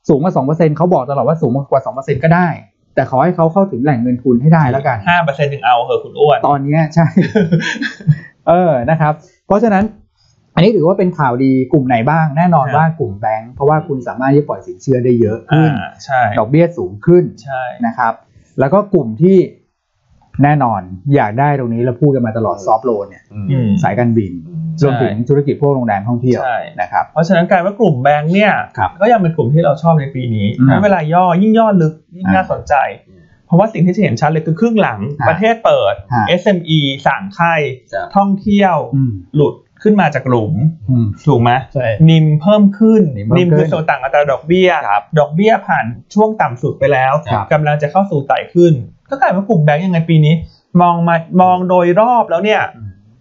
[SPEAKER 2] สูงกว่า2%เขาบอกตลอดว่าสูงกว่า2%ก็ได้ แต่ขอให้เขาเข้าถึงแหล่งเงินทุนให้ได้แล้วกัน
[SPEAKER 3] ห้าเปอร์เซ็นต์ถึงเอาเหอะคุณอ้วน
[SPEAKER 2] ตอนเนี้ยใช่ เออนะครับ เพราะฉะนั้น อันนี้ถือว่าเป็นข่าวดีกลุ่มไหนบ้าง แน่นอน
[SPEAKER 3] ครับ
[SPEAKER 2] ว่ากลุ่มแบงก์เพราะว่าคุณสามารถที่ปล่อยสินเชื่อได้เยอะขึ้น
[SPEAKER 3] อ่าใช่
[SPEAKER 2] ดอกเบี้ยสูงขึ้น
[SPEAKER 3] ใช่
[SPEAKER 2] นะครับ แล้วก็กลุ่มที่แน่นอนอยากได้ตรงนี้เราพูดกันมาตลอดซอฟโลนเนี่ย
[SPEAKER 3] อืม
[SPEAKER 2] สายการบิน
[SPEAKER 3] ใช่
[SPEAKER 2] รวมถึงธุรกิจพวกโรงแรมท่องเที่ยว
[SPEAKER 3] ใช่
[SPEAKER 2] นะครับ
[SPEAKER 3] เพราะฉะนั้นกลายว่ากลุ่มแบงค์เนี่ย
[SPEAKER 2] ครับ
[SPEAKER 3] ก็ยังเป็นกลุ่มที่เราชอบในปีนี้
[SPEAKER 2] อืม
[SPEAKER 3] นะเวลาย่อยิ่งย่อลึกยิ่ง
[SPEAKER 2] อ่า
[SPEAKER 3] น่าสนใจ
[SPEAKER 1] อืม
[SPEAKER 3] เพราะว่าสิ่งที่จะเห็นชัดเลยคือครึ่งหลัง
[SPEAKER 2] ฮะ
[SPEAKER 3] ประเทศเปิด
[SPEAKER 2] ฮะ
[SPEAKER 3] SME สั่งไข้
[SPEAKER 1] ครับ
[SPEAKER 3] ท่องเที่ยว
[SPEAKER 2] อืม
[SPEAKER 3] หลุดขึ้นมาจากหลุม
[SPEAKER 2] อืม
[SPEAKER 3] ถูกไหม
[SPEAKER 1] ใช่
[SPEAKER 3] นิมเพิ่มขึ้น
[SPEAKER 2] นิมเพิ่ม
[SPEAKER 3] มคื
[SPEAKER 2] ขึ้
[SPEAKER 3] อน ส่วนต่างอัตราดอกเบี้ย
[SPEAKER 2] ครับ
[SPEAKER 3] ดอกเบี้ยผ่านช่วงต่ำสุดไปแล้ว
[SPEAKER 2] ครับ
[SPEAKER 3] กำลังจะเข้าสู่ไต่ขึ้น ก็กลายเป็นว่ากลุ่มแบงค์ยังไงปีนี้ มองมามองโดยรอบแล้วเนี่ย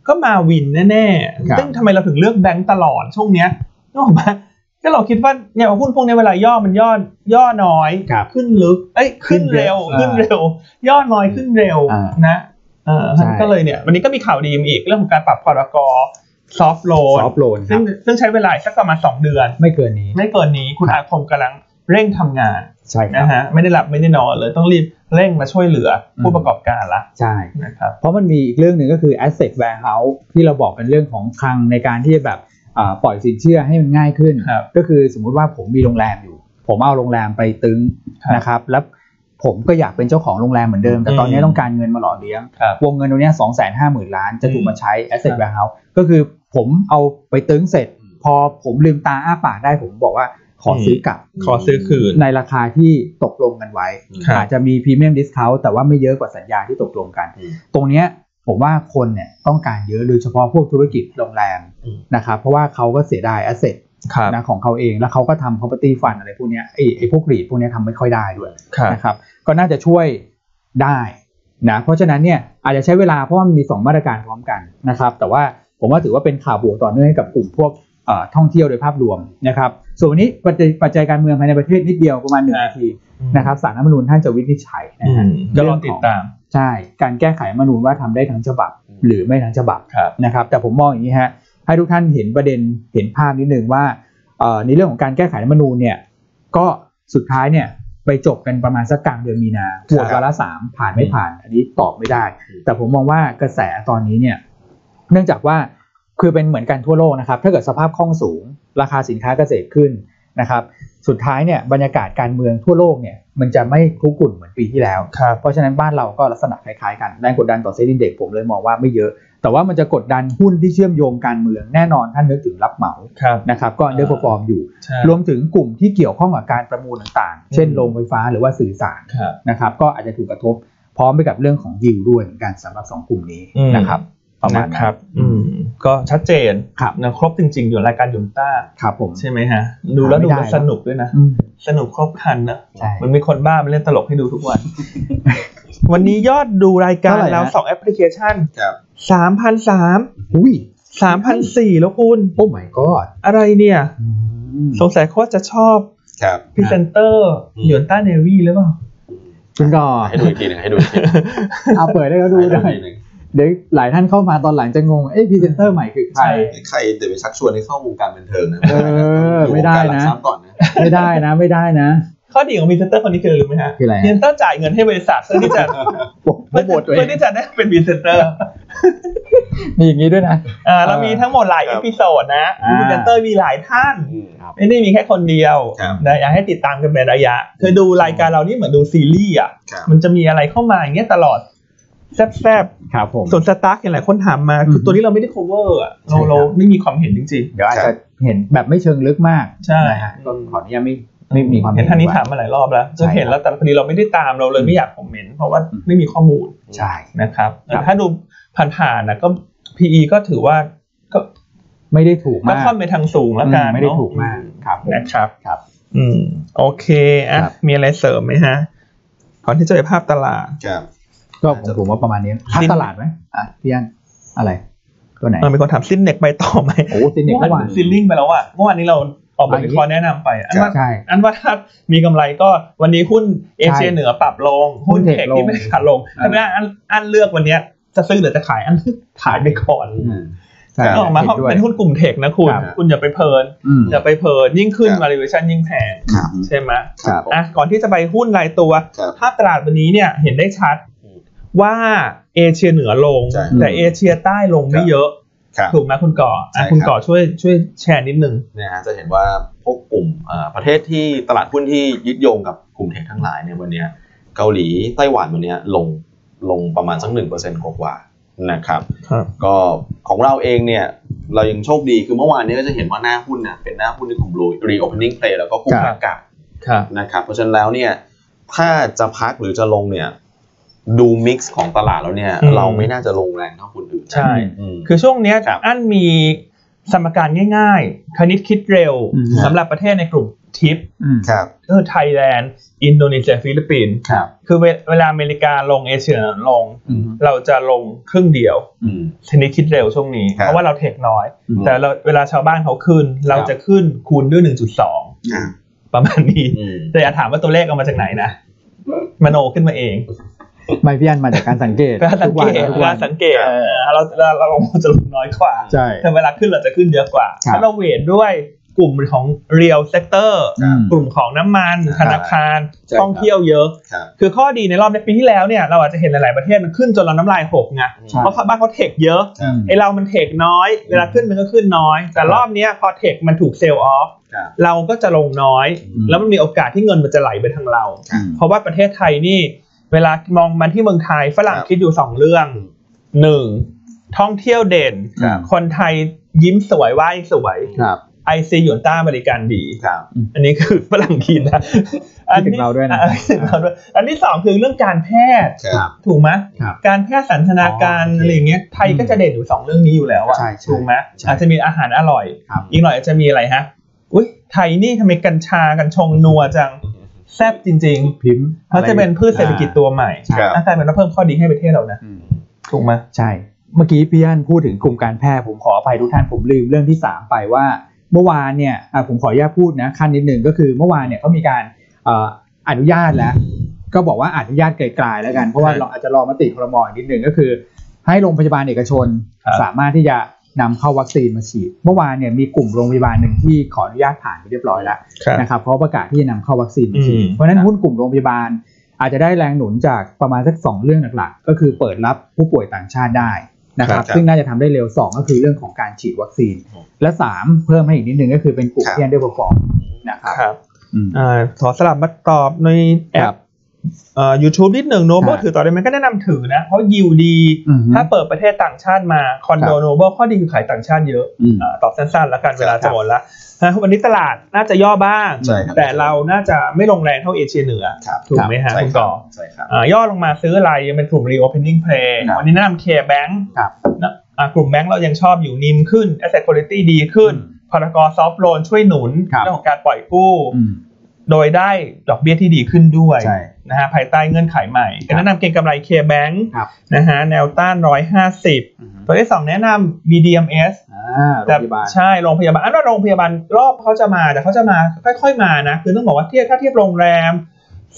[SPEAKER 3] ก็มาวินแน่
[SPEAKER 2] ครับ
[SPEAKER 3] ๆ ซึ่งทำไมเราถึงเลือกแบงก์ตลอดช่วงเนี้ยนึกออกปะก็เราคิดว่าเนี่ยหุ้นพวกเนี้ยเวลาย่อมันย่อย่อน้อย
[SPEAKER 2] ครับ
[SPEAKER 3] ขึ้นลึก เอ้ยขึ้นเร็ว
[SPEAKER 2] ขึ้
[SPEAKER 3] ขึ้น
[SPEAKER 2] นเยอะ
[SPEAKER 3] เร็ว ย่อน้อยขึ้นเร็ว
[SPEAKER 2] อ่า
[SPEAKER 3] นะ เออ
[SPEAKER 2] ใช่
[SPEAKER 3] ก็เลยเนี่ย วันนี้ก็มีข่าวดีมาอีก เรื่องของการปรับพรกซอฟโลน
[SPEAKER 2] ซอฟโลนครั
[SPEAKER 3] ซึ่ง
[SPEAKER 2] บ
[SPEAKER 3] ซึ่งใช้เวลาอีกสักประมาณสองเดือน
[SPEAKER 2] ไม่เกินนี้
[SPEAKER 3] ไม่เกินนี้คุณอาคมกำลังเร่งทำงาน
[SPEAKER 2] ใช่ครั
[SPEAKER 3] นะ
[SPEAKER 2] บ
[SPEAKER 3] ฮะไม่ได้หลับไม่ได้นอนเลยต้องรีบเร่งมาช่วยเหลือผู้
[SPEAKER 2] อืม
[SPEAKER 3] ประกอบการละ
[SPEAKER 2] ใช่
[SPEAKER 3] นะครับ
[SPEAKER 2] เพราะมันมีอีกเรื่องหนึ่งก็คือ asset warehouse ที่เราบอกเป็นเรื่องของคลังในการที่จะแบบอ่าปล่อยสินเชื่อให้มันง่ายขึ้น
[SPEAKER 3] ครับ
[SPEAKER 2] ก็คือสมมุติว่าผมมีโรงแรมอยู่ ผมเอาโรงแรมไปตึง
[SPEAKER 3] ครับ
[SPEAKER 2] นะครับแล้วผมก็อยากเป็นเจ้าของโรงแรมเหมือนเดิม แต่ตอนนี้
[SPEAKER 3] อืม
[SPEAKER 2] ต้องการเงินมาหล่อเลี้ยง
[SPEAKER 3] ครับ
[SPEAKER 2] วงเงินตรงเนี้สองแสนห้าหมื่นล้านจะถูกมาใช้
[SPEAKER 3] ครั
[SPEAKER 2] asset
[SPEAKER 3] บ
[SPEAKER 2] warehouse ก็คือผมเอาไปตึงเสร็จ พอผมลืมตาอ้าปากได้ผมบอกว่าขอซื้อกลับ
[SPEAKER 1] ม
[SPEAKER 3] ขอซื้อคืน
[SPEAKER 2] ในราคาที่ตกลงกันไว้
[SPEAKER 3] ครับ
[SPEAKER 2] อาจจะมีพรีเมียมดิสคาวแต่ว่าไม่เยอะกว่าสัญญาที่ตกลงกัน ตรงเนี้ยผมว่าคนเนี่ยต้องการเยอะโดยเฉพาะพวกธุรกิจโรงแรม
[SPEAKER 1] อืม
[SPEAKER 2] นะครับเพราะว่าเขาก็เสียดายแอสเซท
[SPEAKER 3] ครับ
[SPEAKER 2] นะของเขาเองแล้วเขาก็ทำ property fund อะไรพวกเนี้ยไอ้ไอ้พวกรีดพวกเนี้ยทำไม่ค่อยได้ด้วย
[SPEAKER 3] ครับ
[SPEAKER 2] นะครับก็น่าจะช่วยได้นะเพราะฉะนั้นเนี่ยอาจจะใช้เวลาเพราะว่ามันมี 2 มาตรการพร้อมกันนะครับแต่ว่าผมว่าถือว่าเป็นข่าวบวกต่อเนื่องให้กับกลุ่มพวกเอ่อท่องเที่ยวโดยภาพรวมนะครับส่วนวันนี้ปัจจัยปัจจัยการเมืองภายในประเทศนิดเดียวประมาณหนึ่งนาทีนะครับสารรัฐธรรมนูญท่านจะวินิจฉัยนะ
[SPEAKER 3] อื
[SPEAKER 2] ฮะ
[SPEAKER 3] มก็รอติดตาม
[SPEAKER 2] ใช่ การแก้ไขรัฐธรรมนูญว่าทำได้ทั้งฉบับ
[SPEAKER 1] อืม
[SPEAKER 2] หรือไม่ทั้งฉบับ
[SPEAKER 3] ครับ
[SPEAKER 2] นะครับ แต่ผมมองอย่างนี้ฮะ ให้ทุกท่านเห็นประเด็นเห็นภาพนิดนึงว่าเอ่อในเรื่องของการแก้ไขรัฐธรรมนูญเนี่ย ก็สุดท้ายเนี่ยไปจบกันประมาณสักกลางเดือนมีนาโหวตวาระสามผ่านไม่ผ่าน อันนี้ตอบไม่ได้ แต่ผมมองว่ากระแสตอนนี้เนี่ย เนื่องจากว่าคือเป็นเหมือนกันทั่วโลกนะครับ ถ้าเกิดสภาพคล่องสูง ราคาสินค้าเกษตรขึ้น นะครับสุดท้ายเนี่ยบรรยากาศการเมืองทั่วโลกเนี่ยมันจะไม่คลุกกลุ่นเหมือนปีที่แล้ว
[SPEAKER 3] ครับ
[SPEAKER 2] เพราะฉะนั้นบ้านเราก็ลักษณะคล้ายๆกันแรงกดดันต่อเซ็นดิเด็กผมเลยมองว่าไม่เยอะ แต่ว่ามันจะกดดันหุ้นที่เชื่อมโยงการเมืองแน่นอนท่านนึกถึงรับเหมา
[SPEAKER 3] ครับ
[SPEAKER 2] นะครับก็เดอร์ฟอร์มอยู่
[SPEAKER 3] ใช่
[SPEAKER 2] รวมถึงกลุ่มที่เกี่ยวข้องกับการประมูลต่างๆ เช่นโรงไฟฟ้าหรือว่าสื่อสาร
[SPEAKER 3] ครับ
[SPEAKER 2] นะครับก็อาจจะถูกกระทบพร้อมไปกับเรื่องของยิวด้วยเหมือนกันสำหรับสองกลุ่มนี้
[SPEAKER 3] อืม
[SPEAKER 2] นะครับประมาณ
[SPEAKER 3] น
[SPEAKER 2] นั้น
[SPEAKER 3] ครับ อืม ก็ชัดเจน
[SPEAKER 2] ครับ
[SPEAKER 3] นะครบจริงๆ อยู่รายการยุนต้า
[SPEAKER 2] ครับผม
[SPEAKER 3] ใช่ไหมฮะ ดูแล้ว
[SPEAKER 2] หาไม่
[SPEAKER 3] ดู
[SPEAKER 2] ได้
[SPEAKER 3] แล้วสนุกด้วยนะ
[SPEAKER 2] อืม
[SPEAKER 3] สนุกครบครันนะ
[SPEAKER 2] ใช่
[SPEAKER 3] มันมีคนบ้ามาเล่นตลกให้ดูทุกวัน วันนี้ยอดดูรายการ
[SPEAKER 2] เท่าไหร่นะ
[SPEAKER 3] แล้วสองแอปพลิเคชัน
[SPEAKER 1] ครับ
[SPEAKER 3] สามพันสาม
[SPEAKER 2] อุ้ย
[SPEAKER 3] สามพันสี่แล้วคุณ
[SPEAKER 2] โอ้ my god
[SPEAKER 3] อะไรเนี่ย
[SPEAKER 2] อืม
[SPEAKER 3] สงสัยเขาจะชอบ
[SPEAKER 1] ครับ
[SPEAKER 3] พรีเซนเตอร์
[SPEAKER 1] อืม
[SPEAKER 3] หยวนต้าเนวี่หรือเปล่า
[SPEAKER 2] คุณดอ
[SPEAKER 1] ให้ดูอีกทีหนึงให้ดูอีกทีหนึ่ง
[SPEAKER 2] เอาเปิดได้ก็ดู
[SPEAKER 1] ให้
[SPEAKER 2] ห
[SPEAKER 1] ดู
[SPEAKER 2] น่อย
[SPEAKER 1] อีกทีหนึ่ง
[SPEAKER 2] เดี๋ยวหลายท่านเข้ามาตอนหลังจะงง เอ้พรีเซนเตอร์ใหม่คือใคร
[SPEAKER 3] ใช่
[SPEAKER 1] ใครเดี๋ยวไปชักชวนให้เข้าวงการบันเทิงนะ
[SPEAKER 2] เออไม่ได้
[SPEAKER 1] อ
[SPEAKER 2] นะ
[SPEAKER 1] ยู่วงการหลักทรัพย์ก่อนนะ
[SPEAKER 2] ไม่ได้นะไม่ได้นะ
[SPEAKER 3] ข้อดีของพรีเซนเตอร์คนนี้คืออะไรรู้ไหมฮะ
[SPEAKER 2] คืออะไรฮะ
[SPEAKER 3] พรีเซนเตอร์จ่ายเงินให้บริษัทเพื่อที่จะ
[SPEAKER 2] โป รโมทตัวเอ
[SPEAKER 3] เพื่องที่จะได้เป็นพรีเซนเตอร์
[SPEAKER 2] มีอย่างนี้ด้วยนะ
[SPEAKER 3] อ่าเรามีทั้งหมดหลาย
[SPEAKER 1] ครั
[SPEAKER 3] เอบ พิโซดนะ
[SPEAKER 2] อ่า
[SPEAKER 3] พรีเซนเตอร์มีหลายท่าน
[SPEAKER 1] อืม
[SPEAKER 3] ไม่ได้มีแค่คนเดียว
[SPEAKER 1] ครับ
[SPEAKER 3] นะอยากให้ติดตามกันเป็นระยะคือดูรายการเรานี่เหมือนดูซีรีส์อ่ะ
[SPEAKER 1] ครับ
[SPEAKER 3] มันจะมีอะไรเข้ามาอย่างเงี้ยตลอด แซบ
[SPEAKER 2] ครับผม
[SPEAKER 3] ๆส่วนสตาร์กอย่างหลายคนถามมา คือ
[SPEAKER 2] ม
[SPEAKER 3] ตัวนี้เราไม่ได้ cover อ่ะเรา
[SPEAKER 2] ใช่ครับ
[SPEAKER 3] เราไม่มีความเห็นจริง
[SPEAKER 2] เดี๋ยวอาจจะเห็นแบบไม่เชิงลึกมาก
[SPEAKER 3] ใช่
[SPEAKER 2] นะฮะก็ขออนุญาตไม่
[SPEAKER 3] ๆ
[SPEAKER 2] ไม่มีความ
[SPEAKER 3] เห็นท่านนี้ถาม
[SPEAKER 2] ไว้
[SPEAKER 3] มาหลายรอบแล้วจะเห็นแล้วแต่พอดีเราไม่ได้ตามเราเลยไม่อยากคอมเมนต์เพราะว่า
[SPEAKER 2] อืม
[SPEAKER 3] ไม่มีข้อมูล
[SPEAKER 2] ใช่
[SPEAKER 3] นะครับ
[SPEAKER 2] ครับ
[SPEAKER 3] ถ้าดูผ่านๆนะก็ PE ก็ถือว่าก็
[SPEAKER 2] ไม่ได้ถูก
[SPEAKER 3] ก็
[SPEAKER 2] มาก
[SPEAKER 3] ค่อนไปทางสูงแล้วกัน
[SPEAKER 2] อืมไม่ได้
[SPEAKER 3] เนอะ
[SPEAKER 2] ถูกมากครับผม
[SPEAKER 3] นะครับ
[SPEAKER 2] ครับ
[SPEAKER 3] อืม โอเค อ่ะ
[SPEAKER 2] ครับ
[SPEAKER 3] มีอะไรเสริมไหมฮะ ก่อนที่จะไปภาพตลาด
[SPEAKER 1] ครับ
[SPEAKER 2] ก็ผมผมว่าประมาณนี้ภาพตลาดไหมอ่ะพี่อันอะไรตัวไหน
[SPEAKER 3] เออมีคนถามซินเน็กไปต่อไหม
[SPEAKER 2] โอ้ซินเน็กเมื่อวาน
[SPEAKER 3] ซินลิงไปแล้วอ่ะ เมื่อวานนี้เราออกบท
[SPEAKER 2] อันนี้
[SPEAKER 3] วิเคราะห์แนะนำไป อันว่า
[SPEAKER 2] ใช่
[SPEAKER 3] อันว่าถ้ามีกำไรก็วันนี้หุ้นเอเชีย
[SPEAKER 2] ใช่
[SPEAKER 3] เหนือปรับลง หุ้น
[SPEAKER 2] หุ้น
[SPEAKER 3] เท
[SPEAKER 2] เทค
[SPEAKER 3] คที่ไม่ได้ขาดลง
[SPEAKER 2] ลง
[SPEAKER 3] ถ้าไม่ได้อันอันเลือกวันเนี้ยจะซื้อหรือจะขายอัน ขายไปก่อน
[SPEAKER 2] อืมใช่
[SPEAKER 1] ครับ
[SPEAKER 3] นึกออกมา
[SPEAKER 2] ห็
[SPEAKER 3] เขา
[SPEAKER 2] ด้วย
[SPEAKER 3] เป็นหุ้นกลุ่มเทคนะคุณ
[SPEAKER 2] ครับ
[SPEAKER 3] คุณอย่าไปเพลิน
[SPEAKER 2] อืม
[SPEAKER 3] อย่าไปเพลิน ยิ่งขึ้น
[SPEAKER 1] ครับ
[SPEAKER 3] valuation ยิ่งแพง
[SPEAKER 1] ครับ
[SPEAKER 3] ใช่ไหม
[SPEAKER 2] ครับ
[SPEAKER 3] อ่ะก่อนที่จะไปหุ้นรายตัว
[SPEAKER 1] ครับ
[SPEAKER 3] ภาพตลาดวันนี้เนี่ยเห็นได้ชัดว่าเอเชียเหนือลง
[SPEAKER 1] ใช่
[SPEAKER 3] แต่เอเชียใต้ลงไม่เยอะ
[SPEAKER 1] ครับ
[SPEAKER 3] ถูกไหมคุณก่อ
[SPEAKER 1] ใช่ค
[SPEAKER 3] อ่ะ
[SPEAKER 1] รับ
[SPEAKER 3] คุณก่อช่วยช่วยแชร์นิดนึง
[SPEAKER 1] เนี่ยฮะจะเห็นว่าพวกกลุ่มเอ่อประเทศที่ตลาดหุ้นที่ยึดโยงกับกลุ่มเทคทั้งหลายเนี่ยวันเนี้ยเกาหลีไต้หวันวันเนี้ยลงลงประมาณสักหนึ่งเปอร์เซ็นต์กว่าๆนะครับ ก็ของเราเองเนี่ยเรายังโชคดีคือเมื่อวานเนี้ก็จะเห็นว่าหน้าหุ้นเนี่ยเป็นหน้าหุ้นในกลุ่ม reopening play แล้วก็กลุ่ม
[SPEAKER 2] ครับ
[SPEAKER 1] อากาศ
[SPEAKER 3] ครับ
[SPEAKER 1] นะครับเพราะฉะนั้นแล้วเนี่ยถ้าจะพักหรือจะลงเนี่ยดูมิกซ์ของตลาดแล้วเนี่ยเราไม่น่าจะลงแรงเท่าคนอื่น
[SPEAKER 3] ใช่
[SPEAKER 1] อืม
[SPEAKER 3] คือช่วงเนี้ย
[SPEAKER 1] ครับ
[SPEAKER 3] อันมีสมการง่ายๆ คณิตคิดเร็ว
[SPEAKER 2] อืม
[SPEAKER 3] สำหรับประเทศในกลุ่มทิป
[SPEAKER 2] อืม
[SPEAKER 1] ครับ
[SPEAKER 3] ก็คือไทยแลนด์ อินโดนีเซียฟิลิปปินส์
[SPEAKER 2] ครับ
[SPEAKER 3] คือเวเวลาอเมริกาลงเอเชียเหนือลง
[SPEAKER 2] อืม
[SPEAKER 3] เราจะลงครึ่งเดียว
[SPEAKER 1] อืม
[SPEAKER 3] ชนิดคิดเร็วช่วงนี้
[SPEAKER 1] ครับ
[SPEAKER 3] เพราะว่าเราเทคน้อย
[SPEAKER 2] อืม
[SPEAKER 3] แต่เราเวลาชาวบ้านเขาขึ้น เราจะขึ้นคูณด้วย 1.2
[SPEAKER 1] อ่า
[SPEAKER 3] ประมาณนี้
[SPEAKER 1] อืม
[SPEAKER 3] แต่อย่าถามว่าตัวเลขเอามาจากไหนนะมโนขึ้นมาเอง
[SPEAKER 2] ไม่พี่อันมาจากการสังเกต
[SPEAKER 3] เวลาสังเกต
[SPEAKER 2] ทุก
[SPEAKER 3] เว
[SPEAKER 2] วั
[SPEAKER 3] ลาน สังเกตเออเราเราเราลงจะลงน้อยกว่า
[SPEAKER 2] ใช่
[SPEAKER 3] แต่เวลาขึ้นเราจะขึ้นเยอะกว่า
[SPEAKER 2] ครับ
[SPEAKER 3] ถ้าเราเวทด้วยกลุ่มของเรียลเซกเตอร์
[SPEAKER 2] อืม
[SPEAKER 3] กลุ่มของน้ำมัน
[SPEAKER 1] ครับ
[SPEAKER 3] ธนาคาร
[SPEAKER 1] ใช่ครับ
[SPEAKER 3] ท่องเที่ยวเยอะ
[SPEAKER 1] ครับ
[SPEAKER 3] คือข้อดีในรอบในปีที่แล้วเนี่ยเราอาจจะเห็นหลาย ๆ ประเทศมันขึ้นจนเราน้ำลายหกไง
[SPEAKER 2] ใช่
[SPEAKER 3] เพราะเขาบ้านเขาเทคเยอะ
[SPEAKER 1] ครับ
[SPEAKER 3] ไอเรามันเทคน้อย เวลาขึ้นมันก็ขึ้นน้อย แต่รอบเนี้ยพอเทคมันถูกเซลล์ออฟ
[SPEAKER 1] ครับ
[SPEAKER 3] เราก็จะลงน้อย
[SPEAKER 2] อืม
[SPEAKER 3] แล้วมันมีโอกาสที่เงินมันจะไหลไปทางเรา
[SPEAKER 2] อืม
[SPEAKER 3] เพราะว่าประเทศไทยนี่ เวลามองมาที่เมืองไทยฝรั่ง
[SPEAKER 1] ครับ
[SPEAKER 3] คิดอยู่สองเรื่องหนึ่งท่องเที่ยวเด่น
[SPEAKER 2] ครับ
[SPEAKER 3] คนไทยยิ้มสวยไหว้สวย
[SPEAKER 2] ครับ
[SPEAKER 3] ไอซีหยวนต้าบริการดี
[SPEAKER 1] ครับ
[SPEAKER 3] อันนี้คือฝรั่งคิดนะ
[SPEAKER 2] คิดถึงเราด้วยนะ
[SPEAKER 3] อ่คิถึงเราด้วยอันที่สองคือเรื่องการแพทย์
[SPEAKER 1] ครับ
[SPEAKER 3] ถูกไหม
[SPEAKER 2] ครับ
[SPEAKER 3] การแพทย์สันทนาการ
[SPEAKER 2] อ๋อโอเค
[SPEAKER 3] อะไรอย่างเงี้ยไทยก็จะเด่นอยู่สองเรื่องนี้อยู่แล้วอะ
[SPEAKER 2] ใช่ใช่
[SPEAKER 3] ถูกไหม
[SPEAKER 2] ใช่
[SPEAKER 3] อาจจะมีอาหารอร่อย
[SPEAKER 2] ครับ
[SPEAKER 3] อีกหน่อยอาจจะมีอะไรฮะอุ้ยไทยนี่ทำไมกัญชากัญชงนัวจังแซ่บจริง
[SPEAKER 2] พิมพ์
[SPEAKER 3] ๆเพราะจะเป็นพืชเศรษฐกิจตัวใหม่
[SPEAKER 1] ใช่ครับ
[SPEAKER 3] อาจารย์มันว่าเพิ่มข้อดีให้ประเทศเรานะ
[SPEAKER 2] อืม
[SPEAKER 3] ถูกไหม
[SPEAKER 2] ใช่ เมื่อกี้พี่อันพูดถึงกลุ่มการแพทย์ผมขออภัยทุกท่านผมลืมเรื่องที่ 3 ไปว่า เมื่อวานเนี่ยอ่ะผมขออนุญาตพูดนะขั้นนิดหนึ่งก็คือเมื่อวานเนี่ยเขามีการเอ่ออนุญาตแล้ว ก็บอกว่าอนุญาตไกลๆแล้วกัน เพราะว่า
[SPEAKER 3] ครับ
[SPEAKER 2] เราอาจจะรอมติครมอีกนิดหนึ่งก็คือ ให้โรงพยาบาลเอกชน
[SPEAKER 3] ครับ
[SPEAKER 2] สามารถที่จะนำเข้าวัคซีนมาฉีด เมื่อวานเนี่ยมีกลุ่มโรงพยาบาลหนึ่งที่ขออนุญาตผ่านไปเรียบร้อยแล้ว
[SPEAKER 3] ครับ
[SPEAKER 2] นะครับเพราะประกาศที่จะนำเข้าวัคซีนมาฉีด
[SPEAKER 3] อืม
[SPEAKER 2] เพราะฉะนั้นหุ้นกลุ่มโรงพยาบาล อาจจะได้แรงหนุนจากประมาณสักสองเรื่องหลักๆ ก็คือเปิดรับผู้ป่วยต่างชาติได้ นะครับ
[SPEAKER 1] ครับ
[SPEAKER 2] ซึ่งน่าจะทำได้เร็ว 2 ก็คือเรื่องของการฉีดวัคซีน และ 3 เพิ่มให้อีกนิดนึงก็คือเป็นกลุ่ม
[SPEAKER 1] ครับ
[SPEAKER 2] ที่ได้เปอร์ฟอร์มนะครับ
[SPEAKER 3] ครับ
[SPEAKER 2] อืม
[SPEAKER 3] อ่าขอสลับมาตอบในแอ
[SPEAKER 2] ครั
[SPEAKER 3] ป
[SPEAKER 2] บ
[SPEAKER 3] เอ่อ YouTube นิดหนึ่งโนเบิล
[SPEAKER 2] ฮะ
[SPEAKER 3] ถือต่อได้ไหมก็แนะนำถือนะ เพราะยิวดี
[SPEAKER 2] อือฮึ
[SPEAKER 3] ถ้าเปิดประเทศต่างชาติมาคอนโด
[SPEAKER 2] ครับ
[SPEAKER 3] โนเบิลข้อดีคือขายต่างชาติเยอะ
[SPEAKER 2] อืม
[SPEAKER 3] อาตอบสั้นๆ แล้วกันเวลา
[SPEAKER 1] ครั
[SPEAKER 3] จะ
[SPEAKER 1] บ
[SPEAKER 3] หมดละนะวันนี้ตลาดน่าจะย่อบ้าง
[SPEAKER 1] ใช่ครับ
[SPEAKER 3] แต่เราน่าจะไม่ลงแรงเท่าเอเชียเหนือ
[SPEAKER 1] ครับ
[SPEAKER 3] ถูกไหมฮะ
[SPEAKER 1] ใช่
[SPEAKER 3] คุณ
[SPEAKER 1] ครั
[SPEAKER 3] ก่อ
[SPEAKER 1] บใช่ครับ
[SPEAKER 3] อ่าย่อลงมาซื้ออะไรยังเป็นกลุ่ม reopening play
[SPEAKER 1] ครับ
[SPEAKER 3] วันนี้แนะนำ Care Bank
[SPEAKER 2] ครับ
[SPEAKER 3] นะอ่ากลุ่มแบงก์เรายังชอบอยู่นิมขึ้น asset quality ดีขึ้น พารากอซอฟโลนช่วยหนุน
[SPEAKER 2] ครับ
[SPEAKER 3] เรื่องของการปล่อยกู้
[SPEAKER 2] อืม
[SPEAKER 3] โดยได้ดอกเบี้ยที่ดีขึ้นด้วย
[SPEAKER 2] ใช่
[SPEAKER 3] นะฮะภายใต้เงื่อนไขใหม่
[SPEAKER 2] ครับ
[SPEAKER 3] แนะนำเก็งกำไร K-Bank
[SPEAKER 2] ครับ
[SPEAKER 3] นะฮะแนวต้าน 150 ตัวที่ 2 แนะนำ BDMS
[SPEAKER 2] อ่าโรงพยาบาล
[SPEAKER 3] ใช่โรงพยาบาลอันว่าโรงพยาบาลรอบเขาจะมาแต่เขาจะมาค่อย ๆมานะ คือต้องบอกว่าเทียบถ้าเทียบโรงแรม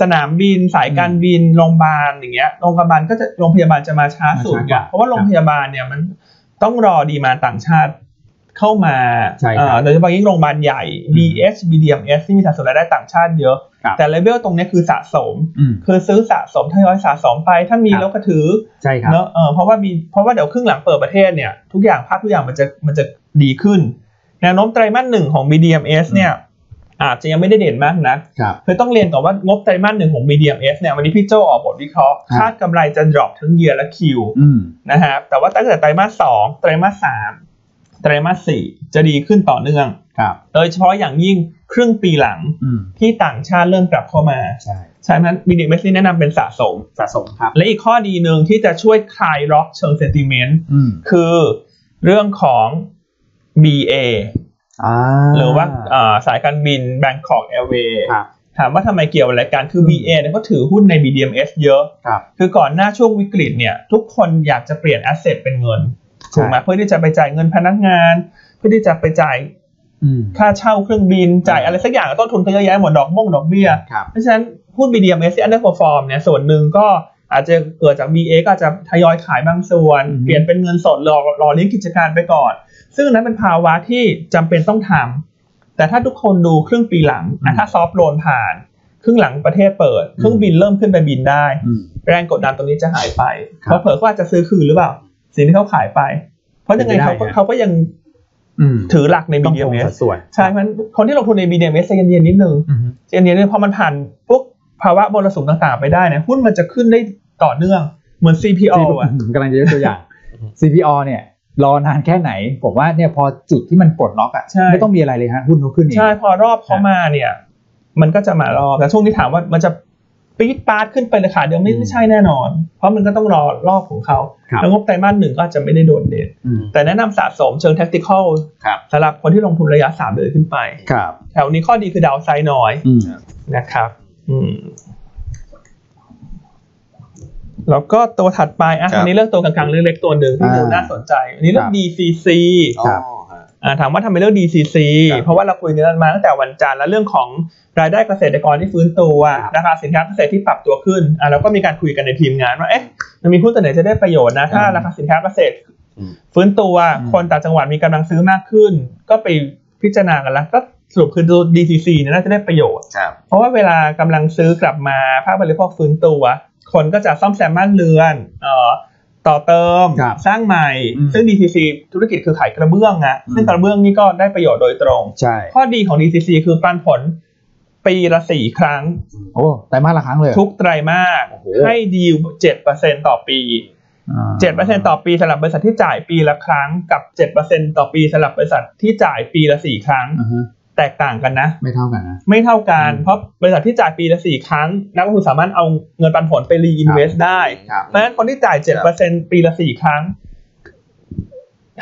[SPEAKER 3] สนามบิน สายการบินโรงพยาบาลอย่างเงี้ยโรงพยาบาลก็จะโรงพยาบาลจะมาช้าสุด
[SPEAKER 2] มาช้ากว่า
[SPEAKER 3] ไงเพราะว่าโรงพยาบาลเนี่ยมันต้องรอดีมาต่างชาติเข้ามา
[SPEAKER 2] ใช่ครับ
[SPEAKER 3] เอ่อโดยเฉพาะยิ่งโรงพยาบาลใหญ่ BH BDMS ที่มีสัดส่วนรายได้ต่างชาติเยอะ
[SPEAKER 2] ครับ
[SPEAKER 3] แต่เลเวลตรงเนี้ยคือสะสม
[SPEAKER 2] อืม
[SPEAKER 3] คือซื้อสะสมทยอยสะสมไปถ้ามี
[SPEAKER 2] ครับ
[SPEAKER 3] แล้วก็ถือ
[SPEAKER 2] ใช่ครับ
[SPEAKER 3] เนอะเออเพราะว่ามีเพราะว่าเดี๋ยวครึ่งหลังเปิดประเทศเนี่ยทุกอย่างภาพทุกอย่างมันจะมันจะดีขึ้น แนวโน้มไตรมาสหนึ่งของ BDMs เนี่ยอาจจะยังไม่ได้เด่นมากนะครับ คือต้องเรียนก่อนว่างบไตรมาสหนึ่งของ BDMs เนี่ยวันนี้พี่โจออกบทวิเคราะห์
[SPEAKER 2] ครับ
[SPEAKER 3] คาดกำไรจะดรอปทั้งเยียและคิว
[SPEAKER 2] อืม
[SPEAKER 3] นะฮะแต่ว่าตั้งแต่ไตรมาสสองไตรมาสสามไตรมาสสี่จะดีขึ้นต่อเนื่อง
[SPEAKER 2] ครับ
[SPEAKER 3] โดยเฉพาะอย่างยิ่งครึ่งปีหลัง
[SPEAKER 2] อืม
[SPEAKER 3] ที่ต่างชาติเริ่มกลับเข้ามา
[SPEAKER 2] ใช่
[SPEAKER 3] ใช่ไหมนั้น BDMs นี่แนะนำเป็นสะสม
[SPEAKER 2] สะสมครับ
[SPEAKER 3] และอีกข้อดีหนึ่งที่จะช่วยคลายล็อกเชิงเซนติเมนต์
[SPEAKER 2] อืม
[SPEAKER 3] คือเรื่องของ BA
[SPEAKER 2] อ่า
[SPEAKER 3] หรือว่าเอ่อสายการบิน Bangkok Airways
[SPEAKER 2] ครับ
[SPEAKER 3] ถามว่าทำไมเกี่ยวอะไรกันคือ BA เนี่ยก็ถือหุ้นใน BDMs เยอะ
[SPEAKER 2] ครับ
[SPEAKER 3] คือก่อนหน้าช่วงวิกฤตเนี่ย ทุกคนอยากจะเปลี่ยนแอสเซทเป็นเงินถูกไหมเพื่อที่จะไปจ่ายเงินพนักงาน เพื่อที่จะไปจ่าย
[SPEAKER 2] อืม
[SPEAKER 3] ค่าเช่าเครื่องบินจ่ายอะไรสักอย่างต้นทุนก็เยอะแยะหมดดอกม่งดอกเบี้ย
[SPEAKER 2] ครับ
[SPEAKER 3] เพราะฉะนั้นหุ้น BDMs ที่ underperform เนี่ยส่วนหนึ่งก็อาจจะเกิดจาก BA ก็อาจจะทยอยขายบางส่วน
[SPEAKER 2] อือฮึ
[SPEAKER 3] เปลี่ยนเป็นเงินสดรอรอเลี้ยงกิจการไปก่อน ซึ่งอันนั้นเป็นภาวะที่จำเป็นต้องทำแต่ถ้าทุกคนดูครึ่งปีหลังนะถ้าซอฟต์โลนผ่าน ครึ่งหลังประเทศเปิด เครื่องบินเริ่มขึ้นไปบินได้
[SPEAKER 2] อืม
[SPEAKER 3] แรงกดดันตรงนี้จะหายไป
[SPEAKER 2] ครับ
[SPEAKER 3] เพราะเผลอเขาอาจจะซื้อคืนหรือเปล่า สิ่งที่เขาขายไป เพราะยังไงเขาก็
[SPEAKER 2] เป็นไปได้ฮะ
[SPEAKER 3] เขาก็ยัง
[SPEAKER 2] อืม
[SPEAKER 3] ถือหลักใน
[SPEAKER 2] ต้องคงสั
[SPEAKER 3] BDMs
[SPEAKER 2] ดส่วน
[SPEAKER 3] ใช่เพราะฉะนั้นคนที่ลงทุนใน BDMs ใจเย็นๆนิดนึง
[SPEAKER 2] อืม
[SPEAKER 3] เจนนี้เนี่ยพอมันผ่านพวกภาวะมรสุมต่างๆไปได้เนยหุ้นมันจะขึ้นได้ต่อเนื่องเหมือน CPO อ่ะ
[SPEAKER 2] กำลังจะยก ตัวอย่าง CPO เนี่ย รอนานแค่ไหน ผมว่าเนี่ยพอจุดที่มันปลดล็อกอะ
[SPEAKER 3] ใช่
[SPEAKER 2] ไม่ต้องมีอะไรเลยฮะหุ้นเขาขึ้นเอง
[SPEAKER 3] ใช่พอรอบเขามาเนี่ย มันก็จะมารอบแต่ช่วงที่ถามว่ามันจะปี๊ดปาดขึ้นไปเลยค่ะเดี๋ยวไม่
[SPEAKER 2] อืม
[SPEAKER 3] ไม่ใช่แน่นอน เพราะมันก็ต้องรอรอบของเขา
[SPEAKER 2] ครับ
[SPEAKER 3] แล้วงบไตรมาสหนึ่งก็อาจจะไม่ได้โดดเด่น
[SPEAKER 2] อืม
[SPEAKER 3] แต่แนะนำสะสมเชิง tactical
[SPEAKER 1] ครับ
[SPEAKER 3] สำหรับคนที่ลงทุนระยะสามเดือนขึ้นไป
[SPEAKER 2] ครับ
[SPEAKER 3] แถวนี้ข้อดีคือดาวไซน้อย
[SPEAKER 2] อืม
[SPEAKER 3] นะครับ อืม แล้วก็ตัวถัดไป อ่ะ
[SPEAKER 1] ครับ
[SPEAKER 3] อันนี้เลือกตัวกลางๆเลือกเล็กตัวหนึ่งที่ดู
[SPEAKER 2] อ่า
[SPEAKER 3] น่าสนใจ อันนี้เลือ
[SPEAKER 2] ค
[SPEAKER 3] ก
[SPEAKER 2] รับ
[SPEAKER 3] DCC
[SPEAKER 2] ครับ
[SPEAKER 1] อ๋อฮะ
[SPEAKER 3] อ่า ถามว่าทำไมเลือก DCC
[SPEAKER 1] ครับ
[SPEAKER 3] เพราะว่าเราคุยกันมาตั้งแต่วันจันทร์แล้วเรื่องของรายได้เกษตรกรที่ฟื้นตัว
[SPEAKER 2] ครับ
[SPEAKER 3] ราคาสินค้าเกษตรที่ปรับตัวขึ้น อ่าเราก็มีการคุยกันในทีมงานว่า เอ๊ะ มันมีหุ้นตัวไหนจะได้ประโยชน์นะ ถ้าราคาสินค้าเกษตร
[SPEAKER 1] อืม
[SPEAKER 3] ฟื้นตัว
[SPEAKER 2] อืม
[SPEAKER 3] คนต่างจังหวัดมีกำลังซื้อมากขึ้น ก็ไปพิจารณากันแล้ว ก็สรุปคือตัว DCC เนี่ยน่าจะได้ประโยชน์
[SPEAKER 1] ครับ
[SPEAKER 3] เพราะว่าเวลากำลังซื้อกลับมาภาคบริโภคฟื้นตัว คนก็จะซ่อมแซมบ้านเรือนเอ่อต่อเติม
[SPEAKER 2] ครับ
[SPEAKER 3] สร้างใหม่
[SPEAKER 2] อืม
[SPEAKER 3] ซึ่ง DCC ธุรกิจคือขายกระเบื้องนะ
[SPEAKER 2] อืม
[SPEAKER 3] ซึ่งกระเบื้องนี่ก็ได้ประโยชน์โดยตรง
[SPEAKER 2] ใช่
[SPEAKER 3] ข้อดีของ DCC คือปันผลปีละสี่ครั้ง
[SPEAKER 2] โอ้ไตรมาสละครั้งเลยเหรอ
[SPEAKER 3] ทุกไตรมาส
[SPEAKER 2] โอ้โห
[SPEAKER 3] ให้ดีลเจ็ดเปอร์เซ็นต่อปี
[SPEAKER 2] อ่า
[SPEAKER 3] เจ็ดเปอร์เซ็นต่อปีสำหรับบริษัทที่จ่ายปีละครั้งกับเจ็ดเปอร์เซ็นต่อปีสำหรับบริษัทที่จ่ายปีละสี่ครั้ง
[SPEAKER 2] อ่าฮะ
[SPEAKER 3] แตกต่างกันนะ
[SPEAKER 2] ไม่เท่ากันนะ
[SPEAKER 3] ไม่เท่ากัน
[SPEAKER 2] อืม
[SPEAKER 3] เพราะบริษัทที่จ่ายปีละสี่ครั้ง นักลงทุนสามารถเอาเงินปันผลไปรีอินเวสได้
[SPEAKER 2] ครับ
[SPEAKER 3] เพราะฉะนั้นคนที่จ่ายเจ็ดเปอร์เซ็นปีละสี่ครั้ง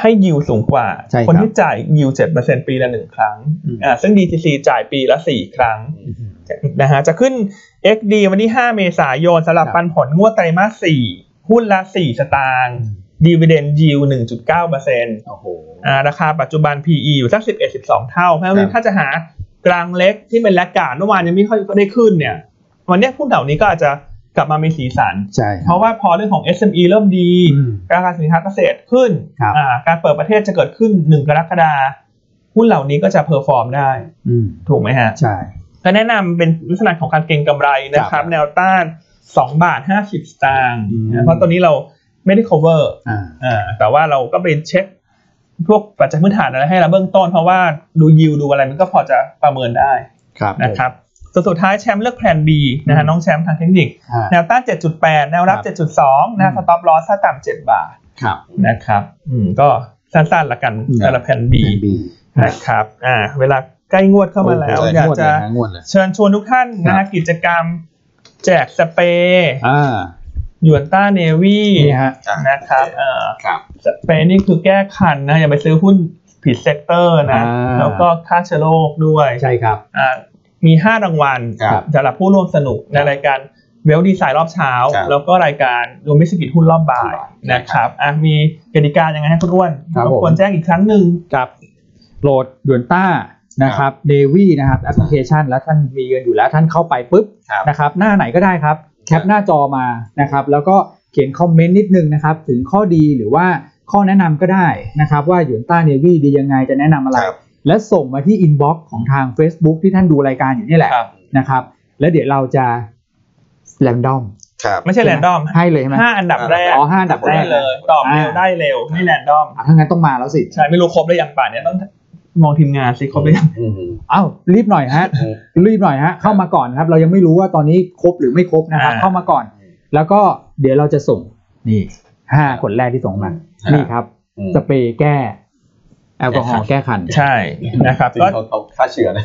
[SPEAKER 3] ให้ยิวสูงกว่า
[SPEAKER 2] ใช่ครับ
[SPEAKER 3] คนที่จ่ายยิวเจ็ดเปอร์เซ็นปีละหนึ่งครั้ง
[SPEAKER 2] อืม
[SPEAKER 3] อ่าซึ่ง DTC จ่ายปีละสี่ครั้งนะฮะจะขึ้น XD วันที่ 5 เมษายนสำหรับปันผลงวดไตรมาสสี่หุ้นละสี่สตางค์ดีเวเดนยิวหนึ่งจุดเก้าเปอร์เซ็นต์
[SPEAKER 2] โอ้โห
[SPEAKER 3] อ่าราคาปัจจุบัน PE อยู่สัก 11 12 เท่า เพราะ
[SPEAKER 1] ค
[SPEAKER 3] ฉะ
[SPEAKER 1] รั
[SPEAKER 3] นั้
[SPEAKER 1] บ
[SPEAKER 3] นถ้าจะหากลางเล็กที่เป็นแลกการดเมื่อวานยังไม่ค่อยได้ขึ้นเนี่ย วันเนี้ยหุ้นเหล่านี้ก็อาจจะกลับมามีสีสัน
[SPEAKER 2] ใช่
[SPEAKER 3] เพราะว่าพอเรื่องของ SME เริ่มดี
[SPEAKER 2] อืม
[SPEAKER 3] ราคาสินค้าเกษตรขึ้น
[SPEAKER 2] ครับ
[SPEAKER 3] อ่าการเปิดประเทศจะเกิดขึ้น 1 กรกฎาคมหุ้นเหล่านี้ก็จะเพอร์ฟอร์มได้
[SPEAKER 2] อืม
[SPEAKER 3] ถูกไหมฮะ
[SPEAKER 2] ใช่
[SPEAKER 3] ก็แนะนำเป็นลักษณะของการเก็งกำไรนะค
[SPEAKER 2] ครั
[SPEAKER 3] รั
[SPEAKER 2] บบ
[SPEAKER 3] แนวต้าน 2 บาท 50 สตางค์
[SPEAKER 2] อืม
[SPEAKER 3] นะเพราะตอนนี้เรา ไม่ได้ cover
[SPEAKER 2] อ่า
[SPEAKER 3] อ่าแต่ว่าเราก็ไปเช็คพวกปัจจัยพื้นฐานอะไรให้เราเบื้องต้นเพราะว่าดูยิวดูอะไรมันก็พอจะประเมินได้
[SPEAKER 2] ครับ
[SPEAKER 3] นะครับส่วนสุดท้ายแชมป์เลือกแผน B นะฮะน้องแชมป์ทางเทคนิค
[SPEAKER 2] อ่า
[SPEAKER 3] แนวต้าน 7.8 แนวรับ
[SPEAKER 2] ครับ
[SPEAKER 3] 7.2 นะ
[SPEAKER 2] อืม
[SPEAKER 3] สต็อปลอสถ้าต่ำ7บาท
[SPEAKER 2] ครับ
[SPEAKER 3] นะครับอืมก็สั้นๆละกัน
[SPEAKER 2] อืม
[SPEAKER 3] สำหรับแผน B
[SPEAKER 2] เป็นบี
[SPEAKER 3] นะครับอ่าเวลาใกล้งวดเข้ามาแล้ว
[SPEAKER 1] โอ้ใกล้
[SPEAKER 3] อยากจะ
[SPEAKER 2] งวดเลยนะงวดเลย
[SPEAKER 3] เชิญชวนทุกท่านนะ
[SPEAKER 2] ครั
[SPEAKER 3] ฮะ
[SPEAKER 2] บ
[SPEAKER 3] กิจกรรมแจกสเปรย์
[SPEAKER 2] อ่า
[SPEAKER 3] หยวนต้าเนวี่
[SPEAKER 2] นี่ฮะ
[SPEAKER 1] อ่ะ
[SPEAKER 3] นะครับเอ่อ
[SPEAKER 1] ครับ
[SPEAKER 3] สเปนนี่คือแก้คันนะ อย่าไปซื้อหุ้นผิดเซกเตอร์นะ
[SPEAKER 2] อ่า
[SPEAKER 3] แล้วก็ค่าเชื้อโรคด้วย
[SPEAKER 2] ใช่ครับ
[SPEAKER 3] อ่ามี 5 รางวัล
[SPEAKER 1] ครับ
[SPEAKER 3] สำหรับผู้ร่วมสนุกในรายการเวลดีไซน์รอบเช้า
[SPEAKER 1] ครับ
[SPEAKER 3] แล้วก็รายการดูมิสกิจหุ้นรอบบ่าย
[SPEAKER 1] ครับ
[SPEAKER 3] นะครับอ่ะมีกติกายังไงให้คุณอ้วน
[SPEAKER 2] ครับผม
[SPEAKER 3] รบกวนแจ้งอีกครั้งหนึ่ง
[SPEAKER 2] ครับโหลดด่วนต้านะครับเดวี่นะครับแอปพลิเคชันแล้วท่านมีเงินอยู่แล้วท่านเข้าไปปุ๊บ
[SPEAKER 1] ครับ
[SPEAKER 2] นะครับหน้าไหนก็ได้ครับ แคปหน้าจอมานะครับแล้วก็เขียนคอมเมนต์นิดนึงนะครับถึงข้อดีหรือว่าข้อแนะนำก็ได้นะครับว่าหยวนต้าเนวี่ดียังไงจะแนะนำอะไร
[SPEAKER 1] ครับ
[SPEAKER 2] และส่งมาที่อินบ็อกซ์ของทาง Facebook ที่ท่านดูรายการอยู่นี่แหละ
[SPEAKER 3] ครับ
[SPEAKER 2] นะครับแล้วเดี๋ยวเราจะแรนดอม
[SPEAKER 1] ครับ
[SPEAKER 3] ไม่ใช่แรนดอม
[SPEAKER 2] ให้เลยใช่ไหม
[SPEAKER 3] ห้าอันดับแรก
[SPEAKER 2] อ๋อห้าอันดับแร
[SPEAKER 3] ได้
[SPEAKER 2] ก
[SPEAKER 3] เลย ตอบเร็ว
[SPEAKER 2] อ่า
[SPEAKER 3] ได้เร็วไม่แรนดอม
[SPEAKER 2] อ่ะถ้างั้นต้องมาแล้วสิ
[SPEAKER 3] ใช่ไม่รู้ครบหรือยังป่านเนี้ยต้องมองทีมงานสิครบหรือยัง
[SPEAKER 1] อืม
[SPEAKER 2] เอ้ารีบหน่อยฮะ รีบหน่อยฮะเข้ามาก่อนครับ เรายังไม่รู้ว่าตอนนี้ครบหรือไม่ครบนะครับ
[SPEAKER 3] อ่า
[SPEAKER 2] เข้ามาก่อน แล้วก็เดี๋ยวเราจะส่งนี่ห้าคนแรกที่ส่งมา
[SPEAKER 1] ครับ
[SPEAKER 2] นี่ครับ
[SPEAKER 1] อืม
[SPEAKER 2] สเปรย์แก้แอลกอฮอล์แก้คัน
[SPEAKER 3] ใช่นะครับ
[SPEAKER 1] จริง
[SPEAKER 3] ก็
[SPEAKER 1] เขาเขาฆ่าเชื้อนะ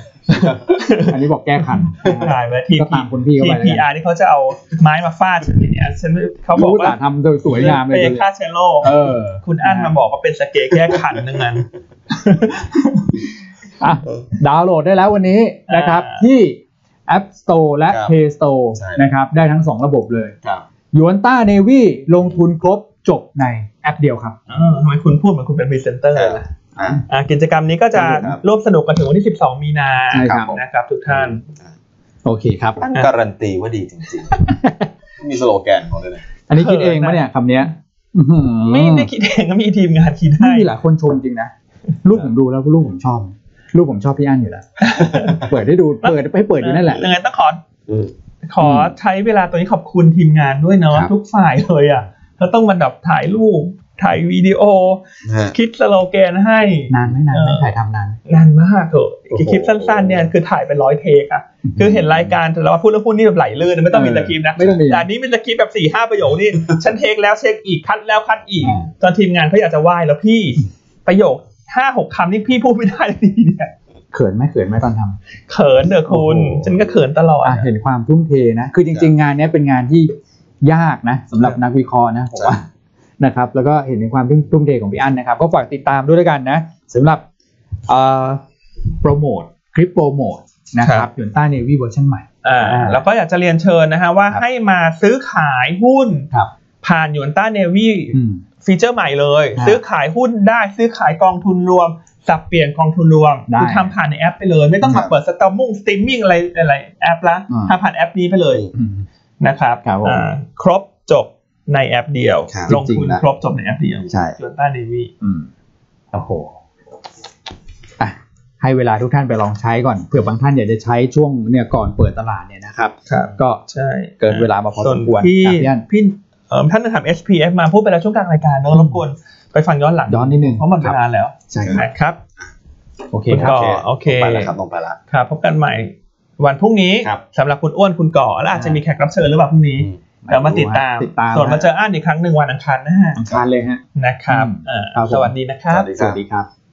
[SPEAKER 2] อันนี้บอกแก้คันนะค
[SPEAKER 3] ถ่า
[SPEAKER 2] รับ
[SPEAKER 3] ยมาที
[SPEAKER 2] ก็ตามคุณพี่เข้าไปแล้วกัน
[SPEAKER 3] พีอาร์นี่เขาจะเอาไม้มาฟาดฉันเนี่ยฉันเขาบอก
[SPEAKER 2] รู้
[SPEAKER 3] ว่า
[SPEAKER 2] สาห์ทำโดยสวยงามเลย
[SPEAKER 3] เป็นฆ่าเชื้อโรค
[SPEAKER 2] เออ
[SPEAKER 3] คุณอั้นมาบอกว่าเป็นสเกตแก้ขันนึงนั้น
[SPEAKER 2] อ่ะดาวน์โหลดได้แล้ววันนี้นะครับ
[SPEAKER 3] อ่า
[SPEAKER 2] ที่ App Store และ
[SPEAKER 1] ครับ
[SPEAKER 2] Play Store
[SPEAKER 1] ใช่
[SPEAKER 2] นะครับ ได้ทั้งสองระบบเลย
[SPEAKER 1] ครับ
[SPEAKER 2] ยวนต้าเนวี่ลงทุนครบจบในแอปเดียวครับ
[SPEAKER 3] เออทำไมคุณพูดเหมือนคุณเป็นพรีเซนเตอร์
[SPEAKER 1] ครับ
[SPEAKER 3] ล่ะ
[SPEAKER 1] อ่ะ
[SPEAKER 3] อ่ะกิจกรรมนี้ก็จะ
[SPEAKER 1] ครับ
[SPEAKER 3] ร่วมสนุกกันถึงวันที่ 12 มีนา
[SPEAKER 2] ใช่ครับ
[SPEAKER 3] นะครับทุกท่าน
[SPEAKER 2] โอเคครับ
[SPEAKER 1] ท่านการันตีว่าดีจริง ๆ มีสโลแกนของด้วยนะ
[SPEAKER 2] อันนี้คิด
[SPEAKER 3] เขิน
[SPEAKER 2] เองมะ
[SPEAKER 3] นะ
[SPEAKER 2] เนี่ยคำเนี้ยอื้อหือ
[SPEAKER 3] ไม่ได้คิดเองก็มีทีมงานคิด
[SPEAKER 2] ไม่
[SPEAKER 3] ให้
[SPEAKER 2] มีหลายคนชมจริงนะรูปผมดูแล้วรูปผมชอบรูปผมชอบพี่อั้นอยู่แล้ว เปิดให้ดูเปิดให้เปิดอยู่นั่นแหละ
[SPEAKER 3] ยังไงต้องขอ
[SPEAKER 1] อืม
[SPEAKER 3] ขอใช้เวลาตัวนี้ขอบคุณทีมงานด้วยเนาะ
[SPEAKER 2] ครับ
[SPEAKER 3] ทุกฝ่ายเลยอ่ะเขาต้องมาดับถ่ายรูปถ่ายวิดีโอ คิดสโลแกนให้
[SPEAKER 2] นานไหมนานไหม
[SPEAKER 3] เออ
[SPEAKER 2] ถ่ายทำนานไหม
[SPEAKER 3] นานมากเถอะ
[SPEAKER 1] โอ้โห
[SPEAKER 3] คลิปสั้นๆเนี่ยคือถ่ายเป็นร้อยเทคอะคือเห็นรายการแต่เราพูดแล้วพูดนี่แบบไหลลื่นไม่ต้องมี
[SPEAKER 2] เออ
[SPEAKER 3] ตะคริปต์นะ
[SPEAKER 2] ไม่ต้องมี
[SPEAKER 3] แต่อันนี้มีตะคริปต์แบบสี่ห้าประโยค นี่ ฉันเทคแล้วเช็คอีกคัดแล้วคัดอีก
[SPEAKER 2] อ่า
[SPEAKER 3] ตอนทีมงานเขาอยากจะไหว้แล้วพี่ประโยคห้าหกคำนี่พี่พูดไม่ได้ดีเนี่ย
[SPEAKER 2] เขินไหมเขินไหมตอนทำ
[SPEAKER 3] เขินเด้อะคุณ
[SPEAKER 1] โอ้โห
[SPEAKER 3] ฉันก็เขินตลอด
[SPEAKER 2] อ่ะเห็นความทุ่มเทนะคือจริง ๆ งานเนี้ยเป็นงานที่ยากนะสำหรับนักวิเคราะห์นะผมว่านะครับแล้วก็เห็นถึงความทุ่มทุ่มเทของพี่อั้นนะครับก็ฝากติดตามด้วยแล้วกันนะสำหรับเอ่อโปรโมทคลิปโปรโมทนะครับยนต้าเนวีเวอร์ชันใหม่
[SPEAKER 3] อ่า
[SPEAKER 2] อ่า
[SPEAKER 3] แล้วก็อยากจะเรียนเชิญนะฮะว่า
[SPEAKER 2] ครับ
[SPEAKER 3] ให้มาซื้อขายหุ้น
[SPEAKER 2] ครับ
[SPEAKER 3] ผ่านยูนต้าเนวี
[SPEAKER 2] อืม
[SPEAKER 3] ฟีเจอร์ใหม่เลย
[SPEAKER 2] ฮะ
[SPEAKER 3] ซื้อขายหุ้นได้ซื้อขายกองทุนรวม สับเปลี่ยนกองทุนรวม
[SPEAKER 2] ได้
[SPEAKER 3] คือทำผ่านในแอปไปเลย ไม่ต้อง
[SPEAKER 1] ครั
[SPEAKER 3] มา
[SPEAKER 1] บ
[SPEAKER 3] เปิดสตอมมุ่งสตรีมมิ่งอะไรอะไรแอปละ
[SPEAKER 2] อืม
[SPEAKER 3] ทำผ่านแอปนี้ไปเลย
[SPEAKER 2] อืม
[SPEAKER 3] นะครับ
[SPEAKER 2] ครับผม
[SPEAKER 3] อ่าครบจบในแอปเดียว
[SPEAKER 1] ครับ
[SPEAKER 3] ลงทุน
[SPEAKER 2] จริงๆนะ
[SPEAKER 3] ครบจบในแอปเดียว
[SPEAKER 2] ใช่
[SPEAKER 3] จนต้าเดวี
[SPEAKER 2] อืมโอ้โหอ่ะให้เวลาทุกท่านไปลองใช้ก่อนเผื่อบางท่านอยากจะใช้ช่วงเนี่ยก่อนเปิดตลาดเนี่ยนะครับ
[SPEAKER 3] ครับ
[SPEAKER 2] ก็
[SPEAKER 3] ใช่
[SPEAKER 2] เกินเวลามาพอส
[SPEAKER 3] ส่วน
[SPEAKER 2] มควร
[SPEAKER 3] ที่
[SPEAKER 2] ครับพี่อั้น
[SPEAKER 3] พี่เอ่อท่านถาม SPF มาพูดไปแล้วช่วงกลางรายการเนอะรบกวนไปฟังย้อนหลัง
[SPEAKER 2] ย้อนนิดนึง
[SPEAKER 3] เพราะหมดเวลาแล้ว
[SPEAKER 2] ใช่ครับ
[SPEAKER 3] นะครับ
[SPEAKER 2] โอเคครับ
[SPEAKER 3] ก็โอเค
[SPEAKER 1] ไปแล้วครับลงไปแล้ว
[SPEAKER 3] ครับพบกันใหม่วันพรุ่งนี้
[SPEAKER 1] ครับ
[SPEAKER 3] สำหรับคุณอ้วนคุณก่อและอาจจะมีแขกรับเชิญหรือเปล่าพรุ่งนี้ เดี๋ยวมาติดตาม
[SPEAKER 2] ติดตาม
[SPEAKER 3] ส่วนมาเจออ่านอีกครั้งหนึ่งวันอังคารหน้า
[SPEAKER 2] อังคารเลยฮะ
[SPEAKER 3] นะครับ
[SPEAKER 2] อืม
[SPEAKER 3] เอ่อ
[SPEAKER 2] ครับผม
[SPEAKER 3] สวัสดีนะครั
[SPEAKER 1] ส
[SPEAKER 3] บ
[SPEAKER 1] วัสดี
[SPEAKER 2] ส
[SPEAKER 1] ครั
[SPEAKER 2] วั
[SPEAKER 1] บ
[SPEAKER 2] สดีครับ